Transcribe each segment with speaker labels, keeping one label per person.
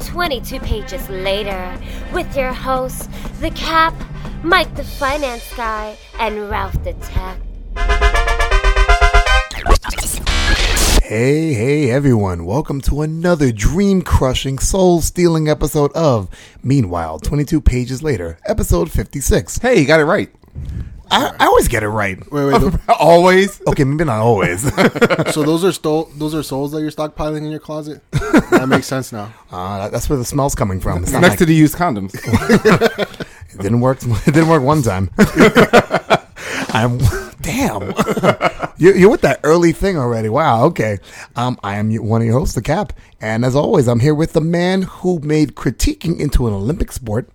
Speaker 1: 22 pages later with your hosts, The Cap, Mike the Finance Guy, and Ralph the Tech.
Speaker 2: Hey, hey, everyone. Welcome to another dream crushing, soul stealing episode of Meanwhile, 22 Pages Later, episode 56.
Speaker 3: Hey, you got it right.
Speaker 2: I, I always get it right.
Speaker 4: Wait, wait.
Speaker 3: Always.
Speaker 2: Okay, maybe not always.
Speaker 4: tho- so those are stole, those are souls that you're stockpiling in your closet. that makes sense now.
Speaker 2: Uh, that's where the smell's coming from. It's not
Speaker 3: Next
Speaker 2: like-
Speaker 3: to the used condoms.
Speaker 2: It didn't work. It didn't work one time. I'm damn. you're, you're with that early thing already. Wow. Okay. Um, I am one of your hosts, the Cap, and as always, I'm here with the man who made critiquing into an Olympic sport,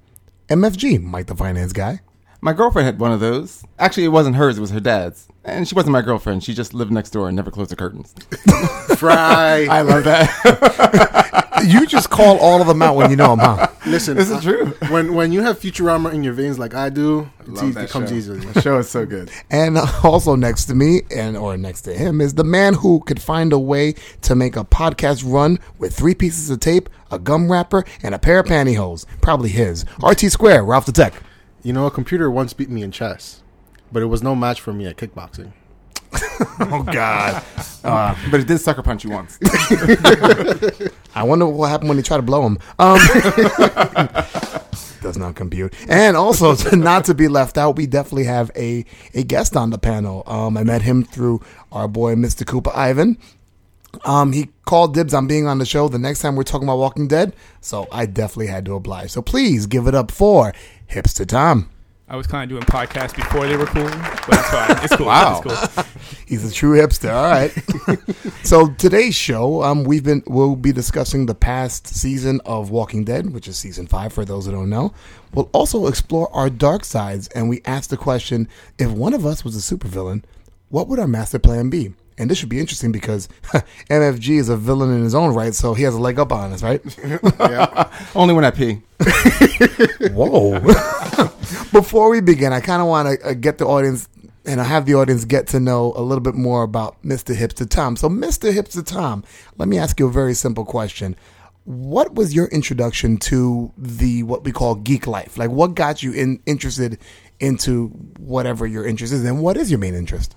Speaker 2: MFG, Mike the Finance Guy.
Speaker 3: my girlfriend had one of those. Actually, it wasn't hers, it was her dad's. And she wasn't my girlfriend. She just lived next door and never closed the curtains.
Speaker 4: Fry.
Speaker 2: I love that. you just call all of them out when you know them, huh?
Speaker 4: Listen,
Speaker 3: This is true.
Speaker 4: When when you have Futurama in your veins like I do, it's
Speaker 3: Love
Speaker 4: easy,
Speaker 3: that
Speaker 4: it comes
Speaker 3: show.
Speaker 4: easily.
Speaker 3: The show is so good.
Speaker 2: And also next to me, and or next to him, is the man who could find a way to make a podcast run with three pieces of tape, a gum wrapper, and a pair of pantyhose. Probably his. RT Square, Ralph the Tech.
Speaker 4: You know, a computer once beat me in chess, but it was no match for me at kickboxing.
Speaker 2: Oh God.
Speaker 3: Uh, but it did sucker punch you once.
Speaker 2: I wonder what happened when they try to blow him. Um, does not compute. And also, to not to be left out, we definitely have a, a guest on the panel. Um, I met him through our boy, Mr. Cooper Ivan. Um, he called dibs on being on the show the next time we're talking about Walking Dead, so I definitely had to oblige. So please give it up for Hipster Tom.
Speaker 5: I was kind of doing podcasts before they were cool, but it's fine. It's cool.
Speaker 3: Wow.
Speaker 5: It's cool.
Speaker 2: He's a true hipster. All right. so today's show, um, we've been we'll be discussing the past season of Walking Dead, which is season five. For those who don't know, we'll also explore our dark sides, and we ask the question: If one of us was a supervillain, what would our master plan be? And this should be interesting because MFG is a villain in his own right, so he has a leg up on us, right?
Speaker 3: Only when I pee.
Speaker 2: Whoa. Before we begin, I kind of want to uh, get the audience and have the audience get to know a little bit more about Mr. Hipster Tom. So, Mr. Hipster Tom, let me ask you a very simple question. What was your introduction to the what we call geek life? Like, what got you in, interested into whatever your interest is, and what is your main interest?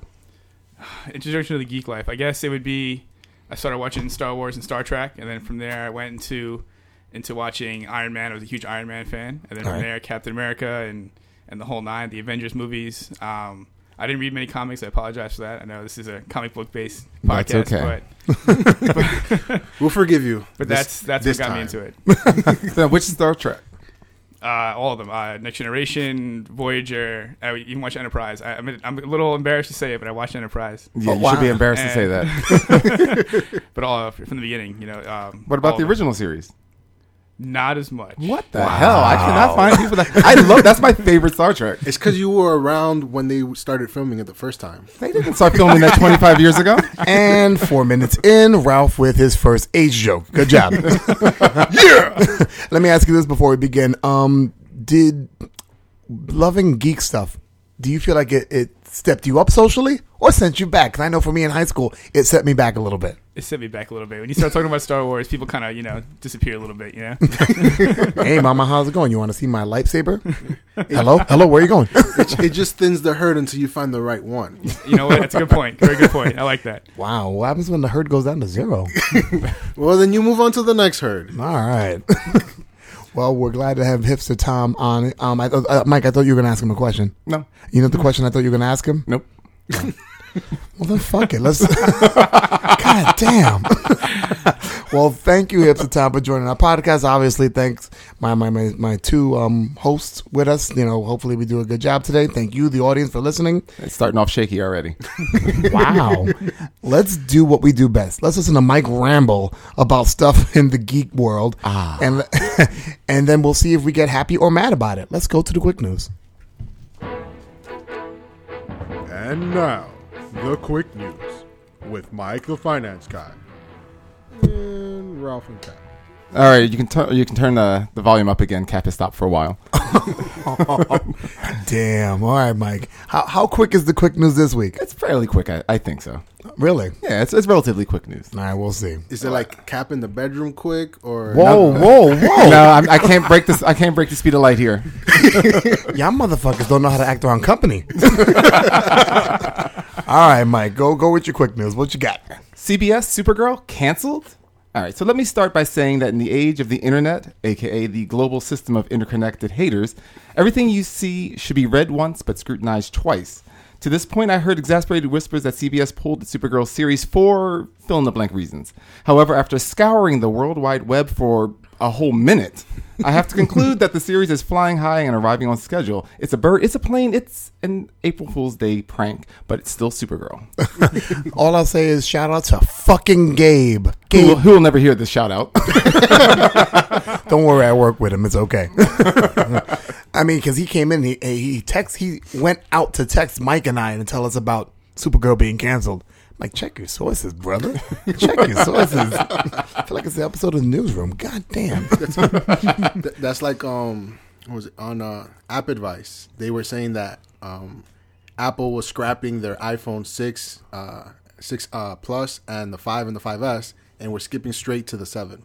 Speaker 5: Introduction to the geek life. I guess it would be. I started watching Star Wars and Star Trek, and then from there I went into into watching Iron Man. I was a huge Iron Man fan, and then from
Speaker 2: Alright.
Speaker 5: there Captain America and and the whole nine, the Avengers movies. Um, I didn't read many comics. I apologize for that. I know this is a comic book based
Speaker 3: That's
Speaker 5: podcast,
Speaker 3: okay.
Speaker 5: but
Speaker 4: We'll forgive you.
Speaker 5: but
Speaker 4: this-
Speaker 5: that's that's
Speaker 4: this
Speaker 5: what got me
Speaker 4: time.
Speaker 5: into it.
Speaker 3: So, which is Star Trek?
Speaker 5: Uh, all of them. Uh, Next Generation, Voyager. I even watch Enterprise. I, I'm, a, I'm a little embarrassed to say it, but I watched Enterprise.
Speaker 3: Yeah,
Speaker 2: Oh,
Speaker 3: you
Speaker 2: wow.
Speaker 3: should be embarrassed to say
Speaker 5: And-
Speaker 3: that.
Speaker 5: but all from the beginning, you know. Um,
Speaker 3: What about
Speaker 5: all
Speaker 3: the
Speaker 5: of it.
Speaker 3: original series?
Speaker 5: Not as much.
Speaker 3: What the hell? I cannot find people that I love. That's my favorite Star Trek.
Speaker 4: It's because you were around when they started filming it the first time.
Speaker 3: They didn't start filming that 25 years ago.
Speaker 2: and four minutes in, Ralph with his first age joke. Good job. yeah. Let me ask you this before we begin. Um, did loving geek stuff? Do you feel like it, it stepped you up socially or sent you back? 'Cause I know for me in high school, it set me back a little bit.
Speaker 5: It sent me back a little bit. When you start talking about Star Wars, people kind of, you know, disappear a little bit, you know?
Speaker 2: hey, mama, how's it going? You want to see my lightsaber? Hello, hello. Where are you going?
Speaker 4: It, it just thins the herd until you find the right one.
Speaker 5: you know what? That's a good point. Very good point. I like that.
Speaker 2: wow, what happens when the herd goes down to zero?
Speaker 4: Well, then you move on to the next herd.
Speaker 2: All right. well, we're glad to have Hipster Tom on. Um, I th- uh, Mike, I thought you were going to ask him a question.
Speaker 3: No.
Speaker 2: You know the question I thought you were going to ask him?
Speaker 3: Nope.
Speaker 2: Well, then fuck it. Let's. God damn. well, thank you, Hipster Tom, for joining our podcast. Obviously, thanks my my my, my two um, hosts with us. You know, hopefully we do a good job today. Thank you, the audience, for listening.
Speaker 3: It's starting off shaky already.
Speaker 2: Wow. Let's do what we do best. Let's listen to Mike ramble about stuff in the geek world, and and then we'll see if we get happy or mad about it. Let's go to the quick news.
Speaker 6: And now, the quick news with Mike the Finance Guy and Ralph and Pat.
Speaker 3: All right, you can turn you can turn uh, the, the volume up again. Cap has stopped for a while.
Speaker 2: Damn. All right, Mike. How, how quick is the quick news this week?
Speaker 3: It's fairly quick, I, I think so.
Speaker 2: Really? All
Speaker 3: Yeah, it's it's relatively quick news.
Speaker 2: right, we'll see.
Speaker 4: Is it like cap in the bedroom quick or
Speaker 2: Whoa, whoa, whoa.
Speaker 3: No, I'm, I can't break this. I can't break the speed of light here.
Speaker 2: Y'all motherfuckers don't know how to act around company. All right, Mike. Go go with your quick news. What you got?
Speaker 3: CBS Supergirl canceled? All right, so let me start by saying that in the age of the internet, aka the global system of interconnected haters, everything you see should be read once but scrutinized twice. To this point, I heard exasperated whispers that CBS pulled the Supergirl series for fill in the blank reasons. However, after scouring the World Wide Web for a whole minute, I have to conclude that the series is flying high and arriving on schedule. It's a bird, it's a plane, it's an April Fool's Day prank, but it's still Supergirl.
Speaker 2: All I'll say is shout out to fucking Gabe.
Speaker 3: Who
Speaker 2: Gabe,
Speaker 3: will, who will never hear this shout out?
Speaker 2: don't worry, I work with him. It's okay. I mean, because he came in, he he text, he went out to text Mike and I and tell us about Supergirl being canceled. I'm like, check your sources, brother. Check your sources. I feel like it's the episode of the newsroom. God damn.
Speaker 4: Th- that's like um what was it on uh, app advice they were saying that um apple was scrapping their iphone 6 uh 6 uh plus and the 5 and the 5s and we're skipping straight to the 7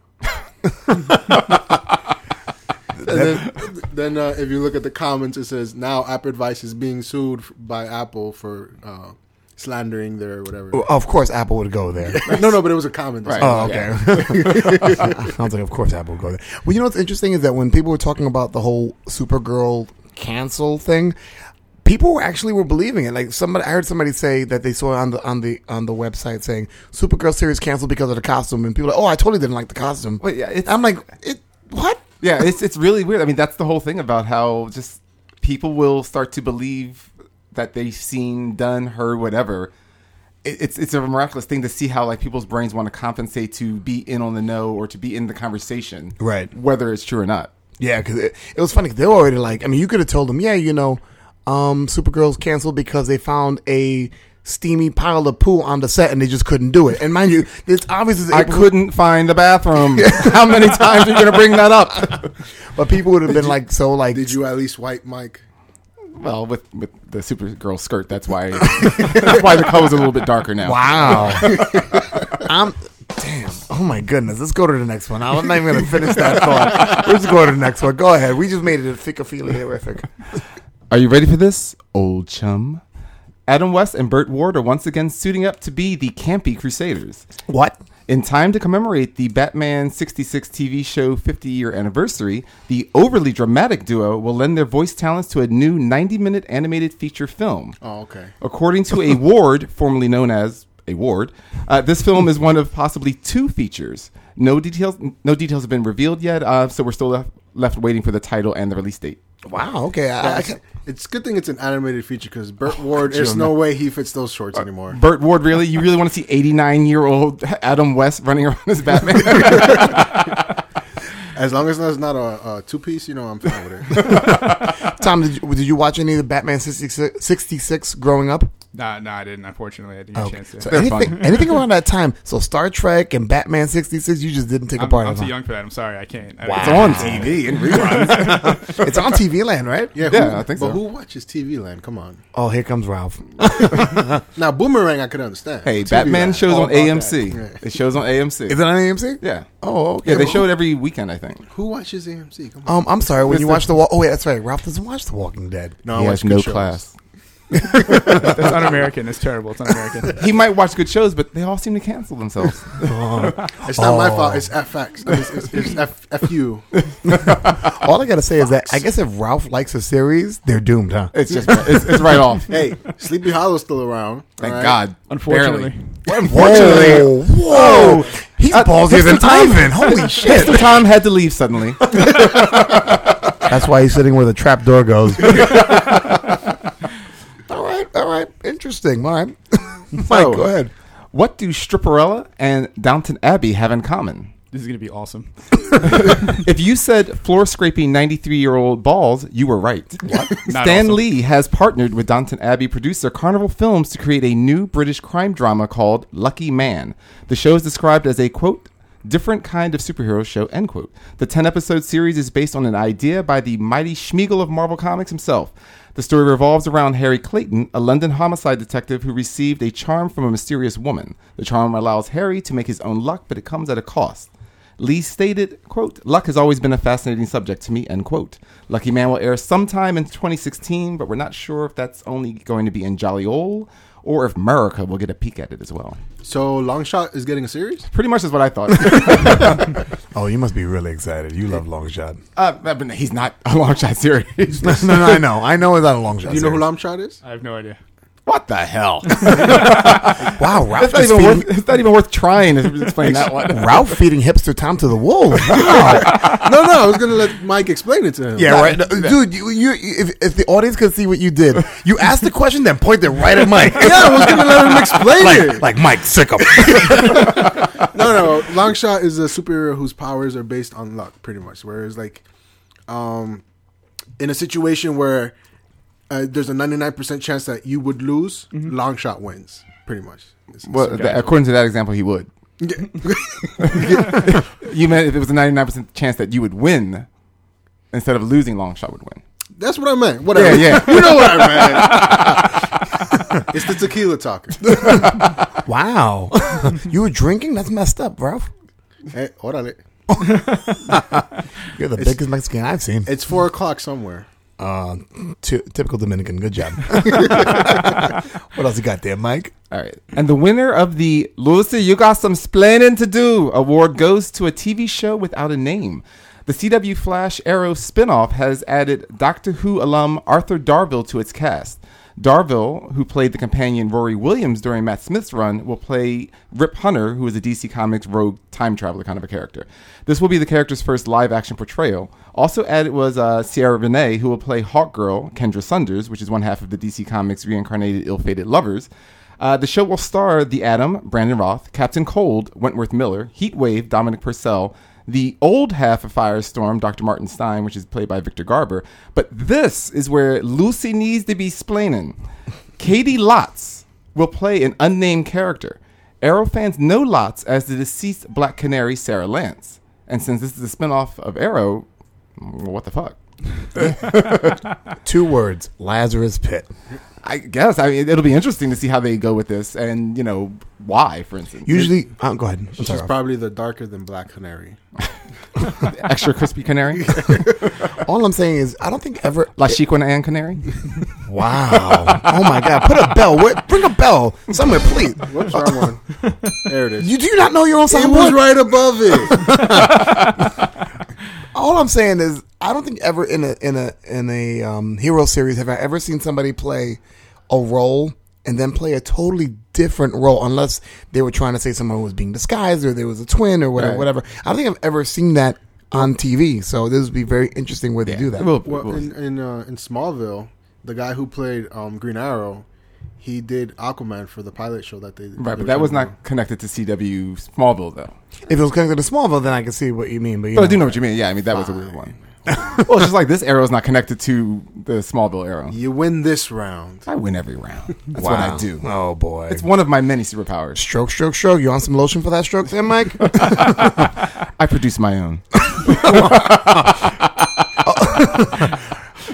Speaker 4: and then, then uh, if you look at the comments it says now app advice is being sued f- by apple for uh slandering their whatever
Speaker 2: Of course, Apple would go there.
Speaker 4: no no but it was a comment
Speaker 3: Right.
Speaker 2: Oh, okay. I was like, of course Apple will go there. Well, you know what's interesting is that when people were talking about the whole Supergirl cancel thing, people were actually were believing it. Like somebody, I heard somebody say that they saw on the on the on the website saying Supergirl series canceled because of the costume, and people, are like, oh, I totally didn't like the costume.
Speaker 3: Wait, yeah, it's-
Speaker 2: I'm like, it what?
Speaker 3: yeah, it's it's really weird. I mean, that's the whole thing about how just people will start to believe that they've seen, done, heard, whatever. It, it's it's a miraculous thing to see how like people's brains want to compensate to be in on the know or to be in the conversation,
Speaker 2: Right.
Speaker 3: Whether it's true or not.
Speaker 2: Yeah, because it, it was funny. 'cause they were already like, I mean, you could have told them, yeah, you know, um, Supergirl's canceled because they found a steamy pile of poo on the set and they just couldn't do it. And mind you, it's obvious.
Speaker 3: I couldn't find the bathroom. how many times are you going to bring that up?
Speaker 2: but people would have been like, so like,
Speaker 4: did you at least wipe mike
Speaker 3: Well, with with the Supergirl skirt, that's why that's why the color's a little bit darker now.
Speaker 2: wow, I'm. Damn! Oh my goodness! Let's go to the next one. I'm not even gonna finish that thought. Let's go to the next one. Go ahead. We just made it a fickafeely horrific.
Speaker 3: Are you ready for this, old chum? Adam West and Burt Ward are once again suiting up to be the campy crusaders.
Speaker 2: What?
Speaker 3: In time to commemorate the Batman 66 TV show 50 year anniversary, the overly dramatic duo will lend their voice talents to a new 90 minute animated feature film.
Speaker 4: oh okay
Speaker 3: According to a ward, formerly known as a ward, uh, this film is one of possibly two features. No details, no details have been revealed yet, uh, so we're still left, left waiting for the title and the release date.
Speaker 2: Wow. Okay. I, I,
Speaker 4: It's- it's a good thing it's an animated feature because Burt Ward, there's no way he fits those shorts anymore.
Speaker 3: Burt Ward, really? You really want to see 89 year old Adam West running around as Batman?
Speaker 4: As long as that's not a, a two piece, you know, I'm fine with it.
Speaker 2: Tom, did you, did you watch any of the Batman 66, 66 growing up?
Speaker 5: Nah, nah, I didn't. Unfortunately, I didn't get a
Speaker 2: Okay.
Speaker 5: chance to.
Speaker 2: So
Speaker 3: They're
Speaker 2: anything,
Speaker 3: fun.
Speaker 2: anything around that time. So Star Trek and Batman sixty six, you just didn't take a
Speaker 5: I'm,
Speaker 2: part
Speaker 5: I'm
Speaker 2: of
Speaker 5: too
Speaker 2: it.
Speaker 5: young for that. I'm sorry, I can't. I-
Speaker 3: it's on TV and reruns.
Speaker 2: It's on TV land, right?
Speaker 4: Yeah,
Speaker 3: Yeah,
Speaker 4: who-
Speaker 3: I think
Speaker 4: but
Speaker 3: so.
Speaker 4: who watches TV Land? Come on.
Speaker 2: Oh, here comes Ralph.
Speaker 4: Now, Boomerang, I could understand.
Speaker 3: Hey,
Speaker 4: TV
Speaker 3: Batman
Speaker 4: Land,
Speaker 3: shows
Speaker 4: all
Speaker 3: on
Speaker 4: about
Speaker 3: AMC.
Speaker 4: that. Yeah.
Speaker 3: It shows on AMC.
Speaker 2: Is it on AMC?
Speaker 3: yeah.
Speaker 2: Oh, okay.
Speaker 3: Yeah, they show it every weekend, I think.
Speaker 4: Who watches AMC? Come on.
Speaker 2: Um, I'm sorry. When you
Speaker 3: Mr.
Speaker 2: watch the Walk, oh wait, that's right. Ralph doesn't watch The Walking Dead.
Speaker 4: No,
Speaker 3: he
Speaker 4: I
Speaker 3: has
Speaker 4: watch good
Speaker 3: no
Speaker 4: shows.
Speaker 3: class.
Speaker 5: That's un-American. That's terrible. It's un-American.
Speaker 3: He might watch good shows, but they all seem to cancel themselves.
Speaker 4: It's not my
Speaker 2: Oh.
Speaker 4: fault. It's FX. It's, it's, it's F, FU.
Speaker 2: All I gotta say is that I guess if Ralph likes a series, they're doomed, huh?
Speaker 3: it's just it's, it's right off.
Speaker 4: Hey, Sleepy Hollow's still around.
Speaker 3: Thank
Speaker 4: all right?
Speaker 3: God.
Speaker 5: Unfortunately,
Speaker 3: Barely.
Speaker 2: Unfortunately, Oh, whoa, whoa. he's
Speaker 3: Uh,
Speaker 2: ballsier
Speaker 3: Mr.
Speaker 2: than
Speaker 3: Tom-
Speaker 2: Ivan. Holy shit!
Speaker 3: Mr. Tom had to leave suddenly.
Speaker 2: That's why he's sitting where the trap door goes. all right, all right, interesting. All right, Mike,
Speaker 3: So-
Speaker 2: go ahead.
Speaker 3: What do Stripperella and Downton Abbey have in common?
Speaker 5: this is gonna be awesome.
Speaker 3: If you said floor scraping 93 year old balls, you were right.
Speaker 5: Not
Speaker 3: Stan
Speaker 5: awesome.
Speaker 3: Lee has partnered with Downton Abbey producer Carnival Films to create a new British crime drama called Lucky Man. The show is described as a quote, different kind of superhero show, end quote. The 10 episode series is based on an idea by the mighty Schmiegel of Marvel Comics himself. The story revolves around Harry Clayton, a London homicide detective who received a charm from a mysterious woman. The charm allows Harry to make his own luck, but it comes at a cost. Lee stated, quote, Luck has always been a fascinating subject to me, end quote. Lucky Man will air sometime in 2016, but we're not sure if that's only going to be in Jolly Ol or if America will get a peek at it as well.
Speaker 4: So Longshot is getting a series.
Speaker 3: Pretty much is what I thought.
Speaker 2: Oh, you must be really excited. You love long shot.
Speaker 3: uh, but he's not a long shot series.
Speaker 2: no, no, I know. I know it's not a long shot.
Speaker 4: Do you know who
Speaker 2: series.
Speaker 4: Longshot is?
Speaker 5: I have no idea.
Speaker 3: what the hell?
Speaker 2: Wow, Ralph
Speaker 3: It's not,
Speaker 2: is
Speaker 3: even
Speaker 2: feeding,
Speaker 3: worth, it's not even worth trying to explain that one.
Speaker 2: Ralph feeding hipster Tom to the wolves. Wow.
Speaker 4: no, no. I was gonna let Mike explain it to him.
Speaker 2: Yeah, right. No, dude, you, you if, if the audience could see what you did, you asked the question, then point it right at Mike.
Speaker 4: Yeah, I was gonna let him explain
Speaker 2: like,
Speaker 4: it.
Speaker 2: like Mike, sick him.
Speaker 4: no, no. Longshot is a superhero whose powers are based on luck, pretty much. Whereas, like, um, in a situation where uh, there's a 99% chance that you would lose, Longshot wins, pretty much. It's- it's-
Speaker 3: Well, th- according to that example, he would. you meant if it was a 99% chance that you would win instead of losing, long shot would win.
Speaker 4: that's what I meant. Whatever.
Speaker 3: Yeah, yeah.
Speaker 4: Oh. you know what I meant. it's the tequila talking.
Speaker 2: wow, you were drinking? That's messed up, Ralph.
Speaker 4: hey, Eh, órale.
Speaker 2: You're the biggest Mexican I've seen.
Speaker 4: It's four o'clock somewhere.
Speaker 2: Uh, ty- typical Dominican. Good job. what else you got there, Mike?
Speaker 3: All right. And the winner of the Lucy, You Got Some Splaining to Do award goes to a TV show without a name. The CW Flash Arrow spinoff has added Doctor Who alum Arthur Darville to its cast. Darville, who played the companion Rory Williams during Matt Smith's run, will play Rip Hunter, who is a DC Comics rogue time traveler kind of a character. This will be the character's first live action portrayal. Also added was uh, Sierra Renee, who will play Hawkgirl, Kendra Sunders, which is one half of the DC Comics reincarnated ill fated lovers. Uh, the show will star The Atom, Brandon Roth, Captain Cold, Wentworth Miller, Heatwave, Dominic Purcell, the old half of Firestorm, Dr. Martin Stein, which is played by Victor Garber. But this is where Lucy needs to be splaining. Katie Lotz will play an unnamed character. Arrow fans know Lotz as the deceased Black Canary Sarah Lance. And since this is a spinoff of Arrow, well, what the fuck?
Speaker 2: Two words: Lazarus Pit.
Speaker 3: I guess. I mean, it'll be interesting to see how they go with this and, you know, why, for instance.
Speaker 2: Usually, oh, go ahead. I'm sorry,
Speaker 4: She's
Speaker 2: Ralph.
Speaker 4: probably the darker than Black Canary.
Speaker 3: Extra crispy canary?
Speaker 2: All I'm saying is, I don't think ever.
Speaker 3: La Chiquina and Canary?
Speaker 2: Wow. oh my God. Put a bell. Where, bring a bell somewhere, please.
Speaker 4: Whoops, wrong one. There it is.
Speaker 2: You do you not know your own
Speaker 4: it
Speaker 2: sound?
Speaker 4: was right above it.
Speaker 2: All I'm saying is, I don't think ever in a in a in a um, hero series have I ever seen somebody play a role and then play a totally different role, unless they were trying to say someone was being disguised or there was a twin or whatever.
Speaker 3: Right.
Speaker 2: Whatever. I don't think I've ever seen that on TV. So this would be very interesting where they do that.
Speaker 3: We'll-
Speaker 4: Well,
Speaker 3: we'll-
Speaker 4: in in, uh, in Smallville, the guy who played um, Green Arrow, he did Aquaman for the pilot show that they.
Speaker 3: right, but that was not connected to CW Smallville, though.
Speaker 2: If it was connected to Smallville, then I can see what you mean. But you
Speaker 3: But
Speaker 2: know,
Speaker 3: Oh, I do know what you mean. Yeah, I mean, that was a weird one. well, it's just like this arrow is not connected to the Smallville arrow.
Speaker 4: You win this round.
Speaker 3: I win every round. That's what I do.
Speaker 2: Oh boy.
Speaker 3: It's one of my many superpowers.
Speaker 2: Stroke, stroke, stroke. You on some lotion for that stroke there, Mike?
Speaker 3: I produce my own.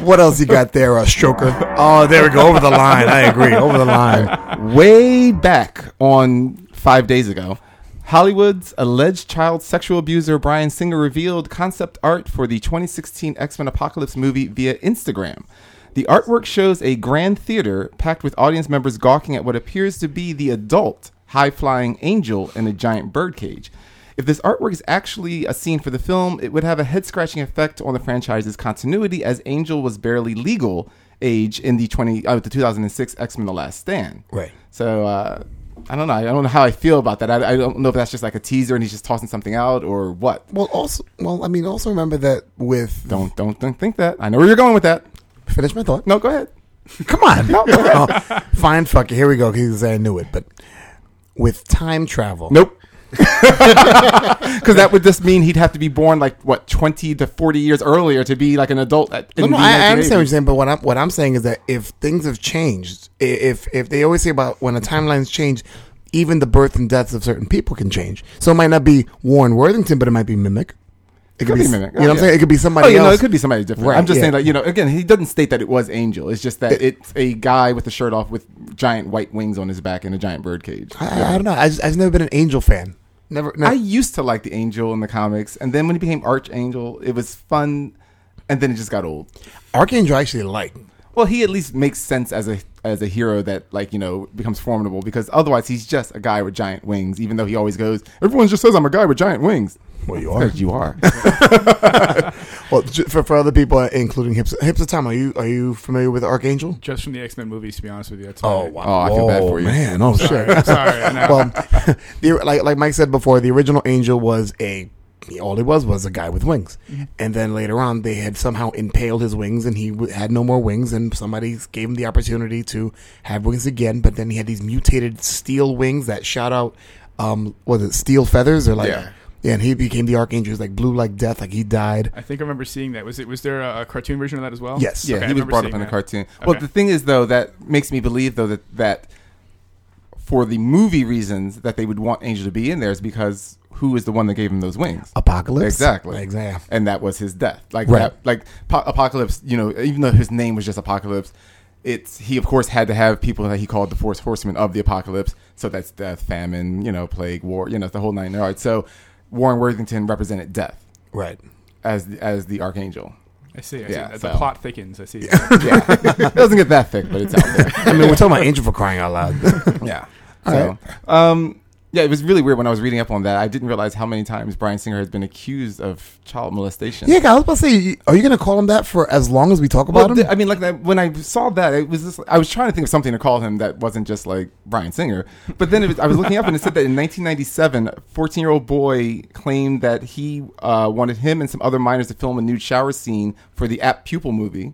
Speaker 2: what else you got there, uh, stroker? Oh, there we go. Over the line. I agree. Over the line.
Speaker 3: Way back on five days ago, Hollywood's alleged child sexual abuser Brian Singer revealed concept art for the 2016 X Men Apocalypse movie via Instagram. The artwork shows a grand theater packed with audience members gawking at what appears to be the adult high flying angel in a giant birdcage. If this artwork is actually a scene for the film, it would have a head scratching effect on the franchise's continuity as Angel was barely legal age in the 20 uh, the 2006 X-Men The Last Stand.
Speaker 2: Right.
Speaker 3: So uh, I don't know. I don't know how I feel about that. I, I don't know if that's just like a teaser and he's just tossing something out or what.
Speaker 2: Well, also, well, I mean, also remember that with.
Speaker 3: Don't don't, don't think that. I know where you're going with that.
Speaker 2: Finish my thought.
Speaker 3: No, go ahead.
Speaker 2: Come on. Oh, fine, fuck it. Here we go. Because I knew it. But with time travel.
Speaker 3: Nope. Because that would just mean he'd have to be born like what twenty to forty years earlier to be like an adult. At,
Speaker 2: No,
Speaker 3: in
Speaker 2: no,
Speaker 3: the
Speaker 2: I, I understand what you're
Speaker 3: 1980s.
Speaker 2: saying, but what I'm what I'm saying is that if things have changed, i- if if they always say about when the timelines change, even the birth and deaths of certain people can change. So it might not be Warren Worthington, but it might be Mimic. It
Speaker 3: Could be
Speaker 2: s-
Speaker 3: Mimic.
Speaker 2: You know what
Speaker 3: Oh,
Speaker 2: I'm saying?
Speaker 3: yeah.
Speaker 2: It could be somebody
Speaker 3: oh, you
Speaker 2: else.
Speaker 3: know, it could be somebody different.
Speaker 2: Right,
Speaker 3: I'm just
Speaker 2: yeah.
Speaker 3: saying that you know. Again, he doesn't state that it was Angel. It's just that it's a guy with a shirt off with giant white wings on his back and a giant bird cage.
Speaker 2: I, I don't know. I just, I've never been an Angel fan. Never. no.
Speaker 3: I used to like the Angel in the comics, and then when he became Archangel, it was fun, and then it just got old.
Speaker 2: Archangel I actually like.
Speaker 3: Well, he at least makes sense as a as a hero that like you know becomes formidable because otherwise he's just a guy with giant wings. Even though he always goes, everyone just says I'm a guy with giant wings.
Speaker 2: Well, you
Speaker 3: Because you are.
Speaker 2: Well, j- for, for other people, including Hips, Hips of Time, are you are you familiar with Archangel?
Speaker 5: Just from the X Men movies, to be honest with you. That's all.
Speaker 3: Oh, I feel bad for you.
Speaker 2: man. Oh,
Speaker 5: Sorry,
Speaker 2: shit.
Speaker 5: I'm sorry. I know.
Speaker 2: well, the, like like Mike said before, the original Angel was a all he was was a guy with wings, and then later on they had somehow impaled his wings, and he w- had no more wings, and somebody gave him the opportunity to have wings again, but then he had these mutated steel wings that shot out, um, was it steel feathers or like.
Speaker 4: Yeah.
Speaker 2: Yeah. and he became the archangel. He was like blue like death, like he died.
Speaker 5: I think I remember seeing that. Was it? Was there a, a cartoon version of that as well?
Speaker 2: Yes.
Speaker 3: Yeah,
Speaker 5: Okay, I
Speaker 3: he was
Speaker 5: remember
Speaker 3: brought up
Speaker 5: seeing
Speaker 3: in a
Speaker 5: that.
Speaker 3: cartoon.
Speaker 5: Okay.
Speaker 3: Well, the thing is, though, that makes me believe, though, that that for the movie reasons that they would want Angel to be in there is because who is the one that gave him those wings?
Speaker 2: Apocalypse,
Speaker 3: Exactly.
Speaker 2: exactly.
Speaker 3: And that was his death. Like
Speaker 2: Right.
Speaker 3: that, like po- Apocalypse. You know, even though his name was just Apocalypse, it's he of course had to have people that he called the Force Horsemen of the Apocalypse. So that's death, famine, you know, plague, war, you know, the whole nine yards. So Warren Worthington represented death
Speaker 2: Right.
Speaker 3: as as the Archangel.
Speaker 5: I see. I
Speaker 3: Yeah,
Speaker 5: see. The
Speaker 3: so-
Speaker 5: plot thickens. I see.
Speaker 3: Yeah, it doesn't get that thick, but it's out there.
Speaker 2: I mean, we're talking about Angel for crying out loud.
Speaker 3: Yeah. So, um, yeah, it was really weird when I was reading up on that. I didn't realize how many times Brian Singer has been accused of child molestation.
Speaker 2: yeah, I was about to say, are you going to call him that for as long as we talk about
Speaker 3: Well,
Speaker 2: him?
Speaker 3: th- I mean, like that, when I saw that, it was just, I was trying to think of something to call him that wasn't just like Brian Singer. But then it was, I was looking up and it said that in 1997, a 14 year old boy claimed that he uh, wanted him and some other minors to film a nude shower scene for the app pupil movie.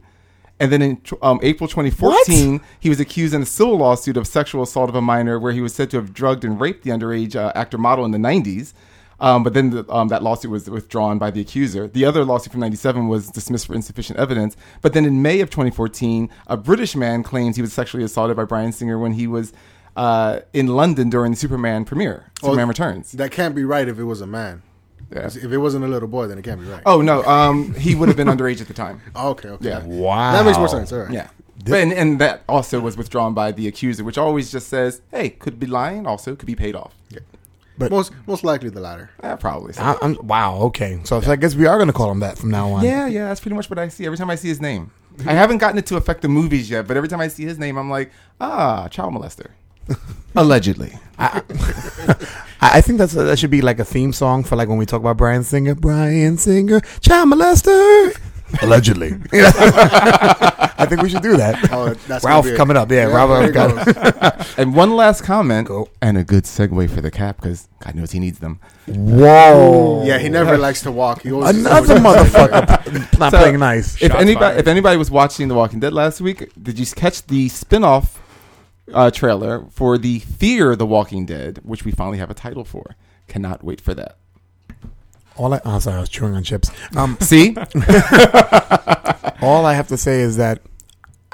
Speaker 3: And then in tw- um, April 2014, he was accused in a civil lawsuit of sexual assault of a minor, where he was said to have drugged and raped the underage uh, actor model in the 90s. Um, but then the, um, that lawsuit was withdrawn by the accuser. The other lawsuit from 97 was dismissed for insufficient evidence. But then in May of 2014, a British man claims he was sexually assaulted by Brian Singer when he was uh, in London during the Superman premiere, Superman Returns.
Speaker 4: That can't be right if it was a man.
Speaker 3: Yeah.
Speaker 4: If it wasn't a little boy, then it can't be right.
Speaker 3: Oh, no, um, he would have been underage at the time.
Speaker 4: Oh, okay, okay.
Speaker 3: Yeah.
Speaker 2: Wow.
Speaker 4: That makes more sense. All right.
Speaker 3: Yeah. But- and, and that also was withdrawn by the accuser, which always just says, hey, could be lying, also could be paid off. Yeah. Ah.
Speaker 2: But-
Speaker 4: most most likely the latter.
Speaker 3: probably. so.
Speaker 2: I, I'm, wow. Okay. So, I guess we are going to call him that from now on.
Speaker 3: yeah, yeah, that's pretty much what I see every time I see his name. I haven't gotten it to affect the movies yet, but every time I see his name, I'm like, ah, child molester. Allegedly.
Speaker 2: I, I I think that's uh, that should be like a theme song for like when we talk about Brian Singer. Brian Singer, child molester, allegedly. I think we should do that.
Speaker 4: Oh, that's gonna
Speaker 2: Ralph
Speaker 4: be it.
Speaker 2: coming up. Yeah, Ralph.
Speaker 4: there
Speaker 2: Ralph
Speaker 4: it
Speaker 2: got
Speaker 4: goes.
Speaker 3: And one last comment,
Speaker 2: Go.
Speaker 3: and a good segue for the cap because God knows he needs them.
Speaker 2: Whoa.
Speaker 4: Yeah, he never likes to walk. He always
Speaker 2: Oh. Another motherfucker p- not
Speaker 3: So,
Speaker 2: playing nice.
Speaker 3: If
Speaker 5: Shots
Speaker 3: anybody,
Speaker 5: fired.
Speaker 3: if anybody was watching The Walking Dead last week, did you catch the spin-off uh, trailer for the Fear the Walking Dead, which we finally have a title for? Cannot wait for that.
Speaker 2: All I, oh, sorry, I was chewing on chips. Um,
Speaker 3: See,
Speaker 2: all I have to say is that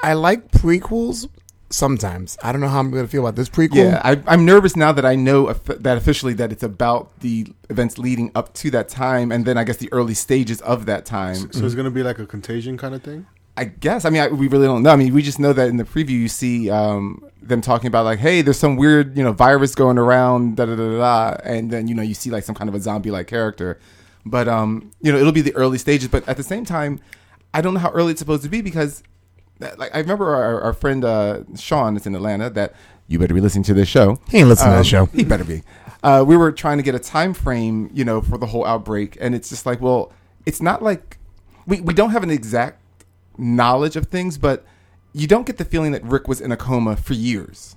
Speaker 2: I like prequels sometimes. I don't know how I'm going to feel about this prequel.
Speaker 3: yeah, I, I'm nervous now that I know of- that officially that it's about the events leading up to that time, and then I guess the early stages of that time.
Speaker 4: So it's gonna be like a contagion kind of thing.
Speaker 3: I guess. I mean, I, we really don't know. I mean, we just know that in the preview, you see um, them talking about like, "Hey, there's some weird, you know, virus going around." Da da da da. da. And then you know, you see like some kind of a zombie-like character. But um, you know, it'll be the early stages. But at the same time, I don't know how early it's supposed to be because, that- like, I remember our, our friend uh, Sean that's in Atlanta that you better be listening to this show.
Speaker 2: He ain't listening to
Speaker 3: Um,
Speaker 2: this show.
Speaker 3: He better be. Uh, we were trying to get a time frame, you know, for the whole outbreak, and it's just like, well, it's not like we, we don't have an exact knowledge of things, but you don't get the feeling that Rick was in a coma for years.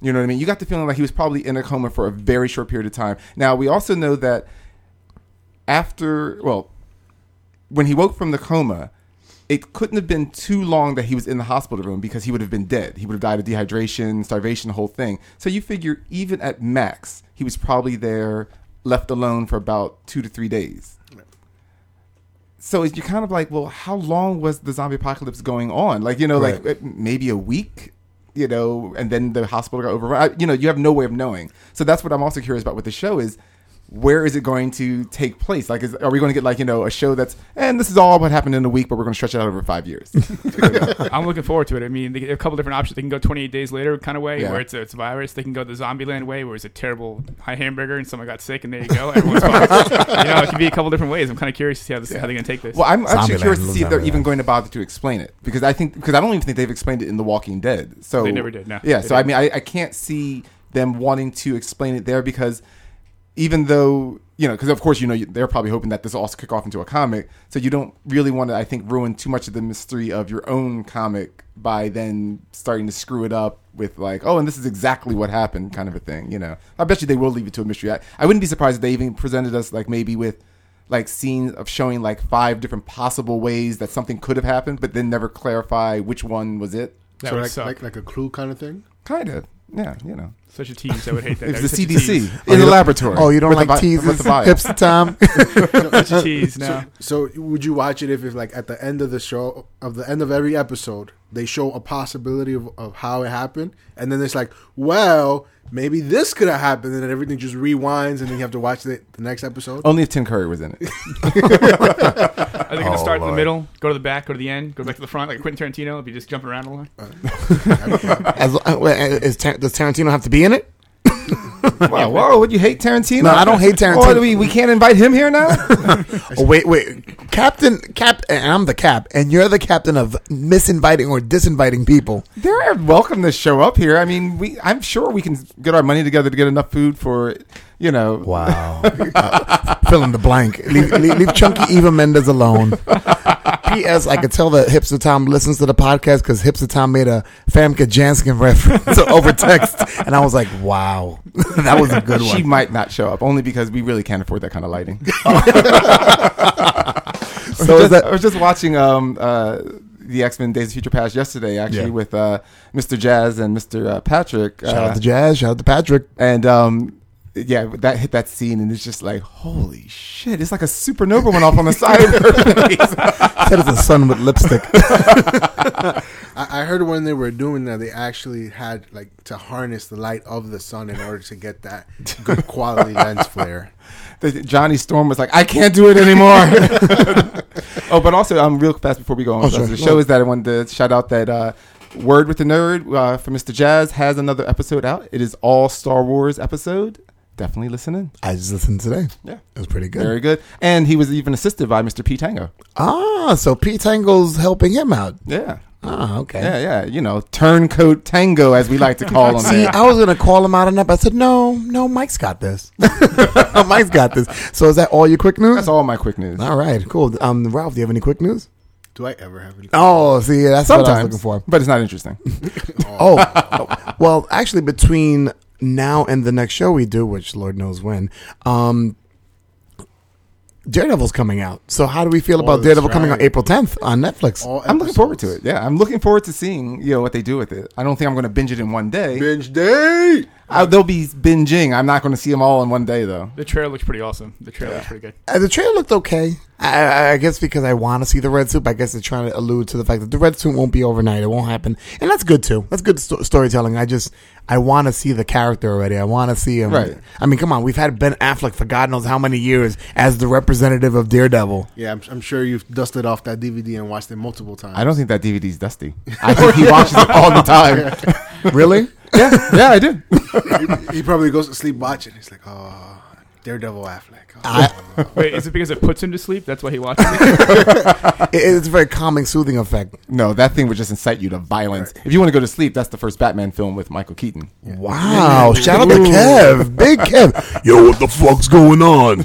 Speaker 3: You know what I mean? You got the feeling like he was probably in a coma for a very short period of time. Now we also know that after, well, when he woke from the coma, it couldn't have been too long that he was in the hospital room because he would have been dead. He would have died of dehydration, starvation, the whole thing. So you figure even at max, he was probably there left alone for about two to three days. So it's- you're kind of like, well, how long was the zombie apocalypse going on? Like, you know, like
Speaker 2: Right.
Speaker 3: maybe a week, you know, and then the hospital got overrun. I- You know, you have no way of knowing. So that's what I'm also curious about with the show is where is it going to take place? Like, is, are we going to get like you know a show that's and this is all what happened in a week, but we're going to stretch it out over five years?
Speaker 5: I'm looking forward to it. I mean, they they have a couple different options. They can go 28 days later kind of way,
Speaker 3: Yeah.
Speaker 5: where it's a, it's a virus. They can go the Zombieland way, where it's a terrible high hamburger and someone got sick, and there you go, everyone's fine. you know, it could be a couple different ways. I'm kind of curious to see how this how they're gonna take this.
Speaker 3: Well, I'm actually
Speaker 2: Zombieland,
Speaker 3: curious to
Speaker 2: love
Speaker 3: see if they're even
Speaker 2: Zombieland.
Speaker 3: going to bother to explain it because I think because I don't even think they've explained it in The Walking Dead. So
Speaker 5: They never did, no.
Speaker 3: Yeah.
Speaker 5: They
Speaker 3: So I mean, I, I can't see them wanting to explain it there because even though you know, because of course you know you- they're probably hoping that this will also kick off into a comic, so you don't really want to I think ruin too much of the mystery of your own comic by then starting to screw it up with like oh and this is exactly what happened kind of a thing you know i bet you they will leave it to a mystery i, I wouldn't be surprised if they even presented us like maybe with like scenes of showing like five different possible ways that something could have happened, but then never clarify which one was it.
Speaker 5: that
Speaker 4: so
Speaker 5: would
Speaker 4: like,
Speaker 5: suck.
Speaker 4: like like a clue kind of thing.
Speaker 3: Kind of, yeah, you know,
Speaker 5: such a tease. I would hate that.
Speaker 3: it's
Speaker 5: That'd
Speaker 3: the
Speaker 5: be such
Speaker 3: CDC
Speaker 5: a tease.
Speaker 2: Oh,
Speaker 3: in
Speaker 2: you
Speaker 3: the
Speaker 2: don't-
Speaker 3: laboratory.
Speaker 2: Oh, you don't
Speaker 3: With the
Speaker 2: like
Speaker 3: vi-
Speaker 2: teases,
Speaker 3: with the vi-
Speaker 2: hips to time.
Speaker 5: Such a tease. No.
Speaker 4: So would you watch it if, if like at the end of the show of the end of every episode they show a possibility of, of how it happened and then it's like well maybe this could have happened and then everything just rewinds and then you have to watch the, the next episode.
Speaker 3: Only if Tim Curry was in it.
Speaker 5: Are they going to
Speaker 2: Oh,
Speaker 5: start in the
Speaker 2: Lord.
Speaker 5: middle, go to the back, go to the end, go back to the front, like Quentin Tarantino? If you just jumping around a lot,
Speaker 2: As, uh, wait, is Tar- does Tarantino have to be in it?
Speaker 3: wow, whoa, would you hate Tarantino?
Speaker 2: No, I don't hate
Speaker 3: Oh,
Speaker 2: Tarantino.
Speaker 3: do we, we can't invite him here now.
Speaker 2: Oh, wait, wait, Captain Cap, and I'm the Cap, and you're the captain of misinviting or disinviting people.
Speaker 3: They're welcome to show up here. I mean, we I'm sure we can get our money together to get enough food for, you know,
Speaker 2: Wow, Uh, fill in the blank. Leave, leave, leave Chunky Eva Mendes alone. P.S. I could tell that Hipster Tom listens to the podcast because Hipster Tom made a Famke Janssen reference over text, and I was like, wow, that was a good
Speaker 3: she
Speaker 2: one.
Speaker 3: might not show up only because we really can't afford that kind of lighting.
Speaker 2: So is
Speaker 3: Just- I
Speaker 2: that
Speaker 3: was just watching um uh the X Men Days of Future Past yesterday actually
Speaker 2: Yeah.
Speaker 3: with uh Mr. Jazz and Mr. Uh, Patrick.
Speaker 2: shout
Speaker 3: uh,
Speaker 2: out to Jazz, shout out to Patrick.
Speaker 3: and um yeah, that hit that scene and it's just like holy shit! It's like a supernova went off on the side. of her.
Speaker 2: Said it's a son with lipstick.
Speaker 4: I, I heard when they were doing that they actually had like to harness the light of the sun in order to get that good quality lens flare.
Speaker 3: The- Johnny Storm was like, I can't do it anymore. oh, but also, um, real fast before we go on with the
Speaker 2: Oh, sure.
Speaker 3: rest of the show is that I wanted to shout out that uh, Word with the Nerd uh, for Mr. Jazz has another episode out. It is all Star Wars episode. Definitely listen in.
Speaker 2: I just listened today.
Speaker 3: Yeah.
Speaker 2: It was pretty good.
Speaker 3: Very good. And he was even assisted by Mr. P. Tango.
Speaker 2: Ah, so Pete Tango's helping him out.
Speaker 3: Yeah.
Speaker 2: Ah, okay.
Speaker 3: Yeah, yeah. You know, turncoat tango, as we like to call him.
Speaker 2: See, I was gonna call him out on that, but I said no, no. Mike's got this. Mike's got this. So is that all your quick news?
Speaker 3: That's all my quick news.
Speaker 2: all right, cool. Um, Ralph, do you have any quick news?
Speaker 4: Do I ever have
Speaker 3: Uh,
Speaker 4: any?
Speaker 2: Oh, see, that's what I was
Speaker 3: Sometimes,
Speaker 2: looking for.
Speaker 3: but it's not interesting.
Speaker 2: Oh, well, actually, between now and the next show we do, which Lord knows when, um, Daredevil's coming out. So how do we feel about
Speaker 3: Oh,
Speaker 4: that's
Speaker 2: Daredevil coming out
Speaker 4: right.
Speaker 2: April tenth on Netflix?
Speaker 4: All
Speaker 3: I'm looking forward to
Speaker 4: episodes.
Speaker 3: it. Yeah, I'm looking forward to seeing you know what they do with it. I don't think I'm going to binge it in one day.
Speaker 4: Binge day.
Speaker 3: I, Uh, they'll be binging. I'm not going to see them all in one day though.
Speaker 5: the trailer looks pretty awesome. The trailer looks pretty good.
Speaker 2: Uh, the trailer looked okay. I, I- I guess because I want to see the red suit. but I guess they're trying to allude to the fact that the red suit won't be overnight. It won't happen, and that's good too. That's good sto- storytelling. I just I want to see the character already. I want to see him.
Speaker 3: Right.
Speaker 2: I mean, come on. We've had Ben Affleck for God knows how many years as the representative of Daredevil.
Speaker 4: Yeah, I'm, I'm sure you've dusted off that DVD and watched it multiple times.
Speaker 3: I don't think that DVD's dusty. I think he watches it all the time.
Speaker 2: Really?
Speaker 3: Yeah, yeah, I do.
Speaker 4: he, he probably goes to sleep watching. He's like, oh, Daredevil Affleck. Oh,
Speaker 5: Wait, is it because it puts him to sleep? That's why he watches it.
Speaker 2: It- it's a very calming, soothing effect.
Speaker 3: No, that thing would just incite you to violence. If you want to go to sleep, that's the first Batman film with Michael Keaton.
Speaker 2: Wow! Shout out to Kev, big Kev. Yo, what the fuck's going on?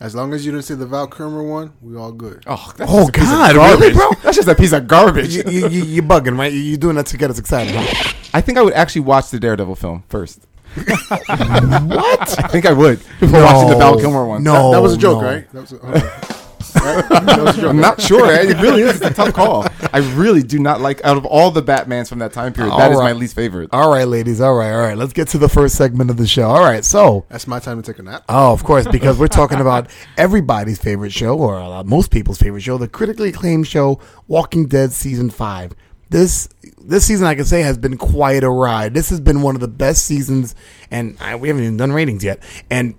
Speaker 4: As long as you don't say the Val Kilmer one, we all good.
Speaker 3: Oh, that's
Speaker 2: Oh
Speaker 3: just a piece of
Speaker 2: God, really,
Speaker 3: garbage.
Speaker 2: bro?
Speaker 3: That's just a piece of garbage.
Speaker 2: You, you, you, you're bugging, right? You- You're doing that to get us excited. Huh?
Speaker 3: I think I would actually watch the Daredevil film first. what? I think I would before watching the Val Kilmer one.
Speaker 2: No,
Speaker 4: that was a joke,
Speaker 2: no.
Speaker 4: right? That was a, okay. Right? That was a joke.
Speaker 3: I'm not sure. It really is a tough call. I really do not like out of all the Batmans from that time period. that is my
Speaker 2: Alright.
Speaker 3: least favorite.
Speaker 2: All right, ladies. All right, all right. Let's get to the first segment of the show. All right, so
Speaker 4: That's my time to take a nap.
Speaker 2: oh, of course, because we're talking about everybody's favorite show, or uh, most people's favorite show, the critically acclaimed show, Walking Dead season five. this this season I can say has been quite a ride. This has been one of the best seasons, and I, we haven't even done ratings yet. And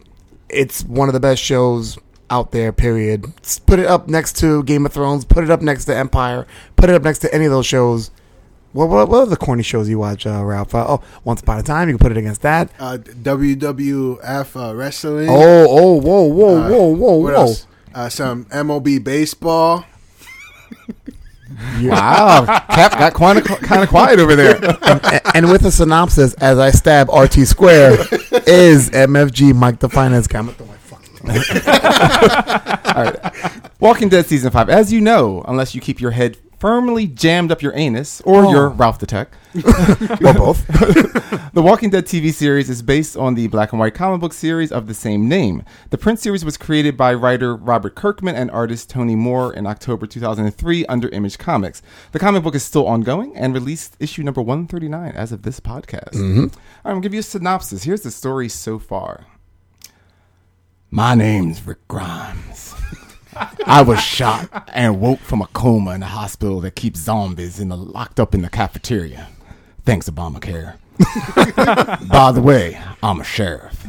Speaker 2: it's one of the best shows out there. Period. S- Put it up next to Game of Thrones. Put it up next to Empire. Put it up next to any of those shows. What what, what are the corny shows you watch, uh, Ralph? Uh, oh, Once Upon a Time. You can put it against that.
Speaker 4: Uh, WWF uh, wrestling.
Speaker 2: Oh oh whoa whoa
Speaker 4: Uh,
Speaker 2: whoa whoa
Speaker 4: what
Speaker 2: whoa.
Speaker 4: else? Uh, some MLB baseball.
Speaker 3: Wow, Cap got kind of kind of quiet over there.
Speaker 2: A- and with a synopsis as I stab RT Square is MFG Mike the Finance Guy. I'm gonna throw my fucking
Speaker 3: Walking Dead season five, as you know, unless you keep your head firmly jammed up your anus or your Ralph the Tech,
Speaker 2: or both.
Speaker 3: The Walking Dead TV series is based on the black and white comic book series of the same name. The print series was created by writer Robert Kirkman and artist Tony Moore in October 2003 under Image Comics. The comic book is still ongoing and released issue number 139 as of this podcast. All right, I'm going to give you a synopsis. Here's the story so far. My name's Rick Grimes. I was shot and woke from a coma in a hospital that keeps zombies in the, locked up in the cafeteria. Thanks, Obamacare. By the way, I'm a sheriff.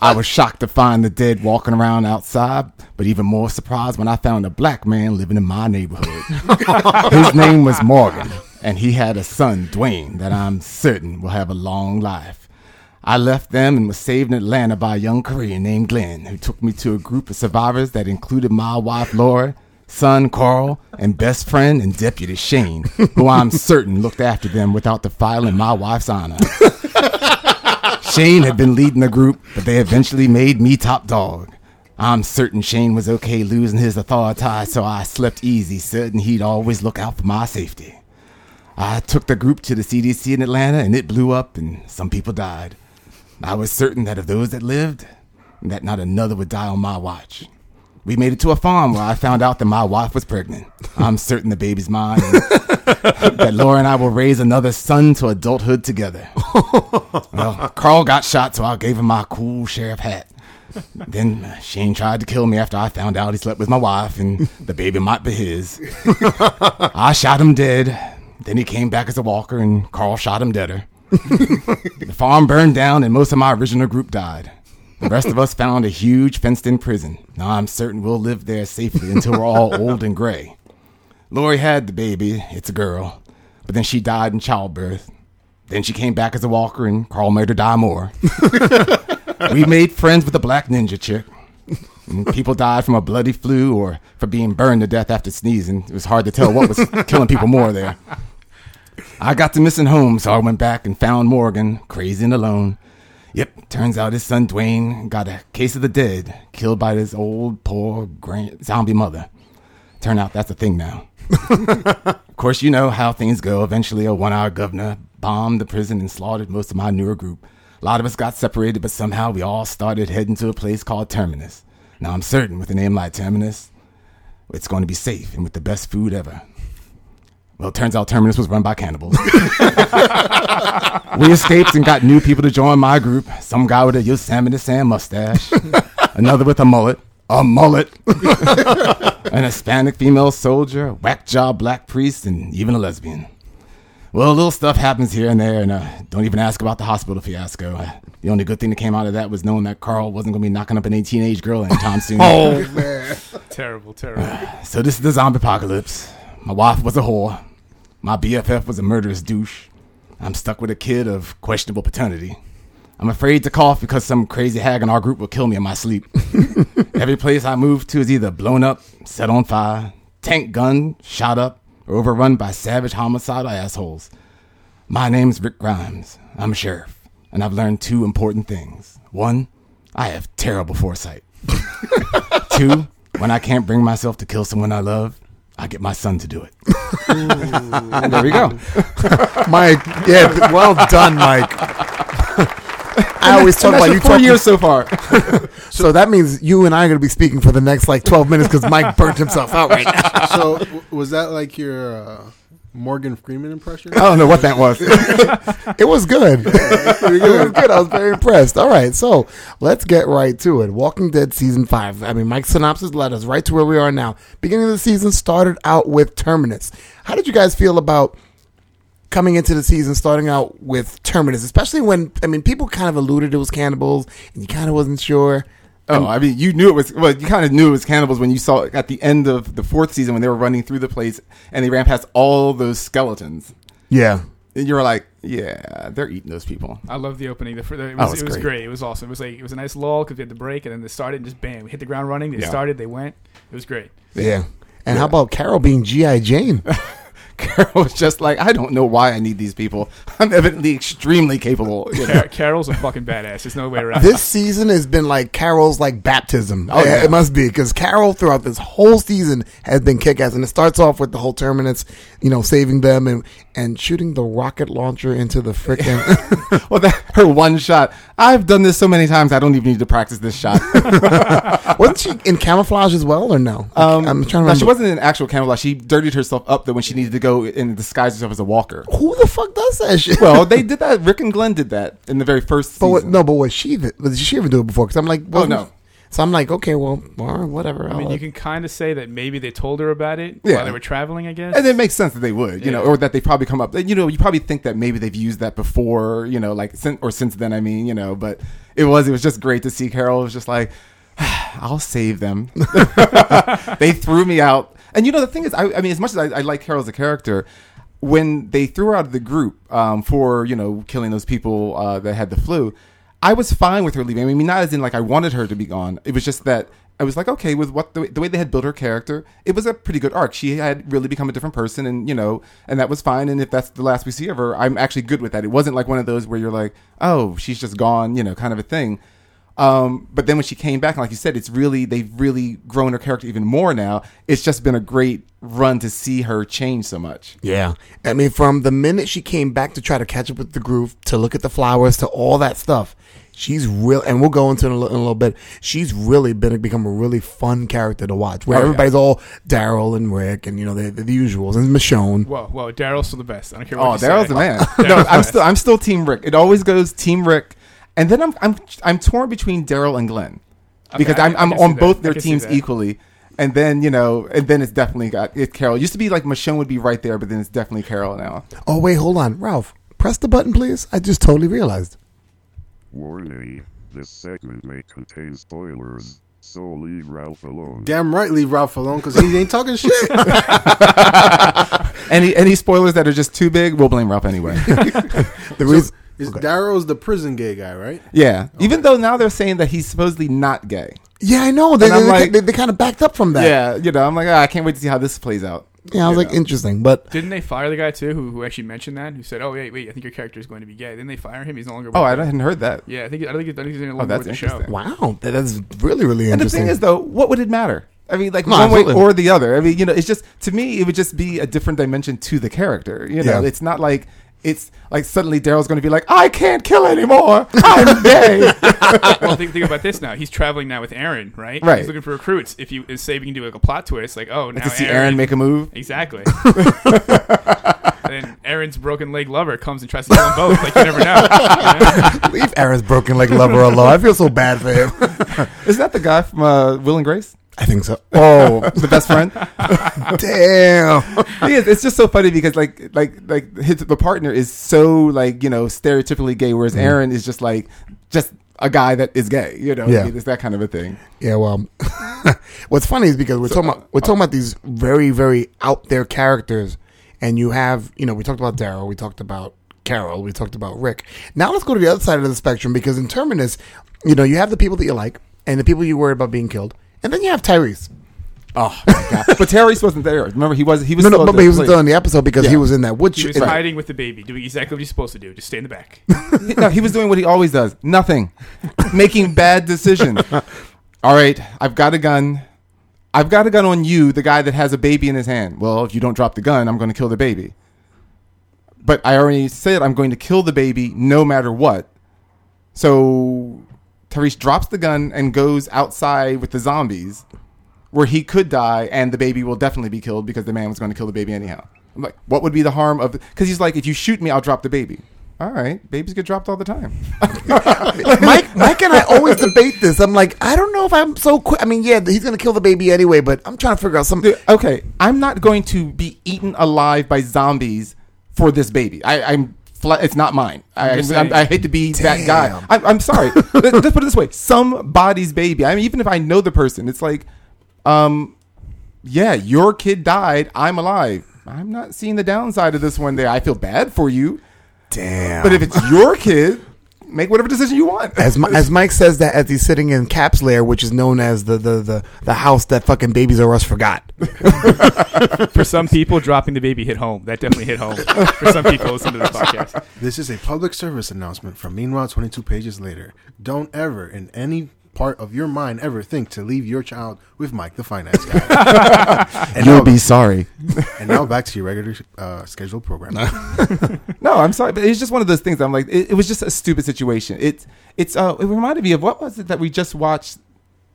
Speaker 3: I was shocked to find the dead walking around outside, but even more surprised when I found a black man living in my neighborhood. His name was Morgan, and he had a son, Dwayne, that I'm certain will have a long life. I left them and was saved in Atlanta by a young Korean named Glenn, who took me to a group of survivors that included my wife, Laura, son, Carl, and best friend and deputy Shane, who I'm certain looked after them without defiling my wife's honor. Shane had been leading the group, but they eventually made me top dog. I'm certain Shane was okay losing his authority, so I slept easy, certain he'd always look out for my safety. I took the group to the CDC in Atlanta, and it blew up, and some people died. I was certain that of those that lived, that not another would die on my watch. We made it to a farm where I found out that my wife was pregnant. I'm certain the baby's mine, and that Laura and I will raise another son to adulthood together. Well, Carl got shot, so I gave him my cool sheriff hat. Then uh, Shane tried to kill me after I found out he slept with my wife and the baby might be his. I shot him dead. Then he came back as a walker and Carl shot him deader. the farm burned down and most of my original group died. The rest of us found a huge fenced in prison. Now I'm certain we'll live there safely until we're all old and gray. Lori had the baby, it's a girl, but then she died in childbirth. Then she came back as a walker and Carl made her die more. we made friends with a black ninja chick. And people died from a bloody flu or for being burned to death after sneezing. It was hard to tell what was killing people more there. I got to missing home, so I went back and found Morgan, crazy and alone. Yep, turns out his son Dwayne got a case of the dead, killed by his old, poor, grand zombie mother. Turn out that's a thing now. Of course, you know how things go. Eventually, a one hour governor bombed the prison and slaughtered most of my newer group. A lot of us got separated, but somehow we all started heading to a place called Terminus. Now, I'm certain with a name like Terminus, it's going to be safe and with the best food ever. Well, it turns out Terminus was run by cannibals. we escaped and got new people to join my group. Some guy with a Yosemite Sam mustache, another with a mullet. A mullet! an Hispanic female soldier, a whack job black priest, and even a lesbian. Well, little stuff happens here and there, and uh, don't even ask about the hospital fiasco. Uh, the only good thing that came out of that was knowing that Carl wasn't going to be knocking up any teenage girl anytime soon.
Speaker 2: Oh man.
Speaker 5: Terrible, terrible.
Speaker 3: So this is the zombie apocalypse. My wife was a whore. My BFF was a murderous douche. I'm stuck with a kid of questionable paternity. I'm afraid to cough because some crazy hag in our group will kill me in my sleep. Every place I move to is either blown up, set on fire, tank gun, shot up, or overrun by savage homicidal assholes. My name's Rick Grimes. I'm a sheriff, and I've learned two important things. One, I have terrible foresight. Two, when I can't bring myself to kill someone I love, I get my son to do it. and there we go.
Speaker 2: Mike, yeah, th- well done, Mike. I always talk
Speaker 3: That's
Speaker 2: about
Speaker 3: your
Speaker 2: you
Speaker 3: four
Speaker 2: talking.
Speaker 3: years so far.
Speaker 2: So that means you and I are going to be speaking for the next like 12 minutes because Mike burnt himself out right now.
Speaker 4: So w- was that like your uh, Morgan Freeman impression?
Speaker 3: I don't know what that was.
Speaker 2: It was good. it was good. I was very impressed. All right, so let's get right to it. Walking Dead season five. I mean, Mike's synopsis led us right to where we are now. Beginning of the season started out with Terminus. How did you guys feel about coming into the season, starting out with Terminus, especially when I mean people kind of alluded it was cannibals, and you kind of wasn't sure.
Speaker 3: Oh, I mean, you knew it was. Well, you kind of knew it was cannibals when you saw it at the end of the fourth season when they were running through the place and they ran past all those skeletons.
Speaker 2: Yeah,
Speaker 3: And you were like, yeah, they're eating those people.
Speaker 5: I love the opening. The, fir- the it
Speaker 3: Oh,
Speaker 5: was,
Speaker 3: it's
Speaker 5: it was
Speaker 3: great.
Speaker 5: great. It was awesome. It was like it was a nice lull because we had the break and then they started and just bam, we hit the ground running. They
Speaker 3: Yeah.
Speaker 5: started, they went. It was great.
Speaker 2: yeah. And how about Carol being GI Jane?
Speaker 3: Carol was just like, I don't know why I need these people. I'm evidently extremely capable. You know?
Speaker 5: Car- Carol's a fucking badass. There's no way around. it.
Speaker 2: this season has been like Carol's like baptism. Oh,
Speaker 3: yeah.
Speaker 2: it must be because Carol throughout this whole season has been kick ass, and it starts off with the whole Terminus, you know, saving them and and shooting the rocket launcher into the freaking.
Speaker 3: well, that, her one shot. I've done this so many times. I don't even need to practice this shot.
Speaker 2: wasn't she in camouflage as well or no?
Speaker 3: Um,
Speaker 2: I'm trying to
Speaker 3: no,
Speaker 2: remember.
Speaker 3: she wasn't in actual camouflage. She dirtied herself up though when she needed to go and disguise herself as a walker.
Speaker 2: Who the fuck does that shit?
Speaker 3: Well, they did that. Rick and Glenn did that in the very first
Speaker 2: But
Speaker 3: season. Oh,
Speaker 2: what, no, but was she even, did she ever do it before? Because I'm like, well,
Speaker 3: no.
Speaker 2: So I'm like, okay, well, all right, whatever.
Speaker 5: I mean, you can kind of say that maybe they told her about it
Speaker 3: Yeah.
Speaker 5: while they were traveling. I guess.
Speaker 3: And it makes sense that they would, you know,
Speaker 5: Yeah.
Speaker 3: or that they probably come up. You know, you probably think that maybe they've used that before, you know, like since or since then. I mean, you know, but it was it was just great to see Carol was just like, I'll save them. they threw me out, and you know the thing is, I, I mean, as much as I, I like Carol as a character, when they threw her out of the group um, for you know killing those people uh, that had the flu, I was fine with her leaving. I mean, not as in like I wanted her to be gone. It was just that I was like, okay, with what the, the way they had built her character, it was a pretty good arc. She had really become a different person, and you know, and that was fine. And if that's the last we see of her, I'm actually good with that. It wasn't like one of those where you're like, oh, she's just gone, you know, kind of a thing. Um, but then when she came back, and like you said, it's really they've really grown her character even more now. It's just been a great run to see her change so much.
Speaker 2: yeah. I mean, from the minute she came back to try to catch up with the groove, to look at the flowers, to all that stuff, she's real. And we'll go into it in a, li- in a little bit. She's really been become a really fun character to watch. Where
Speaker 3: Oh, yeah.
Speaker 2: everybody's all Daryl and Rick, and you know the, the, usuals and Michonne.
Speaker 5: Whoa, whoa, Daryl's still the best. I don't care.
Speaker 3: Oh,
Speaker 5: What you
Speaker 3: Daryl's
Speaker 5: say.
Speaker 3: the man. no, I'm still I'm still Team Rick. It always goes Team Rick, and then I'm I'm I'm torn between Daryl and Glenn because
Speaker 5: I-
Speaker 3: I'm
Speaker 5: I
Speaker 3: I'm
Speaker 5: can see
Speaker 3: on
Speaker 5: that.
Speaker 3: both
Speaker 5: I
Speaker 3: their
Speaker 5: can see
Speaker 3: teams
Speaker 5: that.
Speaker 3: equally. And then you know, and then it's definitely got it. Carol It used to be like Michonne would be right there, but then it's definitely Carol now.
Speaker 2: Oh wait, hold on, Ralph, press the button, please. I just totally realized.
Speaker 7: Warning, this segment may contain spoilers, so leave Ralph alone.
Speaker 4: Damn right, leave Ralph alone because he ain't talking shit.
Speaker 3: Any any spoilers that are just too big, we'll blame Ralph anyway.
Speaker 2: The reason.
Speaker 4: Is Daryl's the prison gay guy, right?
Speaker 3: yeah, even though now they're saying that he's supposedly not gay.
Speaker 2: Yeah, I know. They,
Speaker 3: And I'm
Speaker 2: they, they-
Speaker 3: like-
Speaker 2: they, kind of backed up from that.
Speaker 3: Yeah, you know, I'm like, ah, I can't wait to see how this plays out.
Speaker 2: Yeah, I was like, interesting, but
Speaker 5: Didn't they fire the guy too who, who actually mentioned that? Who said, "Oh wait, wait, I think your character is going to be gay." Then they fire him. He's no longer.
Speaker 3: Oh,
Speaker 5: with
Speaker 3: I
Speaker 5: the-
Speaker 3: hadn't heard that.
Speaker 5: Yeah, I think I don't think, I don't think he's any longer
Speaker 3: that's
Speaker 5: with the show.
Speaker 3: interesting.
Speaker 2: Wow, that- that's really really
Speaker 3: And the
Speaker 2: interesting.
Speaker 3: thing is, though, what would it matter? I mean, like
Speaker 2: No,
Speaker 3: one way
Speaker 2: absolutely.
Speaker 3: or the other. I mean, you know, it's just to me, it would just be a different dimension to the character. You know,
Speaker 2: Yeah.
Speaker 3: it's not like it's like suddenly Daryl's going to be like, I can't kill anymore. I'm gay.
Speaker 5: well, think, think about this now. He's traveling now with Aaron, right?
Speaker 3: Right.
Speaker 5: He's looking for recruits. If you is saving do like a plot twist, like oh now
Speaker 3: to see Aaron make a move.
Speaker 5: exactly. and then Aaron's broken leg lover comes and tries to kill them both. Like you never know. you know?
Speaker 2: Leave Aaron's broken leg lover alone. I feel so bad for him.
Speaker 3: Is that the guy from uh, Will and Grace?
Speaker 2: I think so.
Speaker 3: Oh, the best friend.
Speaker 2: Damn.
Speaker 3: It is. It's just so funny because like like like his, the partner is so like you know stereotypically gay, whereas
Speaker 2: Mm-hmm.
Speaker 3: Aaron is just like just a guy that is gay. You know,
Speaker 2: Yeah.
Speaker 3: it's that kind of a thing.
Speaker 2: Yeah. Well, what's funny is because we're talking
Speaker 5: uh,
Speaker 2: about we're talking about these very very out there characters, and you have you know we talked about Daryl, we talked about Carol, we talked about Rick. Now let's go to the other side of the spectrum because in Terminus, you know you have the people that you like and the people you worry about being killed, and then you have Tyrese.
Speaker 3: Oh my god! but Terry's wasn't there. Remember, he was he was
Speaker 2: No,
Speaker 3: still
Speaker 2: no,
Speaker 3: at
Speaker 2: but
Speaker 3: the
Speaker 2: he was
Speaker 3: place.
Speaker 2: still in the episode because he was in that wood.
Speaker 5: He was
Speaker 2: in-
Speaker 5: hiding with the baby, doing exactly what he's supposed to do. Just stay in the back.
Speaker 3: no, he was doing what he always does. Nothing. Making bad decisions. All right, I've got a gun. I've got a gun on you, the guy that has a baby in his hand. Well, if you don't drop the gun, I'm going to kill the baby. But I already said I'm going to kill the baby no matter what. So Therese drops the gun and goes outside with the zombies where he could die and the baby will definitely be killed because the man was going to kill the baby anyhow. I'm like, what would be the harm of? Because he's like, if you shoot me, I'll drop the baby. All right, babies get dropped all the time.
Speaker 2: Mike, Mike and I always debate this. I'm like, I don't know if I'm so quick. I mean, yeah, he's gonna kill the baby anyway,
Speaker 3: Um,
Speaker 2: but I'm trying to figure out some.
Speaker 3: Dude, okay, I'm not going to be eaten alive by zombies for this baby. I, I'm. fla- It's not mine. I,
Speaker 5: just
Speaker 3: I,
Speaker 5: saying.
Speaker 3: I hate to be that guy. I, I'm sorry. Let- Let's put it this way: somebody's baby. I mean, even if I know the person, it's like, um, yeah, your kid died. I'm alive. I'm not seeing the downside of this one. There, I feel bad for you.
Speaker 2: Damn.
Speaker 3: But if it's your kid, make whatever decision you want.
Speaker 2: as, Mi- as Mike says that as he's sitting in Cap's lair, which is known as the the, the, the house that fucking Babies R Us forgot.
Speaker 5: For some people, dropping the baby hit home. That definitely hit home. For some people, listen to the podcast.
Speaker 4: This is a public service announcement from Meanwhile 22 Pages Later. Don't ever, in any part of your mind, ever think to leave your child with Mike the Finance Guy. and, now,
Speaker 3: sorry.
Speaker 4: and now back to your regular uh, scheduled program.
Speaker 3: No, I'm sorry, but it's just one of those things. I'm like, it, it was just a stupid situation. It, it's, uh, it reminded me of what was it that we just watched?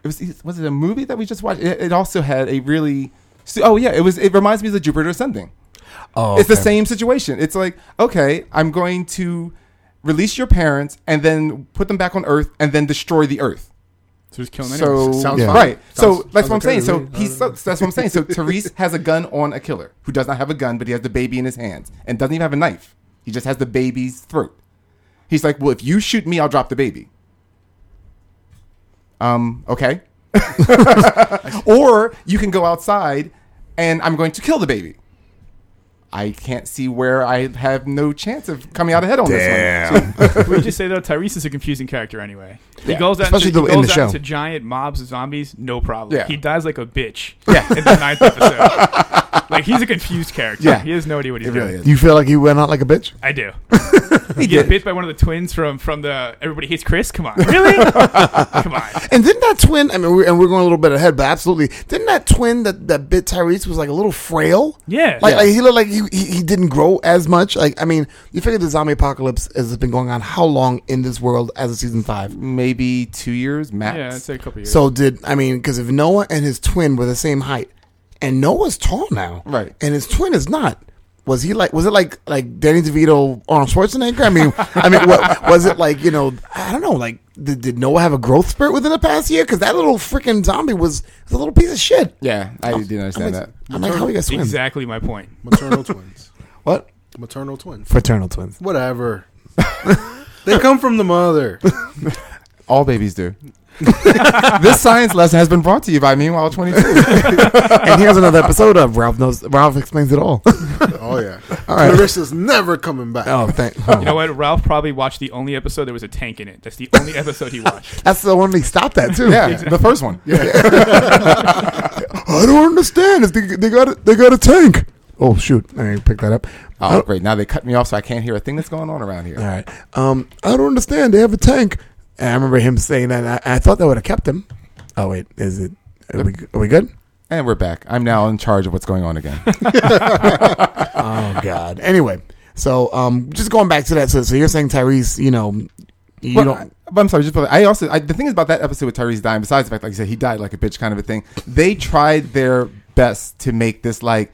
Speaker 3: It was, was it a movie that we just watched? It, it also had a really, stu- oh yeah, it was. It reminds me of the Jupiter Ascending.
Speaker 2: Oh,
Speaker 3: It's the
Speaker 2: okay.
Speaker 3: same situation. It's like, okay, I'm going to release your parents and then put them back on Earth and then destroy the Earth.
Speaker 5: So just killing anyone.
Speaker 3: So
Speaker 4: sounds
Speaker 2: Yeah. fine.
Speaker 3: right. so
Speaker 4: Sounds-
Speaker 3: that's what I'm
Speaker 4: sounds
Speaker 3: saying.
Speaker 4: okay to
Speaker 3: So
Speaker 4: me. Uh,
Speaker 3: he's so, that's what I'm saying. So Therese has a gun on a killer who does not have a gun, but he has the baby in his hands and doesn't even have a knife. He just has the baby's throat. He's like, "Well, if you shoot me, I'll drop the baby." Um. Okay. or you can go outside, and I'm going to kill the baby. I can't see where I have no chance of coming out ahead on this one. So-
Speaker 5: we just say though, Tyrese is a confusing character anyway. He
Speaker 3: Yeah.
Speaker 5: goes out,
Speaker 2: Especially
Speaker 5: into,
Speaker 2: the-
Speaker 5: he
Speaker 2: in
Speaker 5: goes
Speaker 2: the
Speaker 5: out
Speaker 2: show.
Speaker 5: into giant mobs of zombies, no problem.
Speaker 3: Yeah.
Speaker 5: He dies like a bitch. Yeah. In the ninth episode. like he's a confused character.
Speaker 3: Yeah.
Speaker 5: He has no idea what he's doing.
Speaker 3: really is.
Speaker 2: You feel like he went out like a bitch?
Speaker 5: I do. he get bit by one of the twins from from the Everybody Hates Chris. Come on, really? Come on.
Speaker 2: And didn't that twin? I mean, we're, and we're going a little bit ahead, but absolutely, didn't that twin that, that bit Tyrese was like a little frail?
Speaker 5: Yeah.
Speaker 2: like,
Speaker 5: Yeah.
Speaker 2: like, he looked like he, he he didn't grow as much. Like, I mean, you figure the zombie apocalypse has been going on how long in this world as of season five?
Speaker 3: Maybe two years max.
Speaker 5: Yeah, it's a couple years.
Speaker 2: So did I mean? Because if Noah and his twin were the same height, and Noah's tall now,
Speaker 3: Right.
Speaker 2: and his twin is not. Was he like? Was it like like Danny DeVito, Arnold Schwarzenegger? I mean, I mean, what, was it like? You know, I don't know. Like, did, did Noah have a growth spurt within the past year? Because that little freaking zombie was, was a little piece of shit.
Speaker 3: Yeah, I didn't
Speaker 2: I'm
Speaker 3: understand
Speaker 2: like,
Speaker 3: that.
Speaker 2: I'm like, how are you guys swim?
Speaker 5: exactly my point.
Speaker 4: Maternal twins.
Speaker 2: What
Speaker 4: Maternal twins.
Speaker 2: fraternal twins?
Speaker 4: Whatever. they come from the mother.
Speaker 3: All babies do. this science lesson has been brought to you by Meanwhile 22.
Speaker 2: and here's another episode of Ralph knows. Ralph explains it all.
Speaker 4: Oh, yeah.
Speaker 2: right.
Speaker 4: Clarissa's never coming back.
Speaker 2: oh, thank.
Speaker 5: You know what? Ralph probably watched the only episode there was a tank in it. That's the only episode he watched.
Speaker 2: That's the one they stopped at too.
Speaker 3: yeah, the first one. Yeah.
Speaker 2: I don't understand. It's they, they got a, they got a tank. Oh shoot! I didn't pick that up. I
Speaker 3: Oh,
Speaker 2: don't-
Speaker 3: great. Now they cut me off so I can't hear a thing that's going on around here.
Speaker 2: all right. Um, I don't understand. They have a tank. And I remember him saying that. and I, I thought that would have kept him. Oh wait, is it? Are we, are we good?
Speaker 3: And we're back. I'm now in charge of what's going on again.
Speaker 2: Oh God. Anyway, so um, just going back to that. So, so you're saying Tyrese? You know, you
Speaker 3: Well,
Speaker 2: don't.
Speaker 3: I- but I'm sorry. Just but I also I, the thing is about that episode with Tyrese dying. Besides the fact, like you said, he died like a bitch, kind of a thing. They tried their best to make this like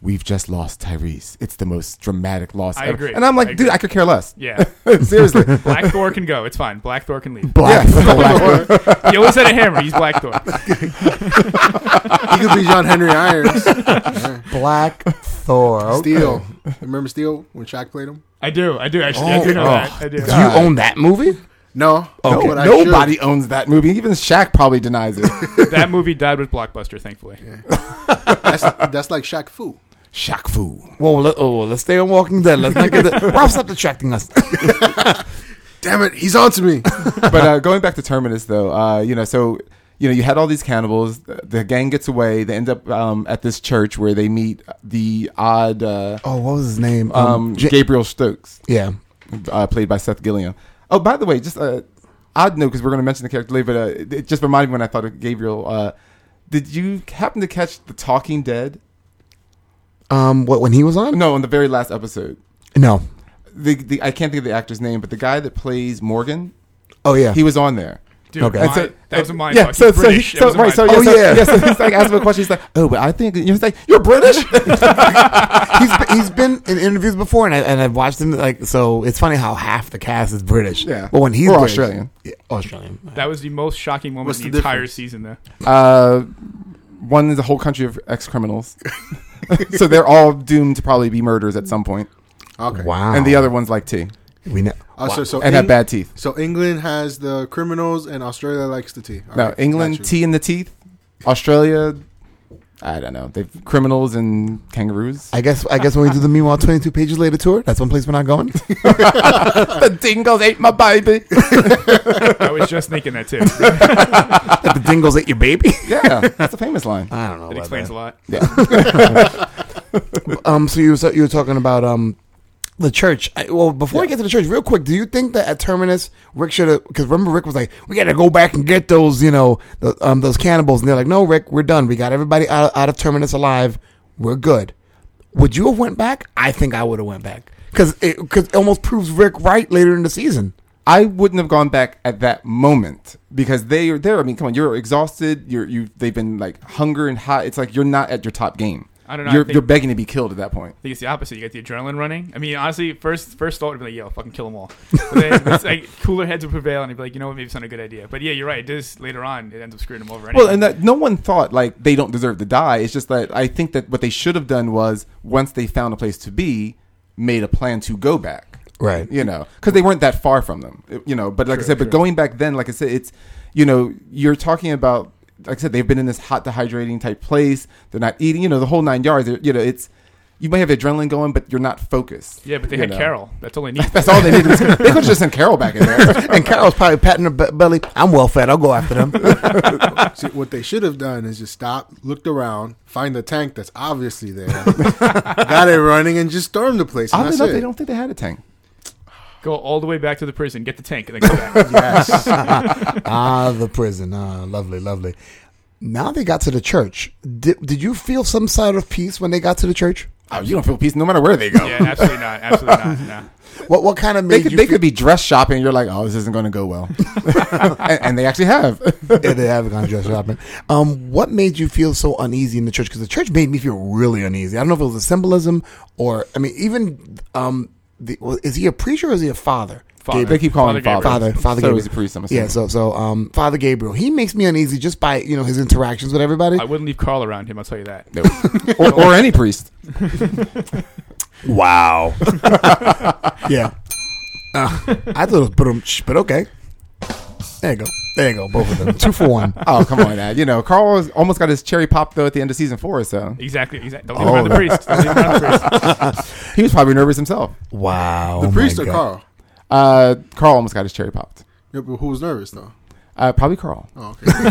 Speaker 3: we've just lost Tyrese. It's the most dramatic loss.
Speaker 5: I
Speaker 3: ever.
Speaker 5: agree.
Speaker 3: And I'm like,
Speaker 5: I
Speaker 3: dude,
Speaker 5: agree.
Speaker 3: I could care less.
Speaker 5: Yeah.
Speaker 3: Seriously.
Speaker 5: Black Thor can go. It's fine. Black Thor can leave.
Speaker 2: Black.
Speaker 5: He always had a hammer. He's Black Thor.
Speaker 4: He could be John Henry Irons.
Speaker 2: Black Thor.
Speaker 4: Steel. Remember Steel when Shaq played him?
Speaker 5: I do. I do actually. I do know
Speaker 2: Oh,
Speaker 5: that. I do.
Speaker 2: Do you own that movie?
Speaker 4: No.
Speaker 3: No,
Speaker 4: but I should.
Speaker 3: nobody owns that movie. Even Shaq probably denies it.
Speaker 5: That movie died with Blockbuster, thankfully.
Speaker 4: That's, that's like Shaq Fu.
Speaker 3: Shaq Fu.
Speaker 2: Whoa, let, oh, let's stay on Walking Dead. Let's not get the, Ralph, stop distracting us.
Speaker 4: Damn it. He's on to me.
Speaker 3: but uh, going back to Terminus, though, uh, you know, so you know, you had all these cannibals. The, the gang gets away. They end up um, at this church where they meet the odd uh,
Speaker 2: Oh, what was his name?
Speaker 3: um,
Speaker 2: Ja-
Speaker 3: Gabriel Stokes,
Speaker 2: yeah.
Speaker 3: uh, played by Seth Gilliam. Oh, by the way, just uh, odd note because we're going to mention the character later, but uh, it- it just reminded me when I thought of Gabriel. Uh, did you happen to catch the Talking Dead?
Speaker 2: Um, what when he was on?
Speaker 3: No, on the very last episode.
Speaker 2: No.
Speaker 3: The, the, I can't think of the actor's name, but the guy that plays Morgan,
Speaker 2: Oh yeah.
Speaker 3: he was on there. uh,
Speaker 5: Dude,
Speaker 2: Okay.
Speaker 5: mine-
Speaker 2: And
Speaker 5: that was a mind
Speaker 3: yeah,
Speaker 5: fuck.
Speaker 3: So,
Speaker 5: He's
Speaker 3: so
Speaker 5: British.
Speaker 3: He,
Speaker 5: That
Speaker 3: so,
Speaker 5: was a
Speaker 3: right,
Speaker 5: mind
Speaker 3: so,
Speaker 5: fuck.
Speaker 3: yeah,
Speaker 2: Oh,
Speaker 3: so,
Speaker 2: yeah.
Speaker 3: yeah, so he's like asking a question. He's like, "Oh, but I think you're like you're British."
Speaker 2: he's been, he's been in interviews before, and I and I've watched him like so. It's funny how half the cast is British.
Speaker 3: Yeah.
Speaker 2: But when he's
Speaker 3: Or
Speaker 2: British-
Speaker 3: Australian.
Speaker 2: Yeah, Australian.
Speaker 5: That was the most shocking moment
Speaker 4: What's
Speaker 5: of the,
Speaker 4: the
Speaker 5: entire
Speaker 4: difference?
Speaker 5: season, though.
Speaker 3: uh, one is a whole country of ex criminals, so they're all doomed to probably be murderers at some point.
Speaker 4: Okay.
Speaker 2: Wow.
Speaker 3: And the other ones like tea
Speaker 2: we know.
Speaker 4: Uh, so, so
Speaker 3: and have bad teeth.
Speaker 4: So England has the criminals, and Australia likes the tea. All
Speaker 3: No,
Speaker 4: right, got
Speaker 3: England
Speaker 4: you.
Speaker 3: tea in the teeth. Australia, I don't know. They've criminals and kangaroos.
Speaker 2: I guess I guess when we do the meanwhile twenty two pages later tour, that's one place we're not going.
Speaker 3: the dingoes ate my baby.
Speaker 5: I was just thinking that too.
Speaker 2: That the dingoes ate your baby.
Speaker 3: yeah, that's a famous line.
Speaker 2: I don't know.
Speaker 5: It
Speaker 2: about
Speaker 5: explains a
Speaker 2: that.
Speaker 5: lot.
Speaker 2: Um, so you were, you were talking about um, the church. I, well, before we get to the church, real quick, do you think that at Terminus, Rick should have? Because remember, Rick was like, "We got to go back and get those, you know, the, um, those cannibals." And they're like, "No, Rick, we're done. We got everybody out, out of Terminus alive. We're good." Would you have went back? I think I would have went back because it, 'cause it almost proves Rick right later in the season.
Speaker 3: I wouldn't have gone back at that moment because they are there. I mean, come on, you're exhausted. You're you. They've been like hunger and hot. It's like you're not at your top game.
Speaker 5: I don't know, I
Speaker 3: You're,
Speaker 5: think-
Speaker 3: you're begging to be killed at that point.
Speaker 5: I think it's the opposite. You get the adrenaline running. I mean, honestly, first first thought would be like, "Yo, fucking kill them all." But then it's like cooler heads would prevail, and you'd be like, "You know what? Maybe it's not a good idea." But yeah, you're right. It is later on. It ends up screwing them over. Anyway.
Speaker 3: Well, and that no one thought like they don't deserve to die. It's just that I think that what they should have done was once they found a place to be, made a plan to go back.
Speaker 2: Right.
Speaker 3: You know, because they weren't that far from them. You know, but like I said, but going back then, like I said, it's you know you're talking about like I said they've been in this hot dehydrating type place. They're not eating. You know, the whole nine yards. They're- You know, it's you may have adrenaline going, but you're not focused.
Speaker 5: yeah, but they
Speaker 3: you
Speaker 5: had
Speaker 3: know.
Speaker 5: Carol. That's all they need.
Speaker 3: That's all they needed. Was, they could have just sent Carol back in there.
Speaker 2: And Carol's probably patting her be- belly. I'm well fed. I'll go after them.
Speaker 4: See, what they should have done is just stopped, looked around, find the tank that's obviously there, got it running, and just stormed the place. And
Speaker 3: Oddly
Speaker 4: that's
Speaker 3: enough,
Speaker 4: it.
Speaker 3: they don't think they had a tank.
Speaker 5: Go all the way back to the prison, get the tank, and then go back.
Speaker 4: Yes.
Speaker 2: ah, the prison. Ah, lovely, lovely. Now they got to the church. Did, did you feel some side of peace when they got to the church?
Speaker 3: Oh, you don't feel peace no matter where they go.
Speaker 5: yeah, absolutely not. Absolutely not. No.
Speaker 2: What what kind of
Speaker 3: they
Speaker 2: made
Speaker 3: could,
Speaker 2: you
Speaker 3: they
Speaker 2: feel-
Speaker 3: could be dress shopping. You're like, oh, this isn't going to go well, and, and they actually have.
Speaker 2: Yeah, they have gone dress shopping. Um, what made you feel so uneasy in the church? Because the church made me feel really uneasy. I don't know if it was the symbolism or I mean, even um, the well, is he a preacher or is he a father?
Speaker 5: Father.
Speaker 3: They keep calling
Speaker 5: Father
Speaker 3: him
Speaker 2: Father, Father
Speaker 3: So
Speaker 2: Gabriel.
Speaker 3: he's a priest, I'm assuming.
Speaker 2: yeah, so so um, Father Gabriel, he makes me uneasy just by you know his interactions with everybody.
Speaker 5: I wouldn't leave Carl around him. I'll tell you that.
Speaker 3: or, or any priest.
Speaker 2: Wow. yeah. Uh, I thought it was boom, shh, but okay. There you go. There you go. Both of them. Two for one.
Speaker 3: Oh, come on, Dad. You know, Carl was- almost got his cherry pop though at the end of season four, so
Speaker 5: Exactly. Exactly. Don't leave around the
Speaker 3: Oh.
Speaker 5: priest. Don't leave around the priest.
Speaker 3: he was probably nervous himself.
Speaker 2: Wow.
Speaker 4: the
Speaker 2: oh
Speaker 4: priest
Speaker 2: my
Speaker 4: or
Speaker 2: God.
Speaker 4: Carl?
Speaker 3: Uh, Carl almost got his cherry popped.
Speaker 4: Yeah, but who was nervous though?
Speaker 3: Uh, probably Carl.
Speaker 4: Oh, okay.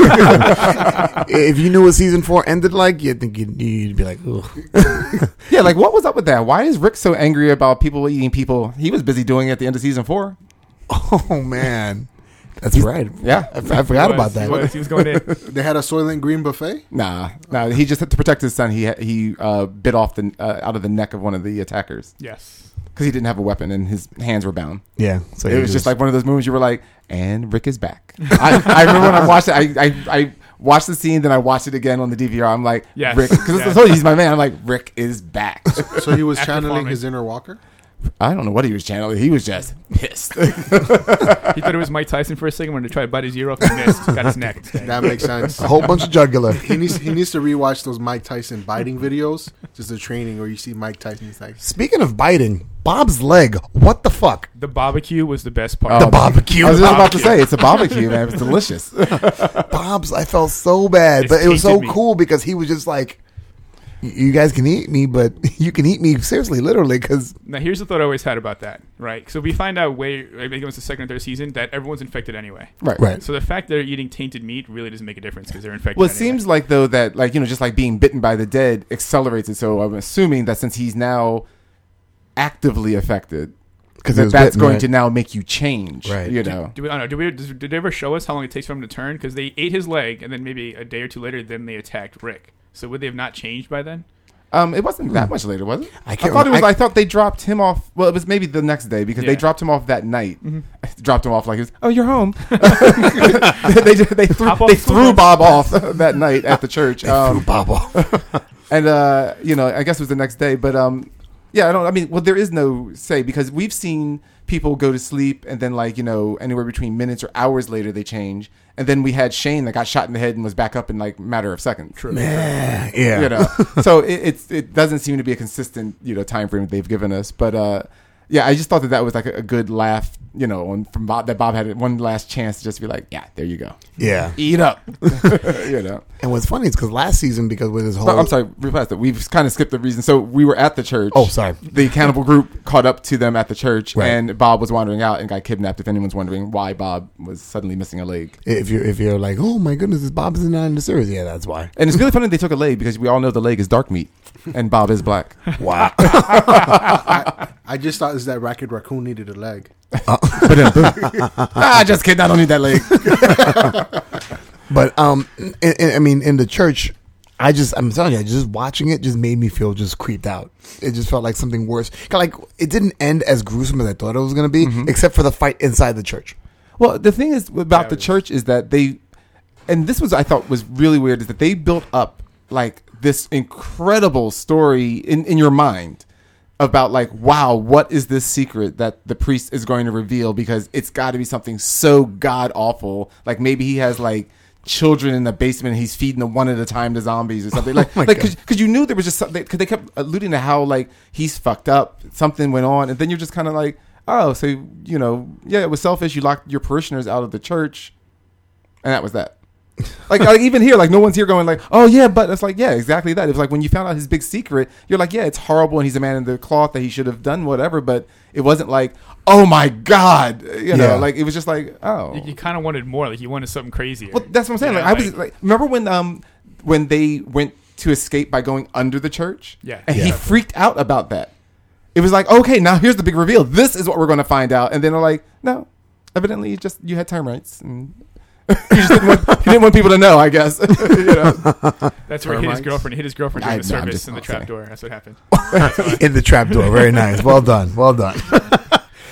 Speaker 2: If you knew what season four ended like, you'd think you'd, you'd be like, Ugh.
Speaker 3: Yeah, like what was up with that? Why is Rick so angry about people eating people? He was busy doing it at the end of season four.
Speaker 2: oh man, that's right.
Speaker 3: Yeah.
Speaker 2: I, I forgot
Speaker 5: He
Speaker 2: about
Speaker 5: was- He was,
Speaker 2: that.
Speaker 5: he was going in.
Speaker 4: they had a Soylent Green buffet.
Speaker 3: Nah, nah. He just had to protect his son. He he uh, bit off the uh, out of the neck of one of the attackers
Speaker 5: Yes.
Speaker 3: because he didn't have a weapon and his hands were bound.
Speaker 2: Yeah, so
Speaker 3: it was just like one of those movies you were like, and Rick is back. I, I remember when I watched it, I, I, I watched the scene, then I watched it again on the DVR. I'm like,
Speaker 5: Yes.
Speaker 3: Rick, because
Speaker 5: Yes.
Speaker 3: he's my man. I'm like, Rick is back.
Speaker 4: So he was
Speaker 5: After
Speaker 4: channeling
Speaker 5: farming.
Speaker 4: his inner Walker.
Speaker 3: I don't know what he was channeling. He was just pissed.
Speaker 5: He thought it was Mike Tyson for a second when they tried to bite his ear off and missed. Got his neck.
Speaker 4: That makes sense.
Speaker 2: a whole bunch of jugular.
Speaker 4: He needs he needs to rewatch those Mike Tyson biting videos, just the training where you see Mike Tyson's like
Speaker 2: Speaking of biting, Bob's leg. What the fuck?
Speaker 5: The barbecue was the best
Speaker 3: Oh,
Speaker 5: part.
Speaker 2: The barbecue.
Speaker 3: I was just about to
Speaker 2: Barbecue.
Speaker 3: say, it's a barbecue, man. It's delicious.
Speaker 2: Bob's. I felt so bad,
Speaker 5: It
Speaker 2: but it was so
Speaker 5: tainted me.
Speaker 2: cool because he was just like, "Y- "You guys can eat me, but you can eat me seriously, literally." Because
Speaker 5: Now, here's the thought I always had about that, right? So we find out way, I think it was the second or third season, that everyone's infected anyway.
Speaker 3: Right.
Speaker 2: right,
Speaker 5: So the fact they're eating tainted meat really doesn't make a difference because they're infected.
Speaker 3: Well, it
Speaker 5: anyway.
Speaker 3: seems like though that like you know just like being bitten by the dead accelerates it. So I'm assuming that since he's now actively affected,
Speaker 2: because
Speaker 3: that that's going to now make you change.
Speaker 2: Right.
Speaker 3: You know.
Speaker 5: Do we, I don't know. Do we, does- did they ever show us how long it takes for him to turn? Because they ate his leg, and then maybe a day or two later, then they attacked Rick. So would they have not changed by then?
Speaker 3: Um, it wasn't that much later, was it?
Speaker 2: I can't
Speaker 3: thought it was.
Speaker 2: remember.
Speaker 3: I, thought they dropped him off. Well, it was maybe the next day because
Speaker 5: Yeah.
Speaker 3: they dropped him off that night. dropped him off like, he was, "Oh, you're home." they ju- they threw
Speaker 5: Hop off
Speaker 3: they
Speaker 5: the school
Speaker 3: threw
Speaker 5: bus.
Speaker 3: Bob off that night at the church. Um,
Speaker 2: Bob off.
Speaker 3: and uh, you know, I guess it was the next day. But um, yeah, I don't. I mean, well, there is no say because we've seen people go to sleep and then like you know anywhere between minutes or hours later they change and then we had shane that got shot in the head and was back up in like matter of seconds true
Speaker 2: Yeah, yeah.
Speaker 3: you know so it, it's it doesn't seem to be a consistent you know time frame that they've given us but uh yeah i just thought that that was like a, a good laugh you know and from bob that bob had one last chance to just be like yeah there you go
Speaker 2: yeah.
Speaker 3: eat up you know
Speaker 2: And what's funny is because last season, because with his whole,
Speaker 3: but I'm sorry, rephrase that. We've kind of skipped the reason. So we were at the church.
Speaker 2: Oh, sorry.
Speaker 3: The cannibal group caught up to them at the church,
Speaker 2: Right.
Speaker 3: and Bob was wandering out and got kidnapped. If anyone's wondering why Bob was suddenly missing a leg,
Speaker 2: if you're if you're like, oh my goodness, is Bob is not in the series? Yeah, that's why.
Speaker 3: and it's really funny they took a leg because we all know the leg is dark meat, and Bob is black.
Speaker 2: Wow.
Speaker 4: I just thought is that racket raccoon needed a leg.
Speaker 3: ah, just kidding. I don't need that leg.
Speaker 2: but um, in, in- I mean, in the church, I just I'm telling you, just watching it just made me feel just creeped out. It just felt like something worse. 'Cause, Like it didn't end as gruesome as I thought it was going to be, except for the fight inside the church.
Speaker 3: Well, the thing is about the church is that they, and this was I thought was really weird is that they built up like this incredible story in in your mind about like wow what is this secret that the priest is going to reveal because it's got to be something so god awful like maybe he has like children in the basement and he's feeding them one at a time to zombies or something like
Speaker 2: Oh my
Speaker 3: like
Speaker 2: God.
Speaker 3: because you knew there was just something because they kept alluding to how like he's fucked up something went on and then you're just kind of like oh so you know yeah it was selfish you locked your parishioners out of the church and that was that like, like even here like no one's here going like oh yeah but it's like yeah exactly that it's like when you found out his big secret you're like yeah it's horrible and he's a man in the cloth that he should have done whatever but it wasn't like oh my god you know
Speaker 2: Yeah.
Speaker 3: like it was just like oh
Speaker 5: You, kind of wanted more. Like you wanted something crazier.
Speaker 3: well, that's what I'm saying.
Speaker 5: Yeah,
Speaker 3: like, I was like, remember when um when they went to escape by going under the church?
Speaker 5: Yeah.
Speaker 3: and he
Speaker 2: Yeah.
Speaker 3: freaked out about that. It was like, okay, now here's the big reveal. This is what we're going to find out. And then they're like, no, evidently, you just you had time rights, and you just didn't want, you didn't want people to know, I guess. you know?
Speaker 5: that's where he hit his girlfriend. He hit his girlfriend
Speaker 3: I-
Speaker 5: during the
Speaker 3: no, I'm
Speaker 5: service
Speaker 3: just-
Speaker 5: in the
Speaker 3: I'm
Speaker 5: trap
Speaker 3: sorry.
Speaker 5: door. That's what happened.
Speaker 2: in the trapdoor. Very nice. Well done. Well done.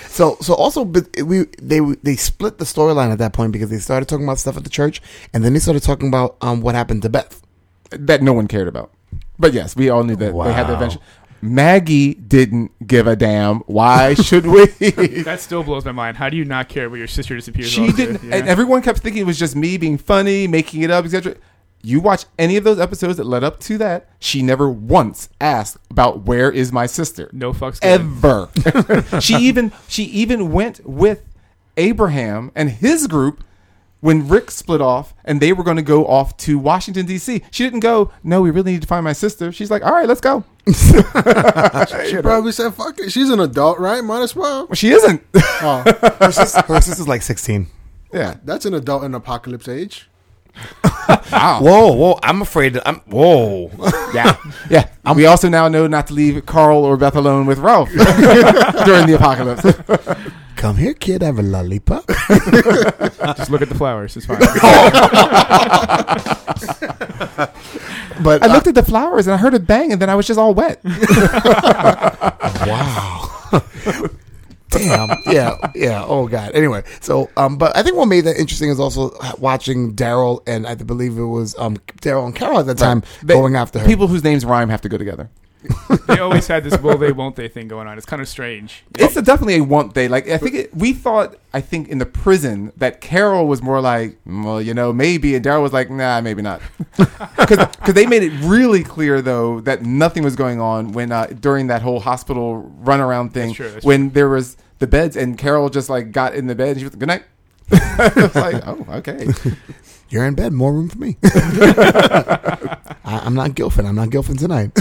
Speaker 2: So, so also, but we they they split the storyline at that point because they started talking about stuff at the church, and then they started talking about um what happened to Beth.
Speaker 3: that no one cared about. But yes, we all knew that they had the
Speaker 2: Wow.
Speaker 3: adventure. Maggie didn't give a damn. Why should we?
Speaker 5: That still blows my mind. How do you not care where your sister disappears?
Speaker 3: She
Speaker 5: off to?
Speaker 3: didn't,
Speaker 5: Yeah.
Speaker 3: and everyone kept thinking it was just me being funny, making it up, etc. You watch any of those episodes that led up to that, she never once asked about where is my sister.
Speaker 5: no fucks given.
Speaker 3: ever. she even she even went with Abraham and his group when Rick split off and they were going to go off to Washington D.C. She didn't go. No, we really need to find my sister. She's like, all right, let's go.
Speaker 4: She probably said, "Fuck it." She's an adult, right? Might as well.
Speaker 3: She isn't.
Speaker 2: Her, sis- her sister's like sixteen.
Speaker 3: yeah.
Speaker 4: That's an adult in apocalypse age.
Speaker 2: Whoa, whoa! I'm afraid. That I'm whoa.
Speaker 3: Yeah, yeah. we also now know not to leave Carl or Beth alone with Ralph during the apocalypse.
Speaker 2: Come here, kid. I have a lollipop.
Speaker 5: Just look at the flowers. It's fine.
Speaker 2: But
Speaker 3: I looked at the flowers and I heard a bang, and then I was just all wet.
Speaker 2: Wow. Damn. Yeah. Yeah. Oh God. Anyway. So, um, but I think what made that interesting is also watching Daryl and I believe it was um Daryl and Carol at that time
Speaker 3: They-
Speaker 2: going after her.
Speaker 3: People whose names rhyme have to go together.
Speaker 5: they always had this will they won't they thing going on. It's kind of strange.
Speaker 3: It's a, definitely a want they. Like I think it, we thought. I think in the prison that Carol was more like, "Mm, well, you know, maybe, and Daryl was like, nah, maybe not, because they made it really clear though that nothing was going on when uh, during that whole hospital runaround thing
Speaker 5: That's true, that's
Speaker 3: when there was the beds and Carol just like got in the bed and she was like, good night. It's like, oh, okay.
Speaker 2: You're in bed. More room for me. I, I'm not Gilfin. I'm not Gilfin tonight.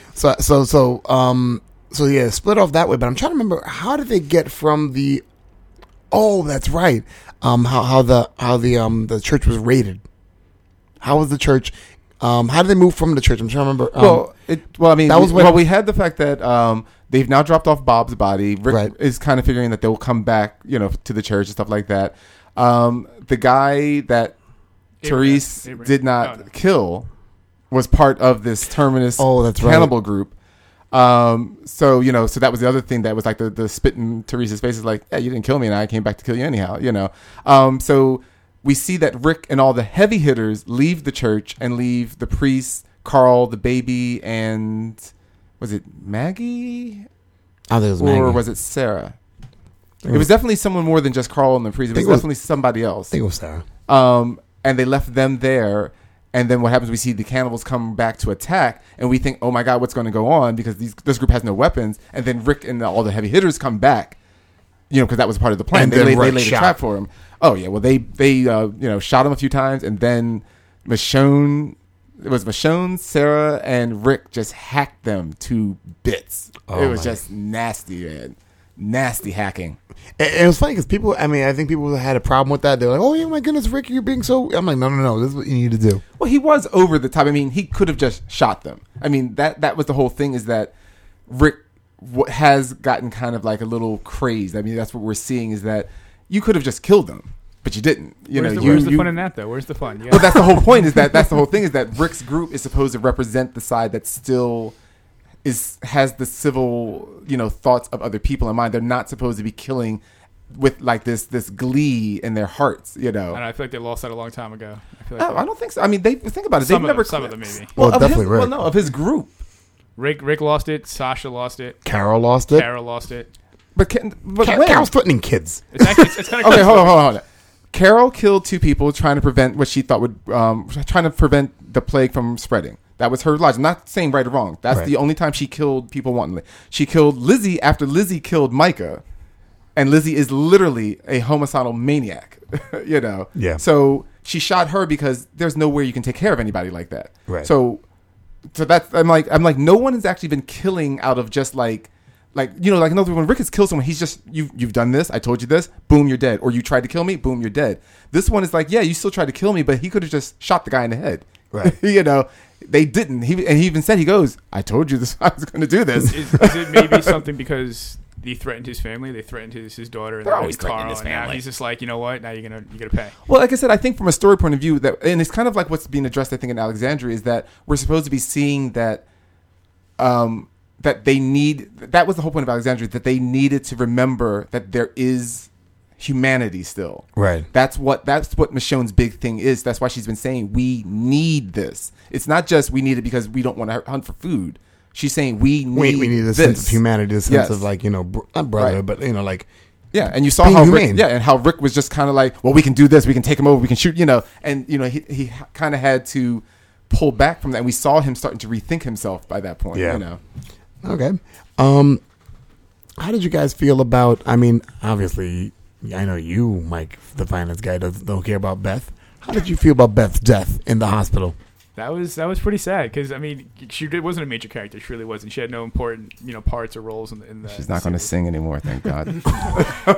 Speaker 2: so so so um so yeah, split off that way. But I'm trying to remember how did they get from the. Oh, that's right. Um, how how the how the um the church was raided. How was the church? Um, how did they move from the church? I'm trying to remember. Um,
Speaker 3: Well, it, well, I mean,
Speaker 2: that
Speaker 3: we-
Speaker 2: was when-
Speaker 3: well, we had the fact that um, they've now dropped off Bob's body. Rick
Speaker 2: Right.
Speaker 3: is kind of figuring that they'll come back, you know, to the church and stuff like that. Um, the guy that
Speaker 5: Abraham.
Speaker 3: Therese
Speaker 5: Abraham.
Speaker 3: did not
Speaker 5: No, no.
Speaker 3: kill was part of this terminus
Speaker 2: Oh, that's right.
Speaker 3: cannibal group. Um, so you know, so that was the other thing that was like the the spit in Teresa's face is like, yeah, you didn't kill me, and I came back to kill you anyhow. You know, um, so we see that Rick and all the heavy hitters leave the church and leave the priest, Carl, the baby, and was it Maggie
Speaker 2: I don't think it was
Speaker 3: or
Speaker 2: Maggie.
Speaker 3: was it Sarah? It was definitely someone more than just Carl and the priest. It was
Speaker 2: Think it was-
Speaker 3: definitely somebody else.
Speaker 2: think it was Sarah.
Speaker 3: Um, and they left them there. And then what happens? We see the cannibals come back to attack, and we think, "Oh my God, what's going to go on?" Because these, this group has no weapons. And then Rick and all the heavy hitters come back, you know, because that was part of the plan.
Speaker 2: And
Speaker 3: they
Speaker 2: then
Speaker 3: laid, they
Speaker 2: Rick
Speaker 3: laid a
Speaker 2: shot.
Speaker 3: trap for him. Oh yeah, well they they uh, you know shot him a few times, and then Michonne it was Michonne, Sarah, and Rick just hacked them to bits.
Speaker 2: Oh,
Speaker 3: it was
Speaker 2: my.
Speaker 3: just nasty, man, nasty hacking.
Speaker 2: And and it was funny because people. I mean, I think people had a problem with that. They're like, "Oh yeah, my goodness, Rick, you're being so." I'm like, "No, no, no. This is what you need to do."
Speaker 3: Well, he was over the top. I mean, he could have just shot them. I mean, that that was the whole thing is that Rick w- has gotten kind of like a little crazed. I mean, that's what we're seeing is that you could have just killed them, but you didn't. You
Speaker 5: where's
Speaker 3: know,
Speaker 5: the,
Speaker 3: you,
Speaker 5: where's the
Speaker 3: you-
Speaker 5: fun in that though? Where's the fun? Yeah.
Speaker 3: Well, that's the whole point is that that's the whole thing is that Rick's group is supposed to represent the side that still is has the civil, you know, thoughts of other people in mind. They're not supposed to be killing with like this this glee in their hearts, you know.
Speaker 5: and I feel like they lost that a long time ago. I feel like
Speaker 3: Oh, I don't think so. I mean, they think about it.
Speaker 5: Some
Speaker 3: They've
Speaker 5: of
Speaker 3: never
Speaker 5: them- some of them,
Speaker 3: cl-
Speaker 5: maybe.
Speaker 2: Well,
Speaker 3: of
Speaker 2: definitely
Speaker 3: his-
Speaker 2: Rick.
Speaker 3: Well, no, of his group.
Speaker 5: Rick Rick lost it. Sasha lost it.
Speaker 2: Carol lost it.
Speaker 5: Carol lost it.
Speaker 3: But, can, but
Speaker 2: Ca-
Speaker 3: when?
Speaker 2: Carol's threatening kids.
Speaker 5: It's actually it's, it's kind of
Speaker 3: okay, hold on, hold on, hold on. Carol killed two people trying to prevent what she thought would um, trying to prevent the plague from spreading. That was her logic. Not saying right or wrong. That's
Speaker 2: Right.
Speaker 3: the only time she killed people wantonly. She killed Lizzie after Lizzie killed Micah, and Lizzie is literally a homicidal maniac. you know.
Speaker 2: Yeah.
Speaker 3: So she shot her because there's nowhere you can take care of anybody like that.
Speaker 2: Right.
Speaker 3: So, so that's I'm like I'm like no one has actually been killing out of just like like you know like another when Rick has killed someone he's just you you've done this I told you this boom you're dead or you tried to kill me boom you're dead. This one is like yeah you still tried to kill me but he could have just shot the guy in the head.
Speaker 2: Right.
Speaker 3: you know they didn't he and he even said he goes I told you this I was going to do this.
Speaker 5: is, is it maybe something because they threatened his family? They threatened his, his daughter. And
Speaker 3: They're
Speaker 5: then
Speaker 3: always threatening
Speaker 5: Carl,
Speaker 3: his
Speaker 5: and now
Speaker 3: family.
Speaker 5: he's just like, you know what? Now you're gonna you're gonna pay.
Speaker 3: Well, like I said, I think from a story point of view, that and it's kind of like what's being addressed, I think, in Alexandria is that we're supposed to be seeing that, um, that they need. That was the whole point of Alexandria that they needed to remember that there is humanity still.
Speaker 2: Right.
Speaker 3: That's what that's what Michonne's big thing is. That's why she's been saying we need this. It's not just we need it because we don't want to hunt for food. She's saying we need
Speaker 2: We, we need a
Speaker 3: this.
Speaker 2: sense of humanity, a sense
Speaker 3: Yes.
Speaker 2: of like you know, br- not brother,
Speaker 3: Right.
Speaker 2: but you know, like
Speaker 3: Yeah, and you saw
Speaker 2: Being
Speaker 3: how
Speaker 2: humane.
Speaker 3: Rick, yeah, and how Rick was just kind of like, well, we can do this, we can take him over, we can shoot, you know, and you know he he kind of had to pull back from that. And we saw him starting to rethink himself by that point.
Speaker 2: Yeah.
Speaker 3: you know,
Speaker 2: Okay. Um, how did you guys feel about? I mean, obviously, I know you, Mike, the finance guy, doesn't don't care about Beth. How did you feel about Beth's death in the hospital?
Speaker 5: That was that was pretty sad because I mean she did, wasn't a major character. She really wasn't. She had no important you know parts or roles in the. In the
Speaker 3: she's not going to sing anymore. Thank God.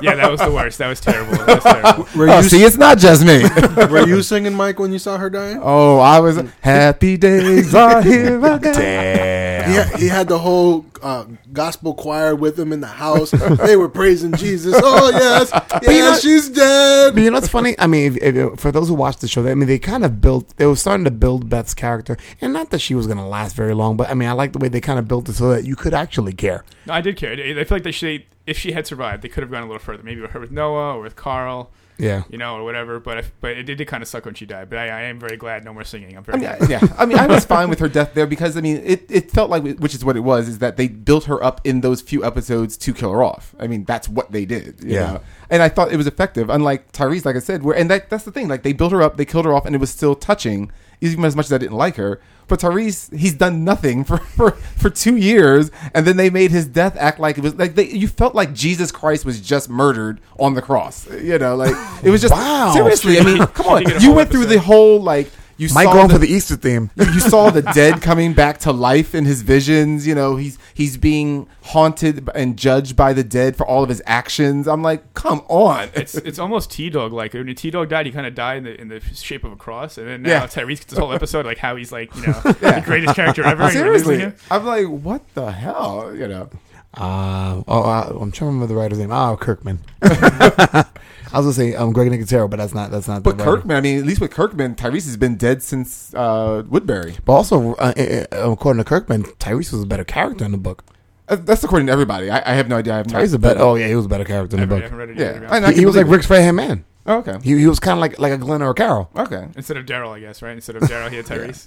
Speaker 5: Yeah, that was the worst. That was terrible. That was terrible.
Speaker 4: Were
Speaker 3: oh,
Speaker 4: you,
Speaker 3: see, it's not just me.
Speaker 4: were you singing, Mike, when you saw her dying?
Speaker 3: oh, I was happy days are here again.
Speaker 2: Damn.
Speaker 4: He had, he had the whole uh, gospel choir with him in the house. they were praising Jesus. Oh yes, yes, she's
Speaker 2: But
Speaker 4: dead.
Speaker 2: you know what's funny? I mean, if, if, for those who watched the show, they- I mean, they kind of built. They were starting to build Beth's character, and not that she was going to last very long, but I mean, I like the way they kind of built it so that you could actually care.
Speaker 5: No, I did care. I I feel like they should. If she had survived, they could have gone a little further. Maybe with her with Noah or with Carl,
Speaker 2: Yeah.
Speaker 5: you know, or whatever. But if, but it did, kind of suck when she died. But I, I am very glad no more singing. I'm very.
Speaker 3: I mean,
Speaker 5: glad.
Speaker 3: I- yeah. I mean, I was fine with her death there because I mean, it, it felt like, which is what it was, is that they built her up in those few episodes to kill her off. I mean, that's what they did. you
Speaker 2: Yeah.
Speaker 3: know? and I thought it was effective. Unlike Tyrese, like I said, where and that that's the thing. Like they built her up, they killed her off, and it was still touching, even as much as I didn't like her. But Tyrese, he's done nothing for for, for two years, and then they made his death act like it was like they, you felt like Jesus Christ was just murdered on the cross. You know, like it was just
Speaker 2: Wow.
Speaker 3: seriously. I mean, come on,
Speaker 5: She did a
Speaker 3: you
Speaker 5: whole
Speaker 3: went through the
Speaker 5: episode.
Speaker 3: whole like. You
Speaker 2: Mike
Speaker 3: saw
Speaker 2: going for the Easter theme.
Speaker 3: you saw the dead coming back to life in his visions. You know, he's he's being haunted and judged by the dead for all of his actions. I'm like, come on.
Speaker 5: It's it's almost T Dog like when T Dog died, he kind of died in the in the shape of a cross, and then now
Speaker 3: Yeah.
Speaker 5: Tyrese gets this whole episode like how he's like you know the greatest character ever. and you're losing
Speaker 3: Seriously,
Speaker 5: him.
Speaker 3: I'm like, what the hell? You know,
Speaker 2: Uh, oh, uh, I'm trying to remember the writer's name. Oh, Kirkman. I was gonna say um, Greg Nicotero, but that's not that's not.
Speaker 3: but
Speaker 2: the writer.
Speaker 3: Kirkman. I mean, at least with Kirkman, Tyrese has been dead since uh, Woodbury.
Speaker 2: But also, uh, uh, uh, according to Kirkman, Tyrese was a better character in the book.
Speaker 3: Uh, That's according to everybody. I, I have no idea. I have
Speaker 2: Tyrese was a better. Oh yeah, he was a better character in the
Speaker 5: I
Speaker 2: book.
Speaker 5: haven't read it yet. to be
Speaker 3: Yeah,
Speaker 5: honest.
Speaker 3: And I
Speaker 2: He,
Speaker 3: can
Speaker 2: he was like
Speaker 3: believe
Speaker 2: Rick's right hand man.
Speaker 3: it. Oh, okay,
Speaker 2: He, he was kind of like like a Glenn or a Carol.
Speaker 3: okay.
Speaker 5: Instead of Daryl, I guess right. Instead of Daryl, he had Tyrese.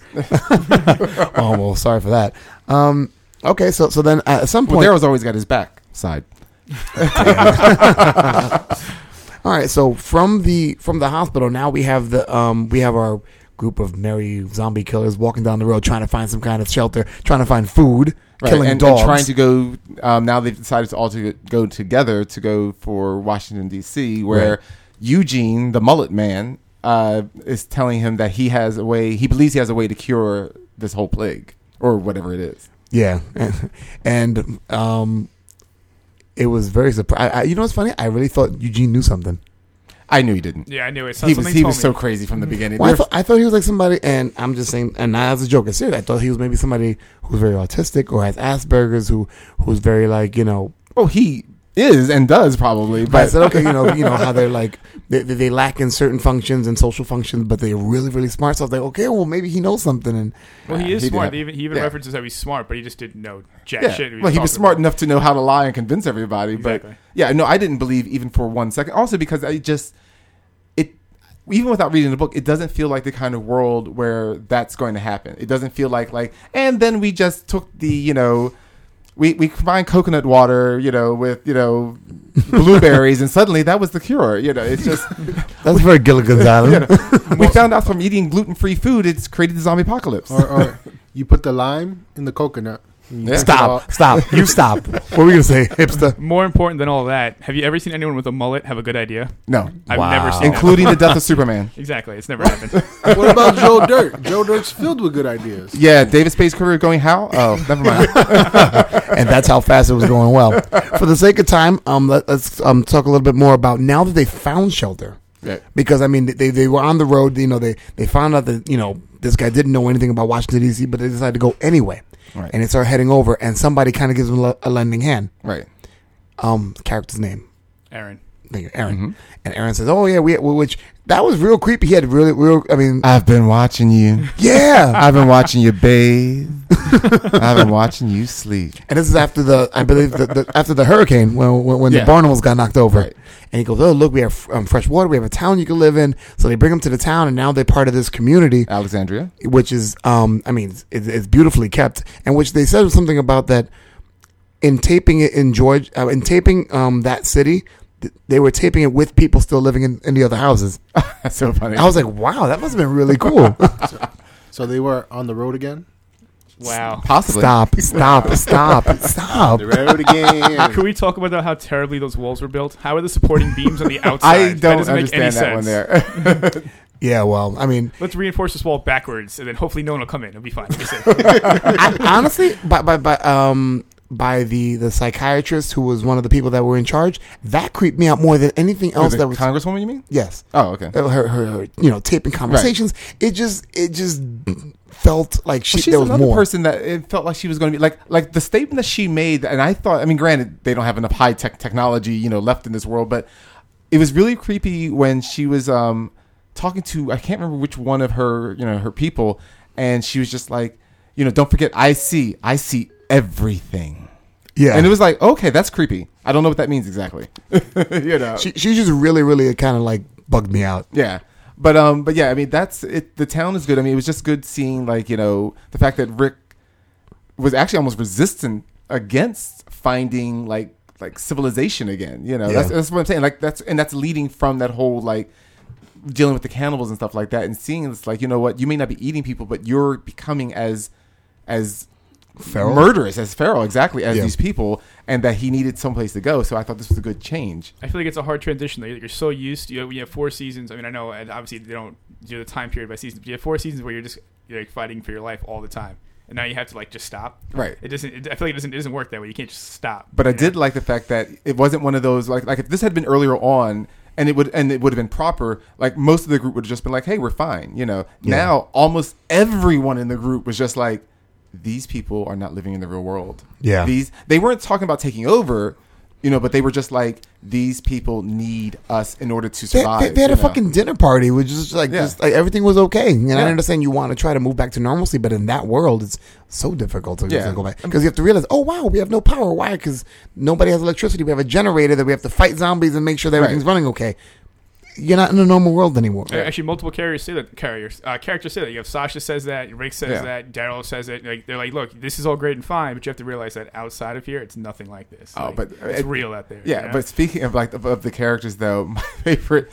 Speaker 2: oh well, sorry for that. Um, okay, so so then uh, at some
Speaker 3: Well,
Speaker 2: point,
Speaker 3: Daryl's always got his back side.
Speaker 2: All right, so from the from the hospital, now we have the um we have our group of merry zombie killers walking down the road trying to find some kind of shelter, trying to find food,
Speaker 3: Right,
Speaker 2: killing
Speaker 3: and, and
Speaker 2: dogs.
Speaker 3: trying to go. Um, now they've decided to all to go together to go for Washington D.C., where
Speaker 2: Right.
Speaker 3: Eugene, the mullet man, uh, is telling him that he has a way. He believes he has a way to cure this whole plague or whatever it is.
Speaker 2: yeah, and um, it was very surprising. You know what's funny? I really thought Eugene knew something.
Speaker 3: I knew he didn't.
Speaker 5: Yeah, I knew it. So,
Speaker 3: he was
Speaker 5: something
Speaker 3: he
Speaker 5: told
Speaker 3: was
Speaker 5: me.
Speaker 3: so crazy from the beginning.
Speaker 2: Well, I,
Speaker 3: They're-
Speaker 2: thought, I thought he was like somebody, and I'm just saying, and not as a joke, I serious. I thought he was maybe somebody who's very autistic or has Asperger's, who who's very like you know.
Speaker 3: oh, he is and does probably,
Speaker 2: But I
Speaker 3: but
Speaker 2: said, okay, you know, you know how they're like they, they- they lack in certain functions and social functions, but they're really really smart. So I was like, okay, well maybe he knows something, and
Speaker 5: Well, he
Speaker 3: Yeah,
Speaker 5: is
Speaker 3: he did
Speaker 5: smart.
Speaker 3: have-
Speaker 5: He even, he even
Speaker 3: yeah.
Speaker 5: references how he's smart, but he just didn't know jack
Speaker 3: yeah.
Speaker 5: shit.
Speaker 3: well, he was
Speaker 5: talking
Speaker 3: smart
Speaker 5: about.
Speaker 3: enough to know how to lie and convince everybody.
Speaker 5: Exactly.
Speaker 3: But yeah, no, I didn't believe even for one second. Also, because I just it even without reading the book, it doesn't feel like the kind of world where that's going to happen. It doesn't feel like like and then we just took the you know. We, we combined coconut water, you know, with you know blueberries, and suddenly that was the cure. You know, it's just
Speaker 2: that's very Gilligan's Island.
Speaker 3: we found out from eating gluten free food, it's created the zombie apocalypse.
Speaker 4: or, or you put the lime in the coconut. and you
Speaker 3: Yeah.
Speaker 4: drink it all.
Speaker 2: Stop, stop, you stop. What were we gonna say, hipster?
Speaker 5: More important than all that, have you ever seen anyone with a mullet have a good idea?
Speaker 3: No,
Speaker 5: I've
Speaker 2: Wow.
Speaker 5: never seen that.
Speaker 3: including the death of Superman.
Speaker 5: Exactly, it's never happened.
Speaker 4: What about Joe Dirt? Joe Dirt's filled with good ideas.
Speaker 3: Yeah, David Spade's career going how? Oh, never mind.
Speaker 2: and that's how fast it was going. Well, for the sake of time, um, let, let's um talk a little bit more about now that they found shelter.
Speaker 3: Right.
Speaker 2: because I mean they they were on the road. You know they they found out that you know this guy didn't know anything about Washington D.C., but they decided to go anyway,
Speaker 3: Right.
Speaker 2: and they start heading over. And somebody kind of gives them a, le- a lending hand.
Speaker 3: Right.
Speaker 2: Um, character's name,
Speaker 5: Aaron.
Speaker 2: Thank you, Aaron,
Speaker 3: Mm-hmm.
Speaker 2: and Aaron says, "Oh yeah, we which that was real creepy. He had really real. I mean,
Speaker 3: I've been watching you.
Speaker 2: yeah."
Speaker 3: I've been watching you bathe. I've been watching you sleep.
Speaker 2: And this is after the, I believe, the, the, after the hurricane when when, when
Speaker 3: Yeah.
Speaker 2: the barnacles got knocked over.
Speaker 3: Right.
Speaker 2: And he goes, "Oh look, we have um, fresh water. We have a town you can live in." So they bring him to the town, and now they're part of this community.
Speaker 3: Alexandria.
Speaker 2: which is um I mean it, it's beautifully kept, and which they said something about that in taping it in George uh, in taping um that city. th- They were taping it with people still living in, in the other houses.
Speaker 3: That's so funny.
Speaker 2: I was like, "Wow, that must have been really cool."
Speaker 4: So they were on the road again.
Speaker 5: Wow.
Speaker 3: Possibly.
Speaker 2: stop, stop, stop, stop.
Speaker 4: road
Speaker 5: Could
Speaker 4: again.
Speaker 5: we talk about how terribly those walls were built? How are the supporting beams on the outside?
Speaker 3: I
Speaker 5: that
Speaker 3: don't
Speaker 5: doesn't make any
Speaker 3: understand that
Speaker 5: sense.
Speaker 3: one there.
Speaker 2: Yeah, well, I mean,
Speaker 5: Let's reinforce this wall backwards, and then hopefully no one will come in. It'll be fine. It'll be safe.
Speaker 2: I, honestly, by by by um by the the psychiatrist who was one of the people that were in charge, that creeped me out more than anything else.
Speaker 3: The
Speaker 2: That was
Speaker 3: Congresswoman, you mean?
Speaker 2: yes.
Speaker 3: Oh, okay.
Speaker 2: her, her, her you know taping conversations. It just it just felt like she
Speaker 3: Well, she's
Speaker 2: there was
Speaker 3: another
Speaker 2: more.
Speaker 3: person that it felt like she was going to be like like the statement that she made, and I thought. I mean, granted, they don't have enough high tech technology, you know, left in this world, but it was really creepy when she was um, talking to I can't remember which one of her you know her people, and she was just like, you know, don't forget, I see, I see everything,
Speaker 2: yeah,
Speaker 3: and it was like, okay, that's creepy. I don't know what that means exactly, you know.
Speaker 2: she she just really really kind of like bugged me out.
Speaker 3: Yeah. But um but yeah, I mean that's it the town is good. I mean it was just good seeing like, you know, the fact that Rick was actually almost resistant against finding like like civilization again, you know. That's
Speaker 2: Yeah.
Speaker 3: that's what I'm saying. Like that's and that's leading from that whole like dealing with the cannibals and stuff like that and seeing it's like, you know what, you may not be eating people, but you're becoming as as
Speaker 2: Feral?
Speaker 3: murderous as feral exactly as
Speaker 2: Yeah.
Speaker 3: these people and that he needed someplace to go so i thought this was a good change
Speaker 5: I feel like it's a hard transition. Like you're so used. You have, you have four seasons. I mean, I know, and obviously they don't do the time period by seasons. But you have four seasons where you're just you're like fighting for your life all the time, and now you have to like just stop.
Speaker 3: Right.
Speaker 5: It doesn't. It, I feel like it doesn't. It doesn't work that way. You can't just stop.
Speaker 3: But I did like the fact that it wasn't one of those like like if this had been earlier on and it would and it would have been proper, like most of the group would have just been like, Hey, we're fine, you know. Now almost everyone in the group was just like, These people are not living in the real world.
Speaker 2: Yeah.
Speaker 3: These they weren't talking about taking over, you know, but they were just like, These people need us in order to
Speaker 2: They,
Speaker 3: survive.
Speaker 2: they, they had a
Speaker 3: you know?
Speaker 2: fucking dinner party, which is just like
Speaker 3: Yeah.
Speaker 2: just like everything was okay. And I
Speaker 3: Yeah.
Speaker 2: understand you want to try to move back to normalcy, but in that world, it's so difficult to, to
Speaker 3: Yeah.
Speaker 2: go back because you have to realize, oh wow, we have no power. Why? Because nobody has electricity. We have a generator that we have to fight zombies and make sure that everything's running okay. you're not in the normal world anymore.
Speaker 5: Actually, multiple carriers say that. Carriers, uh, characters say that. You have Sasha says that. Rick says
Speaker 3: Yeah.
Speaker 5: that. Daryl says it. Like they're like, look, this is all great and fine, but you have to realize that outside of here, it's nothing like this.
Speaker 3: Oh,
Speaker 5: Like,
Speaker 3: but-
Speaker 5: it's
Speaker 3: it-
Speaker 5: real out there.
Speaker 3: Yeah,
Speaker 5: you know?
Speaker 3: but speaking of like of, of the characters though, my favorite.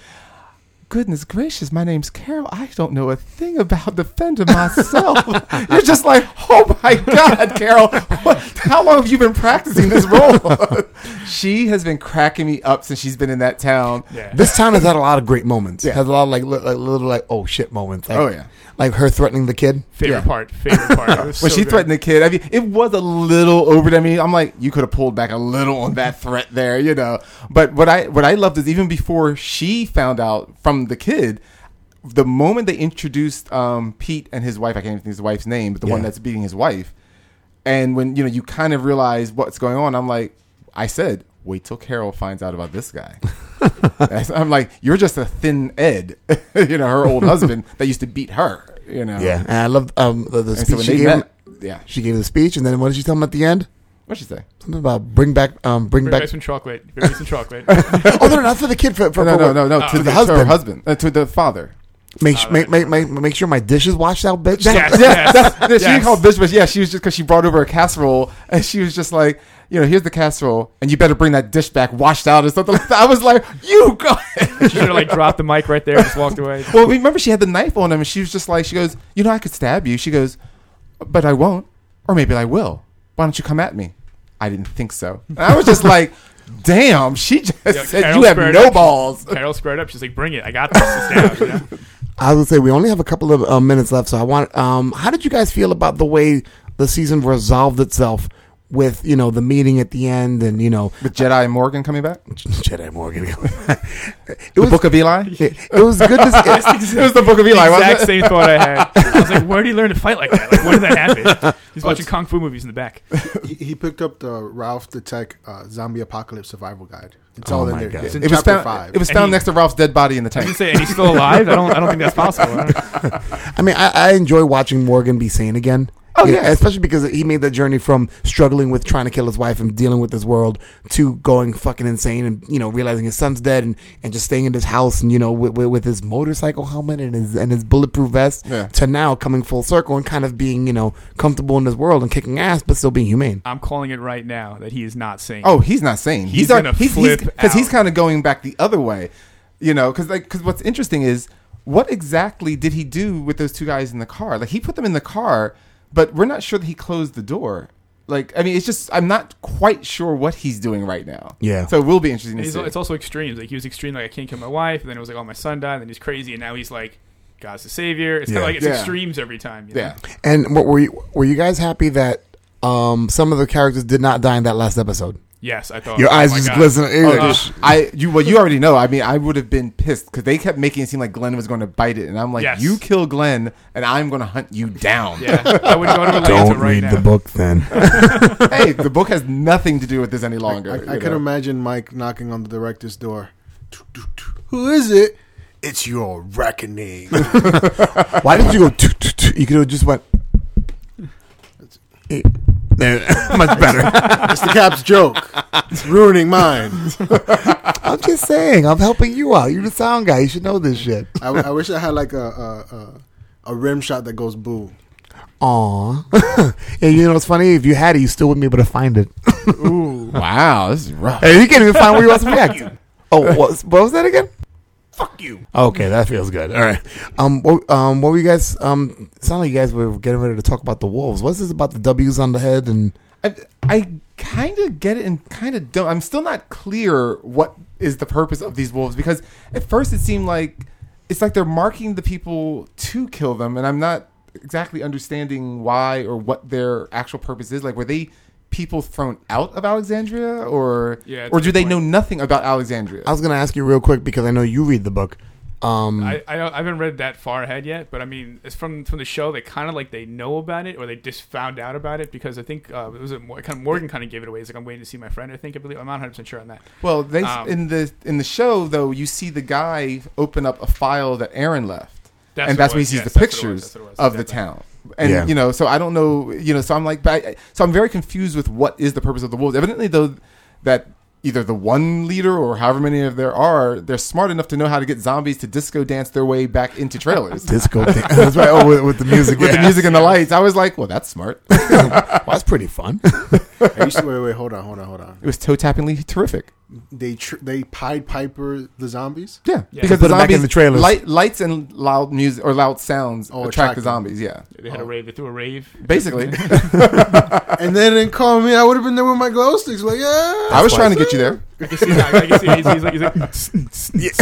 Speaker 3: Goodness gracious, my name's Carol. I don't know a thing about defending myself. You're just like, oh my God, Carol, what, how long have you been practicing this role? she has been cracking me up since she's been in that town.
Speaker 5: yeah.
Speaker 2: This town has had a lot of great moments.
Speaker 3: Yeah.
Speaker 2: Has a lot of like, li- like little like oh shit moments. Like,
Speaker 3: Oh, yeah.
Speaker 2: like her threatening the kid.
Speaker 5: favorite
Speaker 3: yeah.
Speaker 5: part. Favorite part. It was
Speaker 3: When
Speaker 5: so
Speaker 3: she
Speaker 5: good.
Speaker 3: threatened the kid, I mean, it was a little over. I mean, I'm like, you could have pulled back a little on that threat there, you know. But what I what I loved is even before she found out from the kid, the moment they introduced um, Pete and his wife, I can't even think of his wife's name, but the one
Speaker 2: Yeah.
Speaker 3: that's beating his wife, and when you know you kind of realize what's going on, I'm like, I said, wait till Carol finds out about this guy. I'm like, you're just a thin Ed, you know, her old husband that used to beat her, you know.
Speaker 2: Yeah, and I love um, the, the
Speaker 3: And so
Speaker 2: speech
Speaker 3: when
Speaker 2: she
Speaker 3: they
Speaker 2: gave.
Speaker 3: met,
Speaker 2: him-
Speaker 3: yeah,
Speaker 2: She gave the speech, and then what did she tell him at the end?
Speaker 3: What'd she say?
Speaker 2: Something about bring back, um, bring,
Speaker 5: Bring
Speaker 2: back.
Speaker 5: back some chocolate. Bring back some chocolate.
Speaker 2: oh no, not for the kid. For, for
Speaker 3: No,
Speaker 2: for
Speaker 3: no,
Speaker 2: what-
Speaker 3: no, no.
Speaker 5: Oh.
Speaker 3: to
Speaker 2: to
Speaker 3: the husband, to her husband, uh, to the father.
Speaker 2: Make, su- make, make, make, make sure my dishes washed out, bitch.
Speaker 5: yes,
Speaker 3: Yeah,
Speaker 5: yes,
Speaker 3: that's- yeah, she didn't
Speaker 5: yes.
Speaker 3: call it bitch, but yeah, she was just because she brought over a casserole and she was just like, you know, here's the casserole, and you better bring that dish back washed out or something. Like that. I was like, you go.
Speaker 5: she should have like dropped the mic right there and just walked away.
Speaker 3: well, remember she had the knife on him, and she was just like, she goes, you know, I could stab you. She goes, but I won't, or maybe I will. Why don't you come at me? I didn't think so. And I was just like, damn. She just
Speaker 5: Yeah,
Speaker 3: said
Speaker 5: Carol
Speaker 3: you have
Speaker 5: squared
Speaker 3: no
Speaker 5: up.
Speaker 3: balls.
Speaker 5: Carol squared up. She's like, "Bring it! I got this." It's down, you know?
Speaker 2: I would say we only have a couple of uh, minutes left, so I want. Um, how did you guys feel about the way the season resolved itself with you know the meeting at the end and you know
Speaker 3: With Jedi Morgan coming back,
Speaker 2: Jedi Morgan? it
Speaker 3: the
Speaker 2: was
Speaker 3: Book of Eli.
Speaker 2: it, it was good. To, it,
Speaker 3: It was the Book of Eli. wasn't
Speaker 5: exact
Speaker 3: it?
Speaker 5: same thought I had. I was like, "Where did he learn to fight like that? Like, when did that happen?" He's watching kung fu movies in the back.
Speaker 4: He, he picked up the Ralph the Tech uh, Zombie Apocalypse Survival Guide. It's all in there.
Speaker 2: God.
Speaker 4: It's in
Speaker 3: Oh It was
Speaker 4: chapter
Speaker 3: found.
Speaker 4: five.
Speaker 3: It was
Speaker 5: And
Speaker 3: found
Speaker 5: he-
Speaker 3: next to Ralph's dead body in the
Speaker 5: I was
Speaker 3: tank.
Speaker 5: gonna say, and he's still alive. I don't. I don't think that's possible. I don't-
Speaker 2: I mean, I, I enjoy watching Morgan be sane again.
Speaker 3: Oh,
Speaker 2: You know,
Speaker 3: yeah.
Speaker 2: especially because he made the journey from struggling with trying to kill his wife and dealing with this world to going fucking insane and you know realizing his son's dead and, and just staying in his house and you know with, with, with his motorcycle helmet and his and his bulletproof vest
Speaker 3: Yeah.
Speaker 2: to now coming full circle and kind of being you know comfortable in this world and kicking ass but still being humane.
Speaker 5: I'm calling it right now that he is not sane.
Speaker 3: Oh, he's not sane.
Speaker 5: He's
Speaker 3: not-
Speaker 5: gonna flip
Speaker 3: he's,
Speaker 5: out.
Speaker 3: kind of going back the other way, you know. Because like, because what's interesting is what exactly did he do with those two guys in the car? Like he put them in the car, but we're not sure that he closed the door. Like I mean, it's just I'm not quite sure what he's doing right now.
Speaker 2: Yeah.
Speaker 3: So it will be interesting to
Speaker 5: And he's,
Speaker 3: see.
Speaker 5: it's also extremes. Like he was extreme. Like I can't kill my wife. And then it was like, "Oh, my son died." And then he's crazy. And now he's like, "God's the savior." It's kind
Speaker 2: Yeah.
Speaker 5: of like it's
Speaker 3: Yeah.
Speaker 5: extremes every time. you know?
Speaker 3: yeah.
Speaker 2: And what were you were you guys happy that um, some of the characters did not die in that last episode?
Speaker 5: Yes, I thought
Speaker 2: Your
Speaker 5: oh
Speaker 2: eyes
Speaker 5: my
Speaker 2: just
Speaker 5: God. Uh,
Speaker 2: glisten.
Speaker 3: Oh, just- I you well you already know. I mean, I would have been pissed because they kept making it seem like Glenn was going to bite it, and I'm like,
Speaker 5: Yes.
Speaker 3: you kill Glenn, and I'm going to hunt you down.
Speaker 5: Yeah, I would go to Atlanta right now.
Speaker 2: book then.
Speaker 3: hey, the book has nothing to do with this any
Speaker 4: I-
Speaker 3: longer.
Speaker 4: I, I
Speaker 3: you
Speaker 4: could
Speaker 3: know?
Speaker 4: imagine Mike knocking on the director's door. Who is it? It's your reckoning.
Speaker 2: Why did you go? "Tut, tut, tut"? You could have just went. Eh, there, Much better.
Speaker 4: it's the cap's joke. It's ruining mine.
Speaker 2: I'm just saying. I'm helping you out. You're the sound guy. You should know this shit.
Speaker 4: I, I wish I had like a a, a a rim shot that goes boo.
Speaker 2: Aw. and you know what's funny? If you had it, you still wouldn't be able to find it.
Speaker 3: Wow, this is rough.
Speaker 2: Hey, you can't even find where you want to react. Oh, what was, what was that again? Fuck you. Okay, that feels good. All right. Um, what, um, what were you guys? Um, it sounded like you guys were getting ready to talk about the wolves. What's this about the W's on the head and?
Speaker 3: I, I kind of get it and kind of don't. I'm still not clear what is the purpose of these wolves because at first it seemed like it's like they're marking the people to kill them, and I'm not exactly understanding why or what their actual purpose is. Like, were they people thrown out of Alexandria, or
Speaker 5: Yeah, that's
Speaker 3: or
Speaker 5: a
Speaker 3: do
Speaker 5: good
Speaker 3: they
Speaker 5: point.
Speaker 3: know nothing about Alexandria?
Speaker 2: I was gonna ask you real quick because I know you read the book. Um,
Speaker 5: I, I, don't, I haven't read that far ahead yet, but I mean, it's from from the show. They kind of like they know about it, or they just found out about it because I think uh, it was a, Mor- kind of Morgan kind of gave it away. He's like, I'm waiting to see my friend. I think I believe I'm not 100 percent sure on that.
Speaker 3: Well, they
Speaker 5: Um,
Speaker 3: in the in the show though, you see the guy open up a file that Aaron left,
Speaker 5: That's
Speaker 3: and
Speaker 5: what
Speaker 3: that's
Speaker 5: it
Speaker 3: when he
Speaker 5: was.
Speaker 3: sees
Speaker 5: Yes,
Speaker 3: the
Speaker 5: that's what it was. That's
Speaker 3: pictures
Speaker 5: what it was.
Speaker 3: of the
Speaker 5: Exactly.
Speaker 3: town. And
Speaker 2: Yeah.
Speaker 3: you know, so I don't know, you know, so I'm like, but I, so I'm very confused with what is the purpose of the wolves. Evidently, though, that either the one leader or however many of there are, they're smart enough to know how to get zombies to disco dance their way back into trailers.
Speaker 2: Disco thing. That's right. Oh, with, with the music.
Speaker 3: With the music and the lights, I was like, "Well, that's smart." it
Speaker 2: Well, that's pretty fun.
Speaker 4: I used to, wait, wait, hold on, hold on, hold on.
Speaker 3: was toe tappingly terrific.
Speaker 4: They tr- they Pied Piper the zombies.
Speaker 3: Yeah,
Speaker 5: Yeah.
Speaker 3: because
Speaker 2: Put
Speaker 3: the
Speaker 2: it back in
Speaker 3: zombies,
Speaker 2: the trailers.
Speaker 3: Light, lights and loud music or loud sounds
Speaker 4: Oh,
Speaker 3: attract
Speaker 4: attract
Speaker 3: the
Speaker 4: them.
Speaker 3: zombies. Yeah,
Speaker 5: They
Speaker 2: oh.
Speaker 5: had a rave. They threw a rave.
Speaker 3: basically,
Speaker 4: and they didn't call me. I would have been there with my glow sticks. Like, yeah.
Speaker 3: I was trying to get you there.
Speaker 5: I can see that. I can see he's, he's like, he's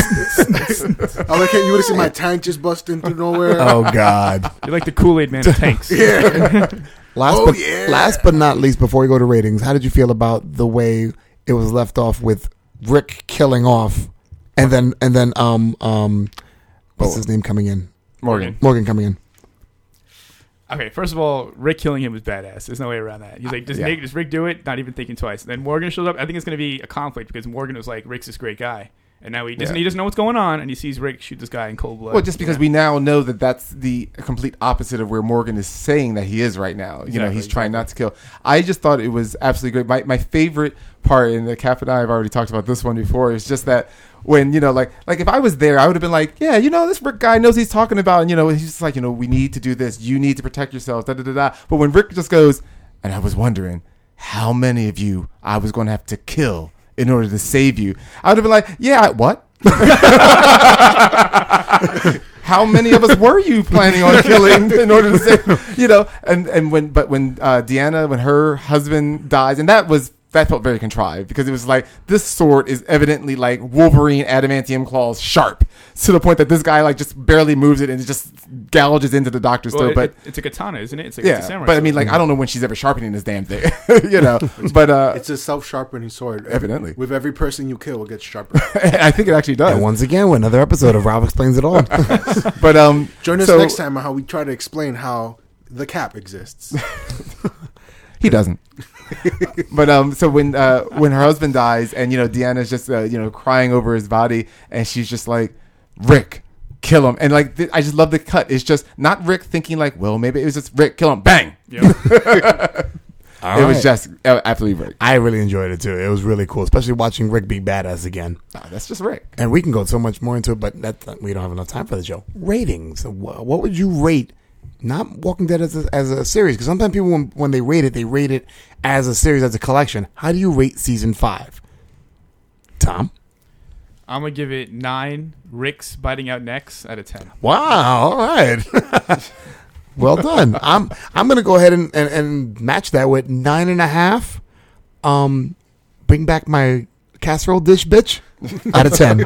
Speaker 5: like
Speaker 4: I like it. You would have seen my tank just busting through nowhere.
Speaker 2: Oh God.
Speaker 5: you're like the Kool Aid Man of tanks. yeah.
Speaker 2: Last
Speaker 4: Oh,
Speaker 2: but
Speaker 4: yeah.
Speaker 2: last but not least, before we go to ratings, how did you feel about the way it was left off with Rick killing off, and then and then um um, what's his name coming in?
Speaker 3: Morgan,
Speaker 2: Morgan coming in.
Speaker 5: Okay, first of all, Rick killing him was badass. There's no way around that. He's like, does,
Speaker 3: Yeah.
Speaker 5: Nick, does Rick do it? Not even thinking twice. then Morgan shows up. I think it's going to be a conflict because Morgan was like, Rick's this great guy. And now he doesn't,
Speaker 3: Yeah.
Speaker 5: he doesn't know what's going on, and he sees Rick shoot this guy in cold blood.
Speaker 3: Well, just because we now know that that's the complete opposite of where Morgan is saying that he is right now. You know,
Speaker 5: Exactly,
Speaker 3: he's trying not to kill. I just thought it was absolutely great. My, my favorite part, and the Cap and I have already talked about this one before, is just that when you know, like, like if I was there, I would have been like, yeah, you know, this Rick guy knows he's talking about, and you know, he's just like, you know, we need to do this. You need to protect yourselves. Da da da da. But when Rick just goes, and I was wondering how many of you I was going to have to kill in order to save you, I would have been like, yeah, I- what? how many of us were you planning on killing in order to save you know and and when but when uh deanna when her husband dies and that was that felt very contrived because it was like this sword is evidently like wolverine adamantium claws sharp to the point that this guy like just barely moves it and it just gouges into the doctor's
Speaker 5: Well,
Speaker 3: throat
Speaker 5: it-
Speaker 3: but
Speaker 5: it- it's a katana, isn't it? It's like it's a
Speaker 3: yeah
Speaker 5: samurai.
Speaker 3: but i mean
Speaker 5: sword.
Speaker 3: like i don't know when she's ever sharpening this damn thing you know but uh
Speaker 4: It's a self sharpening sword.
Speaker 3: Evidently.
Speaker 4: With every person you kill, it gets sharper.
Speaker 3: i think it actually does
Speaker 2: And once again, with another episode of Rob explains it all.
Speaker 3: but um
Speaker 4: Join us
Speaker 3: so-
Speaker 4: next time on how we try to explain how the cap exists.
Speaker 3: He doesn't. but um, so when uh, when her husband dies, and you know Deanna's just uh, you know crying over his body, and she's just like, Rick, kill him, and like th- I just love the cut. It's just not Rick thinking like, well, maybe it was just Rick, kill him, bang.
Speaker 5: Yeah.
Speaker 3: it was just uh, absolutely Rick.
Speaker 2: I really enjoyed it too. It was really cool, especially watching Rick be badass again.
Speaker 3: Nah, that's just Rick.
Speaker 2: And we can go so much more into it, but that, we don't have enough time for the show. Ratings. Wha- What would you rate? Not Walking Dead as a, as a series, because sometimes people, when, when they rate it, they rate it as a series, as a collection. How do you rate season five? Tom?
Speaker 5: I'm going to give it nine Ricks biting out necks out of 10.
Speaker 2: Wow. All right. well done. I'm I'm gonna go ahead and, and, and match that with nine and a half. Um, bring back my casserole dish, bitch. Out of ten,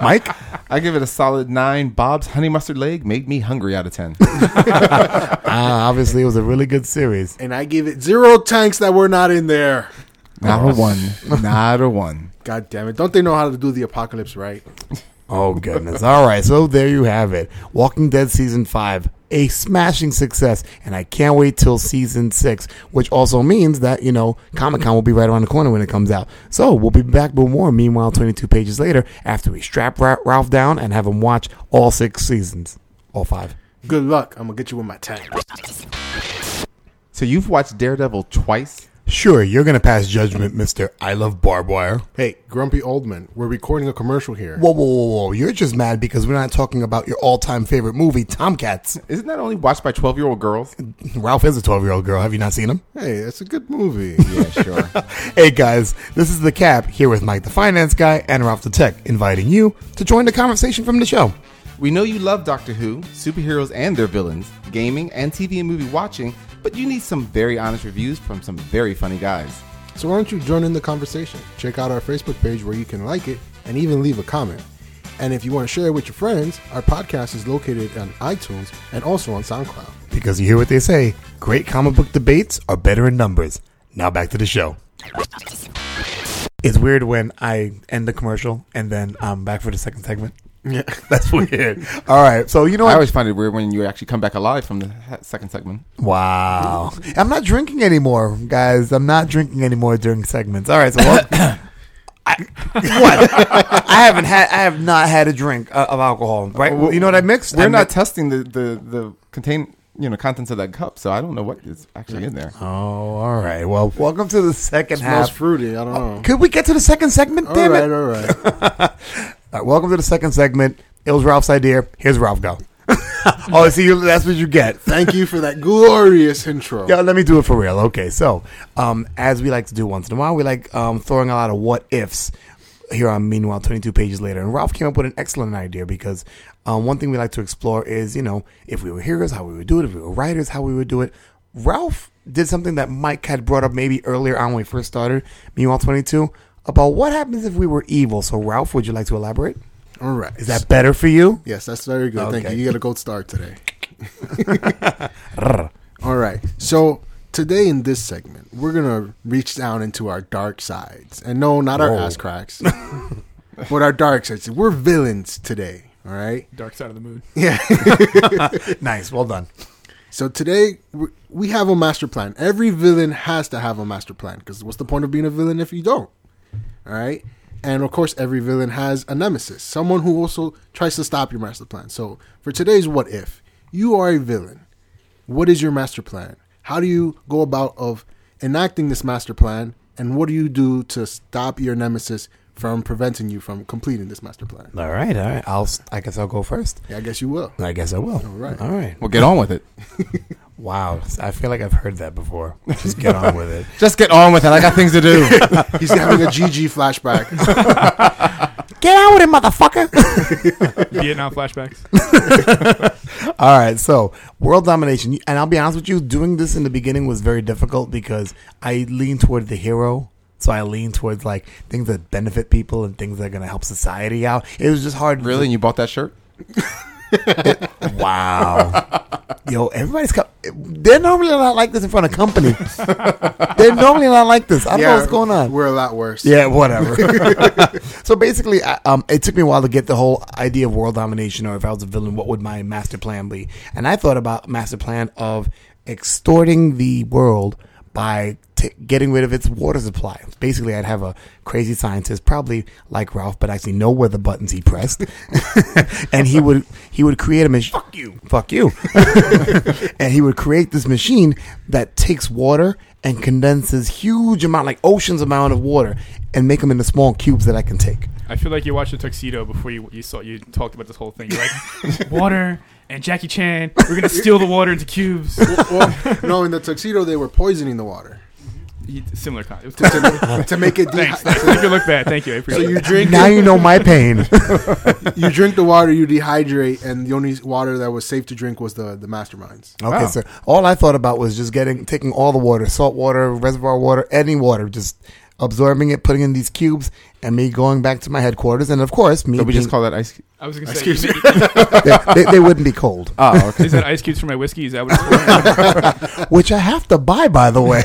Speaker 2: Mike.
Speaker 3: I give it a solid nine. Bob's honey mustard leg made me hungry out of ten.
Speaker 2: Ah, obviously, it was a really good series.
Speaker 4: and I give it zero tanks that were not in there.
Speaker 3: not a one. Not a one.
Speaker 4: God damn it. Don't they know how to do the apocalypse right?
Speaker 2: Oh goodness! All right, so there you have it. Walking Dead season five, a smashing success, and I can't wait till season six, which also means that you know Comic Con will be right around the corner when it comes out. So we'll be back with more. Meanwhile, twenty-two pages later, after we strap Ra- Ralph down and have him watch all six seasons, all five.
Speaker 4: Good luck. I'm going to get you with my tank.
Speaker 3: So you've watched Daredevil twice.
Speaker 2: Sure, you're gonna pass judgment, Mister. I love barbed wire.
Speaker 4: Hey, Grumpy Old Man, we're recording a commercial here.
Speaker 2: Whoa, whoa, whoa, whoa! You're just mad because we're not talking about your all-time favorite movie, Tomcats.
Speaker 3: Isn't that only watched by twelve year old girls?
Speaker 2: Ralph is a twelve-year-old girl. Have you not seen him?
Speaker 4: Hey, that's a good movie.
Speaker 3: Yeah, sure.
Speaker 2: Hey guys, this is The Cap here with Mike the Finance Guy and Ralph the Tech, inviting you to join the conversation from the show.
Speaker 3: We know you love Doctor Who, superheroes and their villains, gaming, and TV and movie watching, but you need some very honest reviews from some very funny guys.
Speaker 4: So why don't you join in the conversation? Check out our Facebook page where you can like it and even leave a comment. And if you want to share it with your friends, our podcast is located on iTunes and also on SoundCloud.
Speaker 2: Because you hear what they say great comic book debates are better in numbers. Now back to the show. It's weird when I end the commercial and then I'm back for the second segment.
Speaker 4: Yeah.
Speaker 2: That's weird. All right, so you know
Speaker 3: I
Speaker 2: what?
Speaker 3: always find it weird when you actually come back alive from the ha- second segment.
Speaker 2: Wow. I'm not drinking anymore, guys. I'm not drinking anymore during segments. All right, so well, I, what? I haven't had. I have not had a drink uh, of alcohol. Right? you know what I mixed?
Speaker 3: We're
Speaker 2: I
Speaker 3: not
Speaker 2: mi-
Speaker 3: testing the the the contain. you know contents of that cup, so I don't know what is actually in there.
Speaker 2: Oh, all right. Well, welcome to the second
Speaker 4: Smells
Speaker 2: half.
Speaker 4: fruity. I don't know.
Speaker 2: Could we get to the second segment?
Speaker 4: All
Speaker 2: Damn
Speaker 4: right,
Speaker 2: it!
Speaker 4: all right.
Speaker 2: All right, welcome to the second segment. It was Ralph's idea. Here's Ralph go. oh, see, you, that's what you get.
Speaker 4: Thank you for that glorious intro.
Speaker 2: Yeah, let me do it for real. Okay, so um, as we like to do once in a while, we like um, throwing a lot of what ifs here on Meanwhile 22 Pages Later. And Ralph came up with an excellent idea because um, one thing we like to explore is, you know, if we were heroes, how we would do it, if we were writers, how we would do it. Ralph did something that Mike had brought up maybe earlier on when we first started Meanwhile 22 about what happens if we were evil. So, Ralph, would you like to elaborate?
Speaker 4: All right.
Speaker 2: Is that better for you?
Speaker 4: Yes, that's very good. Thank
Speaker 2: Okay.
Speaker 4: you. You get a gold star today. All right. So today in this segment, we're gonna reach down into our dark sides, and no, not our
Speaker 2: Whoa.
Speaker 4: ass cracks, but our dark sides. We're villains today. All right.
Speaker 5: Dark Side of the Moon.
Speaker 2: Nice. Well done.
Speaker 4: So today we- we have a master plan. Every villain has to have a master plan because what's the point of being a villain if you don't? All right. And of course, every villain has a nemesis, someone who also tries to stop your master plan. So for today's what if, you are a villain. What is your master plan? How do you go about of enacting this master plan? And what do you do to stop your nemesis from preventing you from completing this master plan?
Speaker 2: All right. All right. I'll, I guess I'll go first.
Speaker 4: Yeah, I guess you will.
Speaker 2: I guess I will. All
Speaker 4: right.
Speaker 2: All right.
Speaker 3: Well, get on with it.
Speaker 2: Wow, I feel like I've heard that before. Just get on with it.
Speaker 3: Just get on with it. I got things to do.
Speaker 4: He's having a GG flashback.
Speaker 2: Get on with it, motherfucker.
Speaker 5: Vietnam flashbacks.
Speaker 2: All right, so world domination, and I'll be honest with you, doing this in the beginning was very difficult because I lean toward the hero. So I lean towards like things that benefit people and things that are gonna help society out. It was just hard.
Speaker 3: really? And you bought that shirt?
Speaker 2: Wow. Yo, everybody's co- they're normally not like this in front of company. they're normally not like this. I don't know what's going on.
Speaker 4: We're a lot worse.
Speaker 2: Yeah, whatever. so basically, I, um, it took me a while to get the whole idea of world domination, or if I was a villain, what would my master plan be? And I thought about master plan of extorting the world by t- getting rid of its water supply. Basically, I'd have a crazy scientist, probably like Ralph, but actually know where the buttons he pressed, and he would he would create a machine. Fuck you, fuck you, and he would create this machine that takes water and condenses huge amount, like oceans amount of water, and make them into small cubes that I can take.
Speaker 5: I feel like you watched the tuxedo before you you saw you talked about this whole thing. You're like water and Jackie Chan. We're gonna steal the water into cubes.
Speaker 4: well, no, in the tuxedo they were poisoning the water
Speaker 5: He- similar kind. It was-
Speaker 4: to, to, to make it.
Speaker 5: Thanks.
Speaker 4: Dehi-
Speaker 5: Thanks. Make it look bad. Thank you. I
Speaker 4: so
Speaker 5: appreciate
Speaker 4: you
Speaker 5: it.
Speaker 4: drink,
Speaker 2: Now you know my pain.
Speaker 4: you drink the water, you dehydrate, and the only water that was safe to drink was the the masterminds.
Speaker 2: Okay,
Speaker 3: Wow.
Speaker 2: so all I thought about was just getting taking all the water, salt water, reservoir water, any water, just absorbing it, putting it in these cubes, and me going back to my headquarters, and of course me.
Speaker 3: So we just
Speaker 2: being-
Speaker 3: call that ice.
Speaker 5: I was gonna
Speaker 4: Excuse
Speaker 5: say. you make-
Speaker 2: they, they, they wouldn't be cold,
Speaker 3: Oh, okay.
Speaker 5: Is that ice cubes for my whiskey? Is that what it's for?
Speaker 2: which I have to buy, by the way.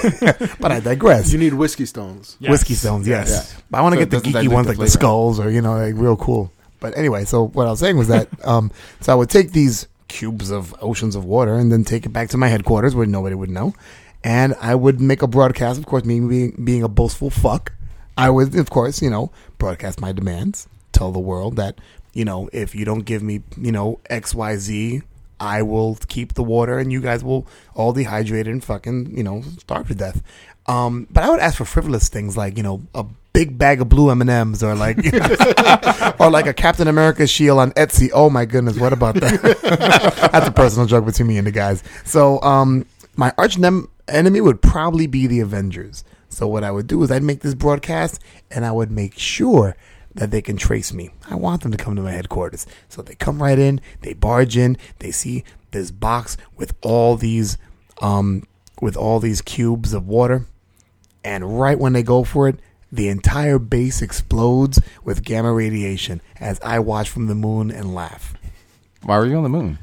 Speaker 2: but I digress.
Speaker 4: You need whiskey stones.
Speaker 5: Yes.
Speaker 2: Whiskey stones, yes.
Speaker 5: Yes.
Speaker 2: But I want to
Speaker 3: So
Speaker 2: get the
Speaker 3: it doesn't
Speaker 2: geeky
Speaker 3: dilute
Speaker 2: ones
Speaker 3: the
Speaker 2: like the
Speaker 3: flavor.
Speaker 2: skulls or you know like real cool. But anyway, so what I was saying was that um, so I would take these cubes of oceans of water and then take it back to my headquarters where nobody would know, and I would make a broadcast. Of course, me being being a boastful fuck, I would of course you know broadcast my demands, tell the world that you know if you don't give me you know X Y Z. I will keep the water, and you guys will all dehydrate and fucking, you know, starve to death. Um, but I would ask for frivolous things like, you know, a big bag of blue M and M's, or like, or like a Captain America shield on Etsy. Oh my goodness, what about that? That's a personal joke between me and the guys. So, um, my arch nem- enemy would probably be the Avengers. So what I would do is I'd make this broadcast, and I would make sure that they can trace me. I want them to come to my headquarters. So they come right in, they barge in, they see this box with all these, um, with all these cubes of water and right when they go for it, the entire base explodes with gamma radiation as I watch from the moon and laugh
Speaker 3: Why were you on the moon?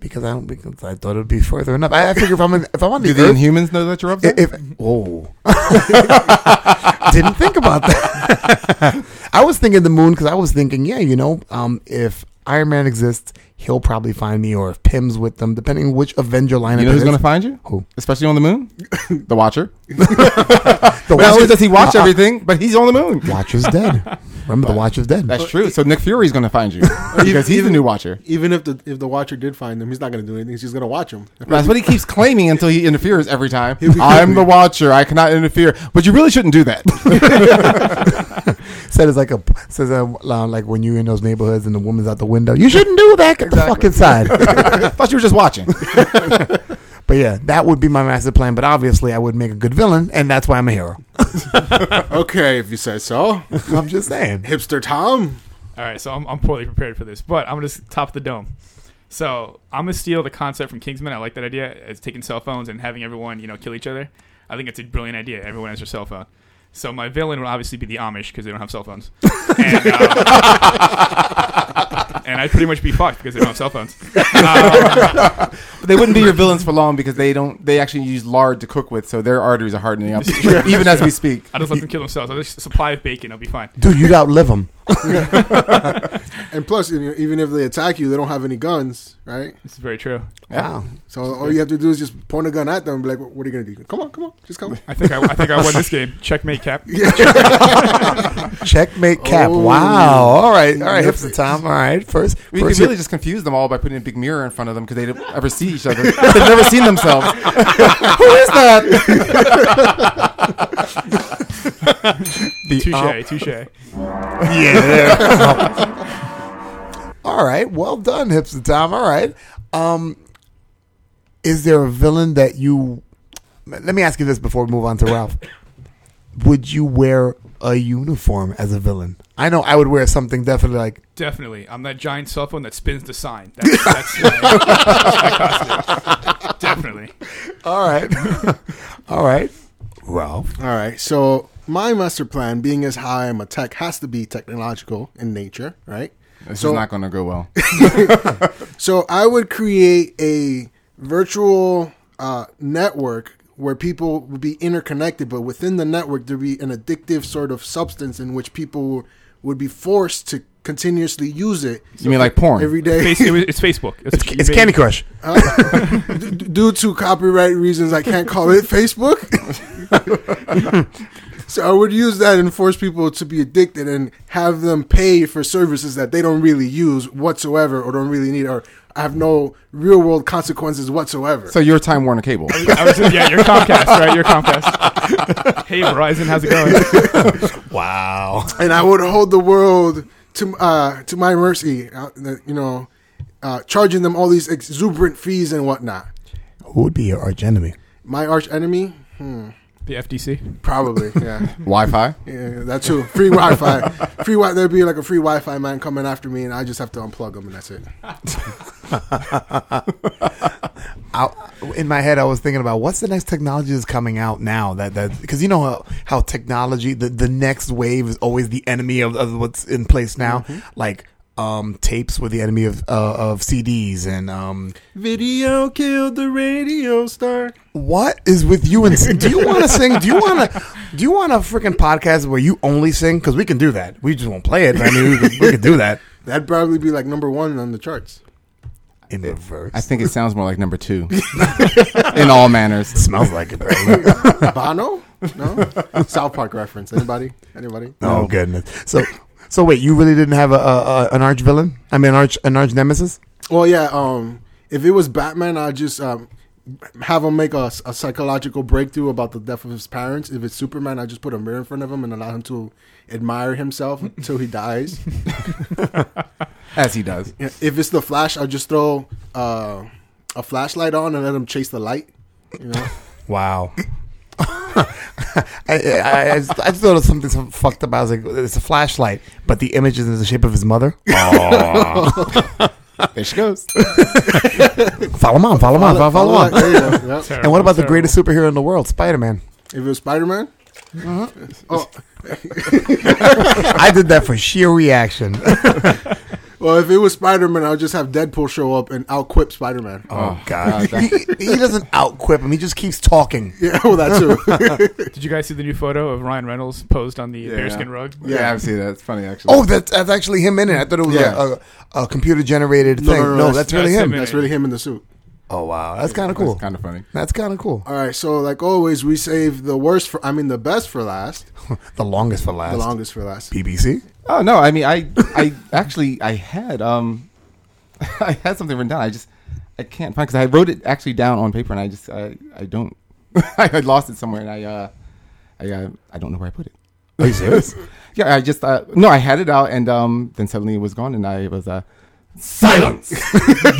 Speaker 2: because I don't because I thought it'd be further enough. I, I figure if I'm in, if I'm on
Speaker 3: Do
Speaker 2: the
Speaker 3: the
Speaker 2: Earth,
Speaker 3: Inhumans know that you're up there?
Speaker 2: if, if whoa, didn't think about that. I was thinking the moon because I was thinking, yeah, you know, um, if Iron Man exists, he'll probably find me, or if Pym's with them, depending on which Avenger lineup.
Speaker 3: you know who's
Speaker 2: it
Speaker 3: going
Speaker 2: is.
Speaker 3: to find you?
Speaker 2: Who?
Speaker 3: Especially on the moon? the Watcher.
Speaker 2: The
Speaker 3: Not only
Speaker 2: Watcher-
Speaker 3: does he watch
Speaker 2: Uh, uh,
Speaker 3: everything, but he's on the moon.
Speaker 2: Watcher's dead. Remember, the Watcher's dead.
Speaker 3: That's true. So Nick Fury's going to find you because he's the new Watcher.
Speaker 4: Even if the if the watcher did find him, he's not going to do anything. He's just going to watch him.
Speaker 3: That's what he keeps claiming until he interferes every time.
Speaker 4: He'll be-
Speaker 3: I'm the Watcher. I cannot interfere. But you really shouldn't do that.
Speaker 2: Said it's like a says uh, like when you're in those neighborhoods and the woman's out the window. You shouldn't do that. Get the fuck inside.
Speaker 3: Thought you were just watching.
Speaker 2: but yeah, that would be my master plan. But obviously, I would make a good villain, and that's why I'm a hero.
Speaker 4: okay, if you say so.
Speaker 2: I'm just saying.
Speaker 4: Hipster Tom.
Speaker 5: All right, so I'm, I'm poorly prepared for this, but I'm gonna s- top the dome. So I'm gonna steal the concept from Kingsman. I like that idea. It's taking cell phones and having everyone, you know, kill each other. I think it's a brilliant idea. Everyone has their cell phone. So my villain will obviously be the Amish because they don't have cell phones, and, uh, and I'd pretty much be fucked because they don't have cell phones. Um,
Speaker 3: But they wouldn't be your villains for long because they don't. They actually use lard to cook with, so their arteries are hardening up even as we speak.
Speaker 5: I just let them kill themselves. I'll just supply of bacon. I'll be fine.
Speaker 2: Dude, you'd outlive him.
Speaker 4: And plus, you know, even if they attack you, they don't have any guns, right?
Speaker 5: This is very true.
Speaker 2: Wow.
Speaker 4: So all you have to do is just point a gun at them and be like, what are you going to do? Come on, come on. Just come.
Speaker 5: I think I, I think I won this game. Checkmate, Cap.
Speaker 2: Checkmate cap.
Speaker 4: Oh.
Speaker 2: Wow. All right. All right. Hips of time. All right. First.
Speaker 3: We
Speaker 2: first
Speaker 3: can really just confuse them all by putting a big mirror in front of them because they don't ever see each other. They've never seen themselves. Who is that?
Speaker 5: Touche, touche.
Speaker 2: All right. Well done, Hips of Time. All right. Um, is there a villain that you. Let me ask you this before we move on to Ralph. Would you wear a uniform as a villain? I know I would wear something definitely like.
Speaker 5: Definitely. I'm that giant cell phone that spins the sign. That's, that's, my, that's my costume. Definitely.
Speaker 2: All right. all right. Ralph.
Speaker 4: All right. So my master plan, being as how I am a tech, has to be technological in nature, right?
Speaker 3: This
Speaker 4: So-
Speaker 3: is not going to go well.
Speaker 4: So I would create a virtual uh, network where people would be interconnected, but within the network there'd be an addictive sort of substance in which people would be forced to continuously use it
Speaker 3: You mean like porn?
Speaker 4: every day.
Speaker 5: Face- it was- it's Facebook.
Speaker 2: It's, it's Candy Crush.
Speaker 4: D- Due to copyright reasons, I can't call it Facebook. so I would use that and force people to be addicted and have them pay for services that they don't really use whatsoever or don't really need or have no real world consequences whatsoever.
Speaker 3: so your Time Warner Cable.
Speaker 5: I was, yeah, you're Comcast, right? You're Comcast. hey, Verizon, how's it going?
Speaker 2: Wow.
Speaker 4: and I would hold the world to uh, to my mercy. Uh, the- you know, uh, charging them all these exuberant fees and whatnot.
Speaker 2: Who would be your arch enemy?
Speaker 4: My arch enemy, hmm,
Speaker 5: The FTC.
Speaker 4: probably yeah,
Speaker 3: Wi-Fi.
Speaker 4: yeah, that too. Free Wi-Fi, free Wi. There'd be like a free Wi-Fi man coming after me, and I just have to unplug him, and that's it.
Speaker 2: I, in my head, I was thinking about what's the next technology that's coming out now that that because you know how, how technology the, the next wave is always the enemy of, of what's in place now. Like um, tapes were the enemy of uh, of CDs, and um,
Speaker 4: Video killed the radio star.
Speaker 2: what is with you and do you want to sing? Do you want to do you want a freaking podcast where you only sing? Because we can do that. We just won't play it. but I mean, we can, we can do that
Speaker 4: That'd probably be like number one on the charts.
Speaker 2: in reverse.
Speaker 3: I think it sounds more like number two in all manners.
Speaker 2: smells like it. Right?
Speaker 4: Bono? No. South Park reference. Anybody? Anybody?
Speaker 2: oh goodness. So so wait, you really didn't have a, a, a an arch villain? I mean, an arch an arch nemesis.
Speaker 4: Well, yeah. Um, if it was Batman, I'd just um, have him make a, a psychological breakthrough about the death of his parents. If it's Superman, I just put a mirror in front of him and allow him to admire himself until he dies.
Speaker 3: As he does.
Speaker 4: Yeah, if it's the Flash, I'll just throw uh, a flashlight on and let him chase the light. You know,
Speaker 2: Wow. I, I, I, just, I just thought of something so fucked up. I was like, it's a flashlight, but the image is in the shape of his mother.
Speaker 3: There she goes.
Speaker 2: Follow mom, follow mom, follow, follow
Speaker 4: Follow
Speaker 2: on.
Speaker 4: that. There you go. Yep.
Speaker 2: And what about the greatest superhero in the world, Spider Man?
Speaker 4: If it was Spider Man, oh,
Speaker 2: I did that for sheer reaction.
Speaker 4: well, if it was Spider Man, I'll just have Deadpool show up and outquip Spider Man.
Speaker 2: Oh, God. he, he doesn't outquip him, he just keeps talking.
Speaker 4: Yeah, well, that too.
Speaker 5: Did you guys see the new photo of Ryan Reynolds posed on the bearskin rug?
Speaker 3: Yeah, I've seen that. It's funny actually.
Speaker 2: Oh, that's, that's actually him in it. I thought it was
Speaker 4: Yeah.
Speaker 2: a, a, a computer generated
Speaker 4: No,
Speaker 2: thing.
Speaker 4: no,
Speaker 2: No,
Speaker 4: no, that's-
Speaker 2: that's, really
Speaker 5: that's
Speaker 2: him.
Speaker 5: him in it.
Speaker 4: That's really him in the suit.
Speaker 2: Oh wow, that's kind of cool.
Speaker 3: Kind of funny.
Speaker 2: That's kind of cool.
Speaker 4: All right, so like always, we save the worst for, I mean, the best for last,
Speaker 2: The longest for last.
Speaker 4: the longest for last.
Speaker 2: BBC.
Speaker 3: Oh no, I mean I I actually I had um I had something written down. I just I can't find because I wrote it actually down on paper and I just I I don't I had lost it somewhere and I uh I uh, I don't know where I put it.
Speaker 2: Are you serious?
Speaker 3: Yeah, I just uh, no, I had it out and um then suddenly it was gone and I was uh silence.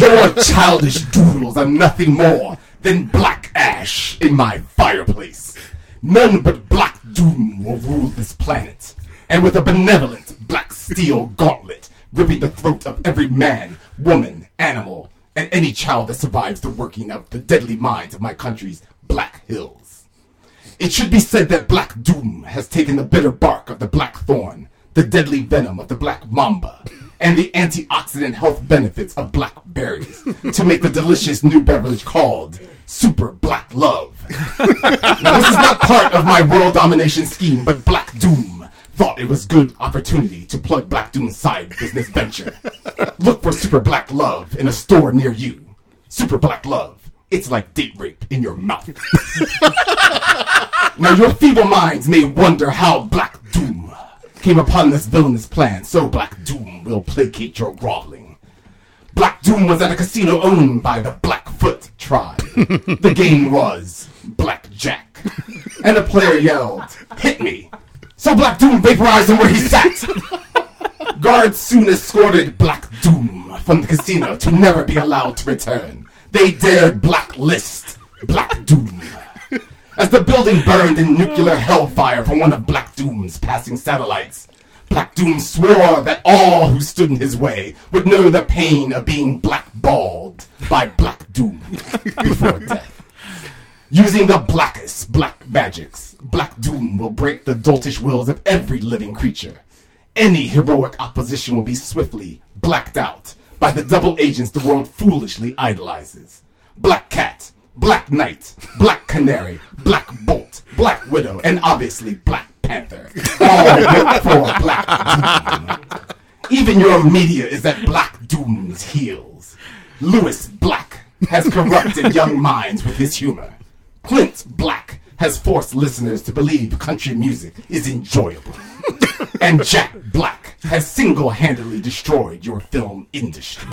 Speaker 3: Your childish doodles are nothing more than black ash in my fireplace. None but black doom will rule this planet. And with a benevolent black steel gauntlet gripping the throat of every man, woman, animal, and any child that survives the working of the deadly minds of my country's black hills. It should be said that Black Doom has taken the bitter bark of the black thorn, the deadly venom of the black mamba, and the antioxidant health benefits of blackberries to make the delicious new beverage called Super Black Love. now, this is not part of my world domination scheme, but Black Doom thought it was good opportunity to plug Black Doom's side business venture. Look for Super Black Love in a store near you. Super Black Love. It's like date rape in your mouth. Now, your feeble minds may wonder how Black Doom came upon this villainous plan, so Black Doom will placate your groveling. Black Doom was at a casino owned by the Blackfoot tribe. the game was Blackjack. And a player yelled, Hit me! So Black Doom vaporized him where he sat! Guards soon escorted Black Doom from the casino to never be allowed to return. They dared blacklist Black Doom. As the building burned in nuclear hellfire from one of Black Doom's passing satellites, Black Doom swore that all who stood in his way would know the pain of being blackballed by Black Doom before death. Using the blackest black magics, Black Doom will break the doltish wills of every living creature. Any heroic opposition will be swiftly blacked out by the double agents the world foolishly idolizes. Black Cat, Black Knight, Black Canary, Black Bolt, Black Widow, and obviously Black Panther. All built for Black Doom. Even your media is at Black Doom's heels. Lewis Black has corrupted young minds with his humor. Clint Black has forced listeners to believe country music is enjoyable. And Jack Black has single handedly destroyed your film industry.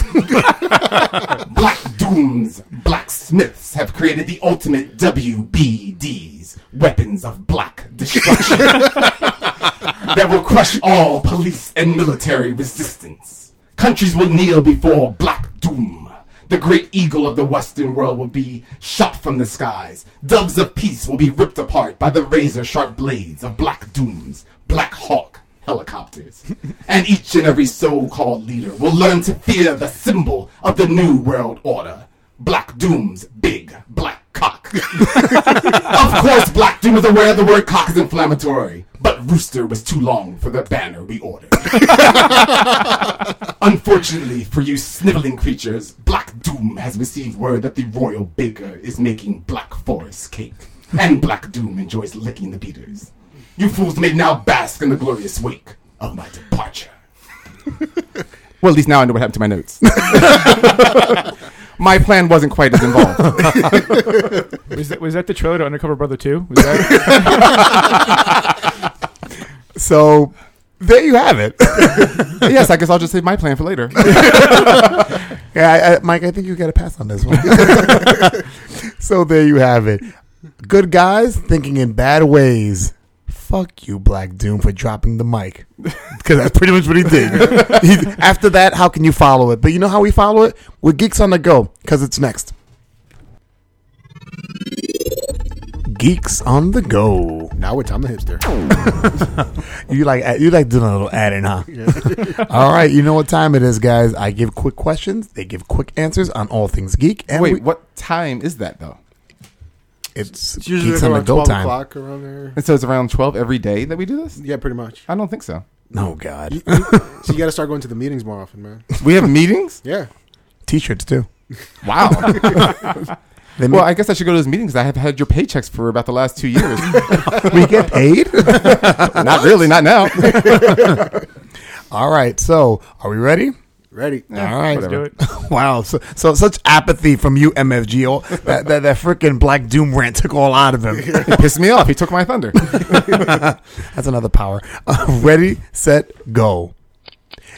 Speaker 3: Black Dooms, Blacksmiths have created the ultimate WBDs, weapons of black destruction, that will crush all police and military resistance. Countries will kneel before Black Doom. The great eagle of the Western world will be shot from the skies. Doves of peace will be ripped apart by the razor sharp blades of Black Doom's Black Hawk helicopters. and each and every so called leader will learn to fear the symbol of the New World Order Black Doom's big black cock. of course, Black Doom is aware the word cock is inflammatory, but Rooster was too long for the banner we ordered. Unfortunately for you sniveling creatures, Black Doom has received word that the royal baker is making Black Forest cake, and Black Doom enjoys licking the beaters. You fools may now bask in the glorious wake of my departure. well, at least now I know what happened to my notes. my plan wasn't quite as involved.
Speaker 5: Was that, was that the trailer to Undercover Brother 2? Was that?
Speaker 2: So there you have it.
Speaker 3: yes, I guess I'll just save my plan for later.
Speaker 2: yeah, I, I, Mike, I think you got to pass on this one. so there you have it. Good guys thinking in bad ways. Fuck you, Black Doom, for dropping the mic. Because that's pretty much what he did. He- after that, how can you follow it? But you know how we follow it? We're Geeks on the Go, because it's next. Geeks on the Go.
Speaker 4: Now it's I'm the hipster.
Speaker 2: You like you like doing a little add in, huh? all right, you know what time it is, guys. I give quick questions, they give quick answers on all things geek, and
Speaker 3: Wait,
Speaker 2: we-
Speaker 3: what time is that though?
Speaker 2: it's,
Speaker 4: It's usually
Speaker 2: geeks
Speaker 4: like
Speaker 2: on the
Speaker 4: around
Speaker 2: go
Speaker 4: twelve
Speaker 2: time.
Speaker 4: o'clock around there.
Speaker 3: And so it's around 12 every day that we do this?
Speaker 4: Yeah, pretty much.
Speaker 3: I don't think so.
Speaker 2: Oh God,
Speaker 4: So you got to start going to the meetings more often, man.
Speaker 3: We have meetings?
Speaker 4: Yeah,
Speaker 2: t-shirts too.
Speaker 3: Wow.
Speaker 2: They
Speaker 3: well, I guess I should go to those meetings. I have had your paychecks for about the last two years.
Speaker 2: make- we get paid.
Speaker 3: not really, not now.
Speaker 2: all right, so are we ready?
Speaker 4: Ready?
Speaker 2: All right.
Speaker 5: do it.
Speaker 2: wow. So, so such apathy from you, MFG. All, that that, that freaking Black Doom rant took all out of him.
Speaker 3: He pissed me off. He took my thunder.
Speaker 2: That's another power. Uh, ready, set, go.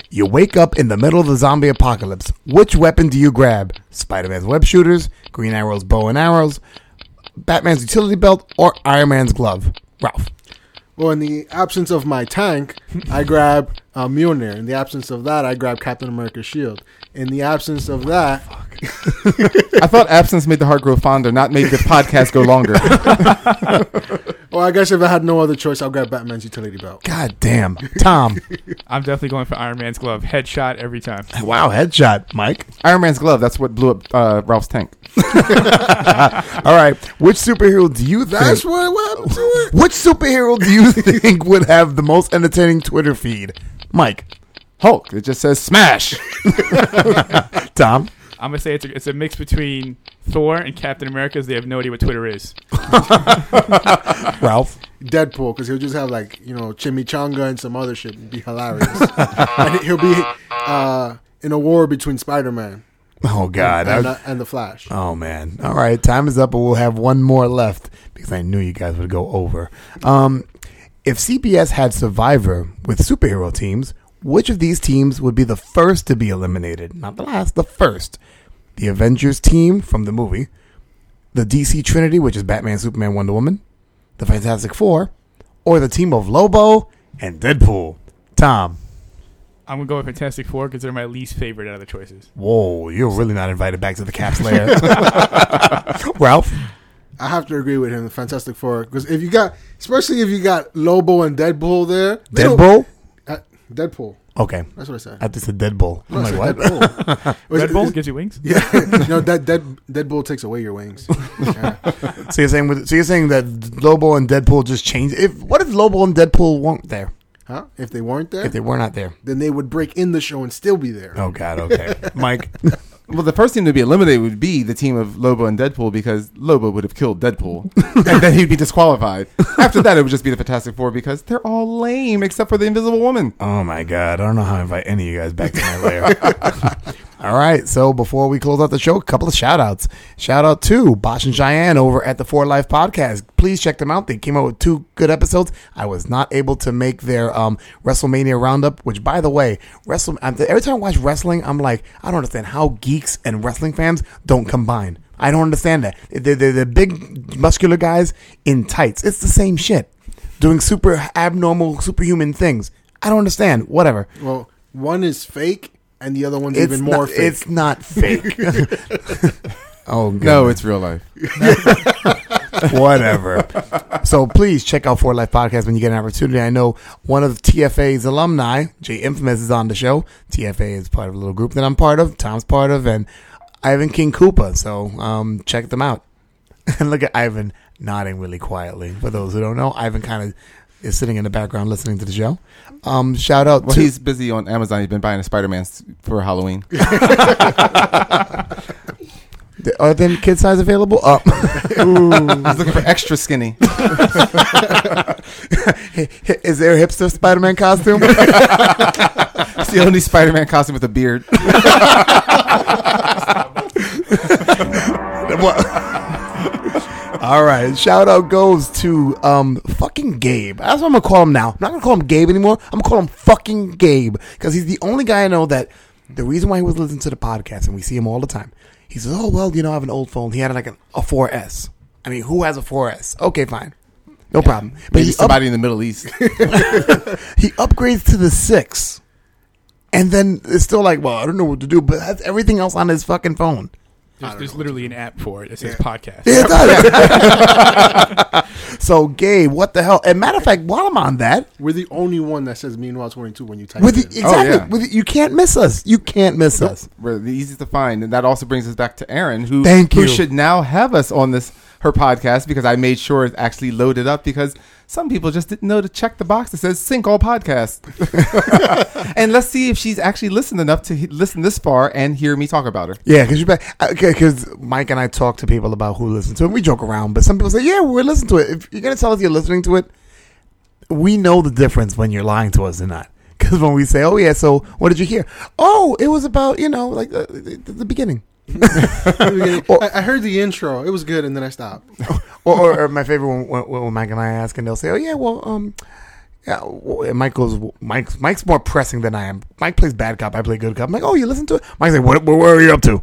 Speaker 2: You wake up in the middle of the zombie apocalypse. Which weapon do you grab? Spider Man's web shooters, Green Arrow's bow and arrows, Batman's utility belt, or Iron Man's glove? Ralph.
Speaker 4: Well, in the absence of my tank, I grab uh, Mjolnir. In the absence of that, I grab Captain America's shield. In the absence of that,
Speaker 3: I thought absence made the heart grow fonder, not made the podcast go longer.
Speaker 4: well, I guess if I had no other choice, I'll grab Batman's utility belt.
Speaker 2: God damn. Tom.
Speaker 5: I'm definitely going for Iron Man's glove. Headshot every time.
Speaker 2: wow, headshot, Mike.
Speaker 3: Iron Man's glove. That's what blew up uh, Ralph's tank.
Speaker 2: All right. Which superhero do you think?
Speaker 4: That's what, what happened to it.
Speaker 2: Which superhero do you think would have the most entertaining Twitter feed? Mike,
Speaker 3: Hulk. It just says smash.
Speaker 2: Tom,
Speaker 5: I'm gonna say it's a, it's a mix between Thor and Captain America, because they have no idea what Twitter is.
Speaker 2: Ralph.
Speaker 4: Deadpool, because he'll just have like you know chimichanga and some other shit, and be hilarious. and he'll be uh, in a war between Spider Man
Speaker 2: Oh God.
Speaker 4: and,
Speaker 2: I-
Speaker 4: uh, and the Flash.
Speaker 2: oh man. All right. Time is up, but we'll have one more left because I knew you guys would go over. Um, if CBS had Survivor with superhero teams, which of these teams would be the first to be eliminated? Not the last, the first. The Avengers team from the movie, the DC Trinity, which is Batman, Superman, Wonder Woman, the Fantastic Four, or the team of Lobo and Deadpool. Tom.
Speaker 5: I'm gonna go with Fantastic Four because they're my least favorite out of the choices.
Speaker 2: Whoa, you're really not invited back to the Caps lair. Ralph?
Speaker 4: I have to agree with him. The Fantastic Four, because if you got, especially if you got Lobo and Deadpool there, they don't-
Speaker 2: Deadpool?
Speaker 4: Uh, Deadpool.
Speaker 2: Okay.
Speaker 4: That's what I said.
Speaker 2: I just said Deadpool. I'm
Speaker 4: I
Speaker 2: like,
Speaker 4: said
Speaker 2: what?
Speaker 4: Deadpool. Was it-
Speaker 5: Red Bull gives you wings.
Speaker 4: Yeah, no, that dead Deadpool takes away your wings. Yeah.
Speaker 2: So you're saying with, so you're saying that Lobo and Deadpool just changed if what if Lobo and Deadpool weren't there?
Speaker 4: Huh? If they weren't there,
Speaker 2: If they were not there.
Speaker 4: then they would break in the show and still be there.
Speaker 2: Oh god, okay. Mike.
Speaker 3: Well, the first team to be eliminated would be the team of Lobo and Deadpool because Lobo would have killed Deadpool, and then he'd be disqualified. After that, it would just be the Fantastic Four because they're all lame except for the Invisible Woman.
Speaker 2: Oh my god. I don't know how I invite any of you guys back to my lair. All right, so before we close out the show, a couple of shout outs. Shout out to Bosh and Cheyenne over at the Four Life Podcast. Please check them out. They came out with two good episodes. I was not able to make their um, WrestleMania roundup, which, by the way, wrestle. I'm, every time I watch wrestling, I'm like, I don't understand how geeks and wrestling fans don't combine. I don't understand that. They're, they're, they're big, muscular guys in tights. It's the same shit, doing super abnormal, superhuman things. I don't understand. Whatever.
Speaker 4: Well, one is fake, and the other one's even more
Speaker 2: not,
Speaker 4: fake.
Speaker 2: It's not fake. oh god.
Speaker 3: No, it's real life.
Speaker 2: whatever. so please check out Four Life Podcast when you get an opportunity. I know one of TFA's alumni, Jay Infamous, is on the show. TFA is part of a little group that I'm part of, Tom's part of, and Ivan King Koopa. So um, check them out. And look at Ivan nodding really quietly. For those who don't know, Ivan kind of is sitting in the background listening to the show. Um, shout out
Speaker 3: Well,
Speaker 2: to
Speaker 3: he's busy on Amazon. He's been buying a Spider-Man s- for Halloween.
Speaker 2: are there any kid size available? Uh,
Speaker 3: He's looking for extra skinny.
Speaker 2: is there a hipster Spider Man costume?
Speaker 3: It's the only Spider-Man costume with a beard.
Speaker 2: All right, shout out goes to um fucking Gabe. That's what I'm gonna call him now. I'm not gonna call him Gabe anymore. I'm gonna call him fucking Gabe because he's the only guy I know that the reason why he was listening to the podcast and we see him all the time. He says, "Oh well, you know, I have an old phone. He had like an, a 4S. I mean, who has a 4S? Okay, fine, no problem. But
Speaker 3: Maybe
Speaker 2: he, up,
Speaker 3: somebody in the Middle East.
Speaker 2: he upgrades to the six, and then it's still like, well, I don't know what to do, but that's everything else on his fucking phone.
Speaker 5: There's, there's literally an app for it. that says podcast.
Speaker 2: Yeah, it does. so, Gabe, what the hell? And matter of fact, while I'm on that,
Speaker 4: We're the only one that says "Meanwhile 22" when you type
Speaker 2: with the,
Speaker 4: it. in.
Speaker 2: exactly,
Speaker 3: yeah.
Speaker 2: with the- you can't miss us. You can't miss us.
Speaker 3: We're the easiest to find, and that also brings us back to Aaron, who
Speaker 2: Thank you.
Speaker 3: who should now have us on this her podcast because I made sure it's actually loaded up because some people just didn't know to check the box that says sync all podcasts. and let's see if she's actually listened enough to he- listen this far and hear me talk about her.
Speaker 2: Yeah, because you because Mike and I talk to people about who listens to it. We joke around, but some people say, "Yeah, we're listening to it." If you're gonna tell us you're listening to it, we know the difference when you're lying to us or not. Because when we say, "Oh yeah," so what did you hear? Oh, it was about you know like uh, the, the beginning.
Speaker 4: I, I heard the intro. It was good, and then I stopped.
Speaker 2: or, or, or my favorite one when, when when Mike and I ask, and they'll say, "Oh yeah, well, um, yeah." well," and Mike goes, "Mike's Mike's more pressing than I am. Mike plays bad cop, I play good cop." I'm like, "Oh, you listen to it?" Mike's like, "What? What were you up to?"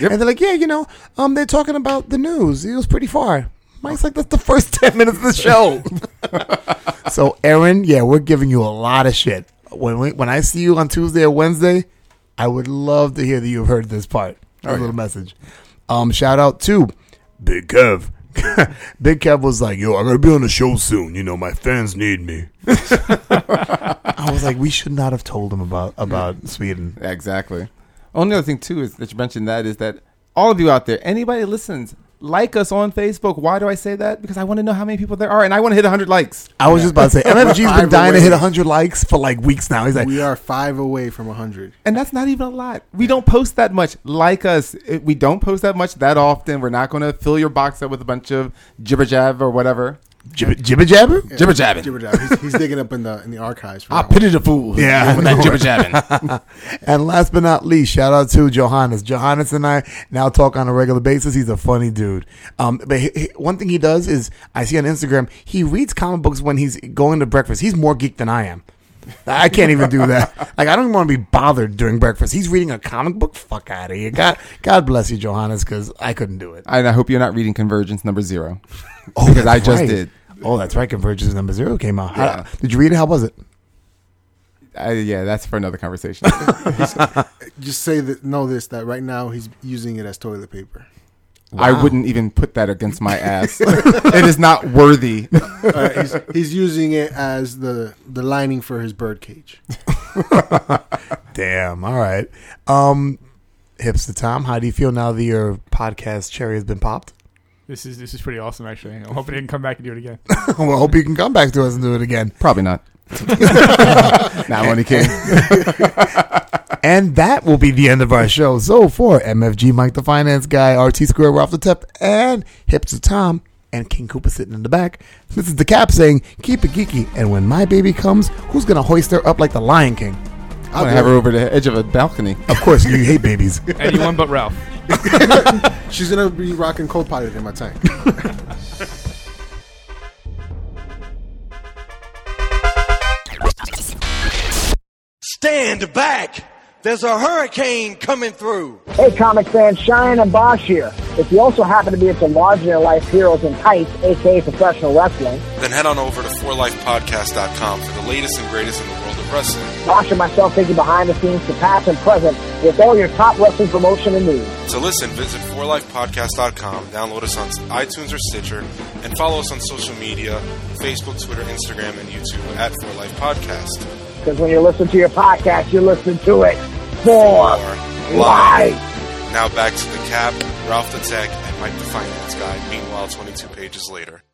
Speaker 2: And they're like, "Yeah, you know, um, they're talking about the news. It was pretty far." Mike's like, "That's the first ten minutes of the show." so, Aaron, yeah, we're giving you a lot of shit. When we, when I see you on Tuesday or Wednesday, I would love to hear that you've heard this part. Our little message. Um, shout out to Big Kev. Big Kev was like, "Yo, I'm gonna be on the show soon. You know, my fans need me." I was like, "We should not have told him about about Sweden."
Speaker 3: Exactly. Only other thing too is that you mentioned that is that all of you out there, anybody that listens, like us on Facebook. Why do I say that? Because I want to know how many people there are, and I want to hit 100 likes.
Speaker 2: I was just about to say, MFG's been
Speaker 4: Five
Speaker 2: dying to
Speaker 4: away.
Speaker 2: hit 100 likes for like weeks now. He's like,
Speaker 4: We are five away from hundred.
Speaker 3: And that's not even a lot. We don't post that much. Like us, It- we don't post that much that often. We're not going to fill your box up with a bunch of jibber jab or whatever.
Speaker 2: "Jibber jibber jabber."
Speaker 3: Jibber jabbing.
Speaker 4: Jibber jab. He's, he's digging up in the in the archives. For that one.
Speaker 3: pity the fool.
Speaker 2: Yeah,
Speaker 3: with that jibber jabbing.
Speaker 2: And last but not least, shout out to Johannes. Johannes and I now talk on a regular basis. He's a funny dude. Um, but he, he- one thing he does is I see on Instagram he reads comic books when he's going to breakfast. He's more geek than I am. I can't even do that. Like I don't even want to be bothered during breakfast. He's reading a comic book. Fuck out of here. God, God bless you, Johannes, because I couldn't do it.
Speaker 3: and I hope you're not reading Convergence number zero.
Speaker 2: Oh,
Speaker 3: Because
Speaker 2: that's
Speaker 3: I just did.
Speaker 2: Oh, that's right. Convergence number zero came out. How-
Speaker 3: Yeah.
Speaker 2: did you read it? How was it?
Speaker 3: Uh, yeah, that's for another conversation.
Speaker 4: Just say that. Know this that right now he's using it as toilet paper.
Speaker 3: I wouldn't even put that against my ass. it is not worthy.
Speaker 4: Uh, he's, he's using it as the the lining for his bird cage.
Speaker 2: Damn. All right. Um, Hipster Tom, how do you feel now that your podcast cherry has been popped?
Speaker 5: This is this is pretty awesome, actually. I'm hoping I can come back and do it again.
Speaker 2: well, I hope you can come back to us and do it again.
Speaker 3: Probably not. nah, I'm only kidding.
Speaker 2: And that will be the end of our show. So for MFG Mike the Finance Guy, RT Square Ralph the Tep, and Hipster Tom, and King Koopa sitting in the back, this is the cap saying, keep it geeky. And when my baby comes, who's going to hoist her up like the Lion King?
Speaker 3: I'm going to have her over the edge of a balcony.
Speaker 2: Of course, you hate babies.
Speaker 5: Anyone but Ralph.
Speaker 4: She's gonna be rocking co-pilot in my tank.
Speaker 8: Stand back! There's a hurricane coming through!
Speaker 9: Hey, comic fans, Cheyenne and Bosch here. If you also happen to be at the Larger Than Life Heroes in Tights, aka Professional Wrestling,
Speaker 10: Then head on over to forlifepodcast.com for the latest and greatest in the world of wrestling.
Speaker 9: Bosch and myself take you behind the scenes to past and present with all your top wrestling promotion and news.
Speaker 10: To listen, visit forlifepodcast.com, download us on iTunes or Stitcher, and follow us on social media Facebook, Twitter, Instagram, and YouTube at For Life Podcast.
Speaker 9: Because when you're listening to your podcast, you're listening to it for life.
Speaker 10: Now back to the cap, Ralph the Tech, and Mike the Finance Guy. Meanwhile, 22 pages later.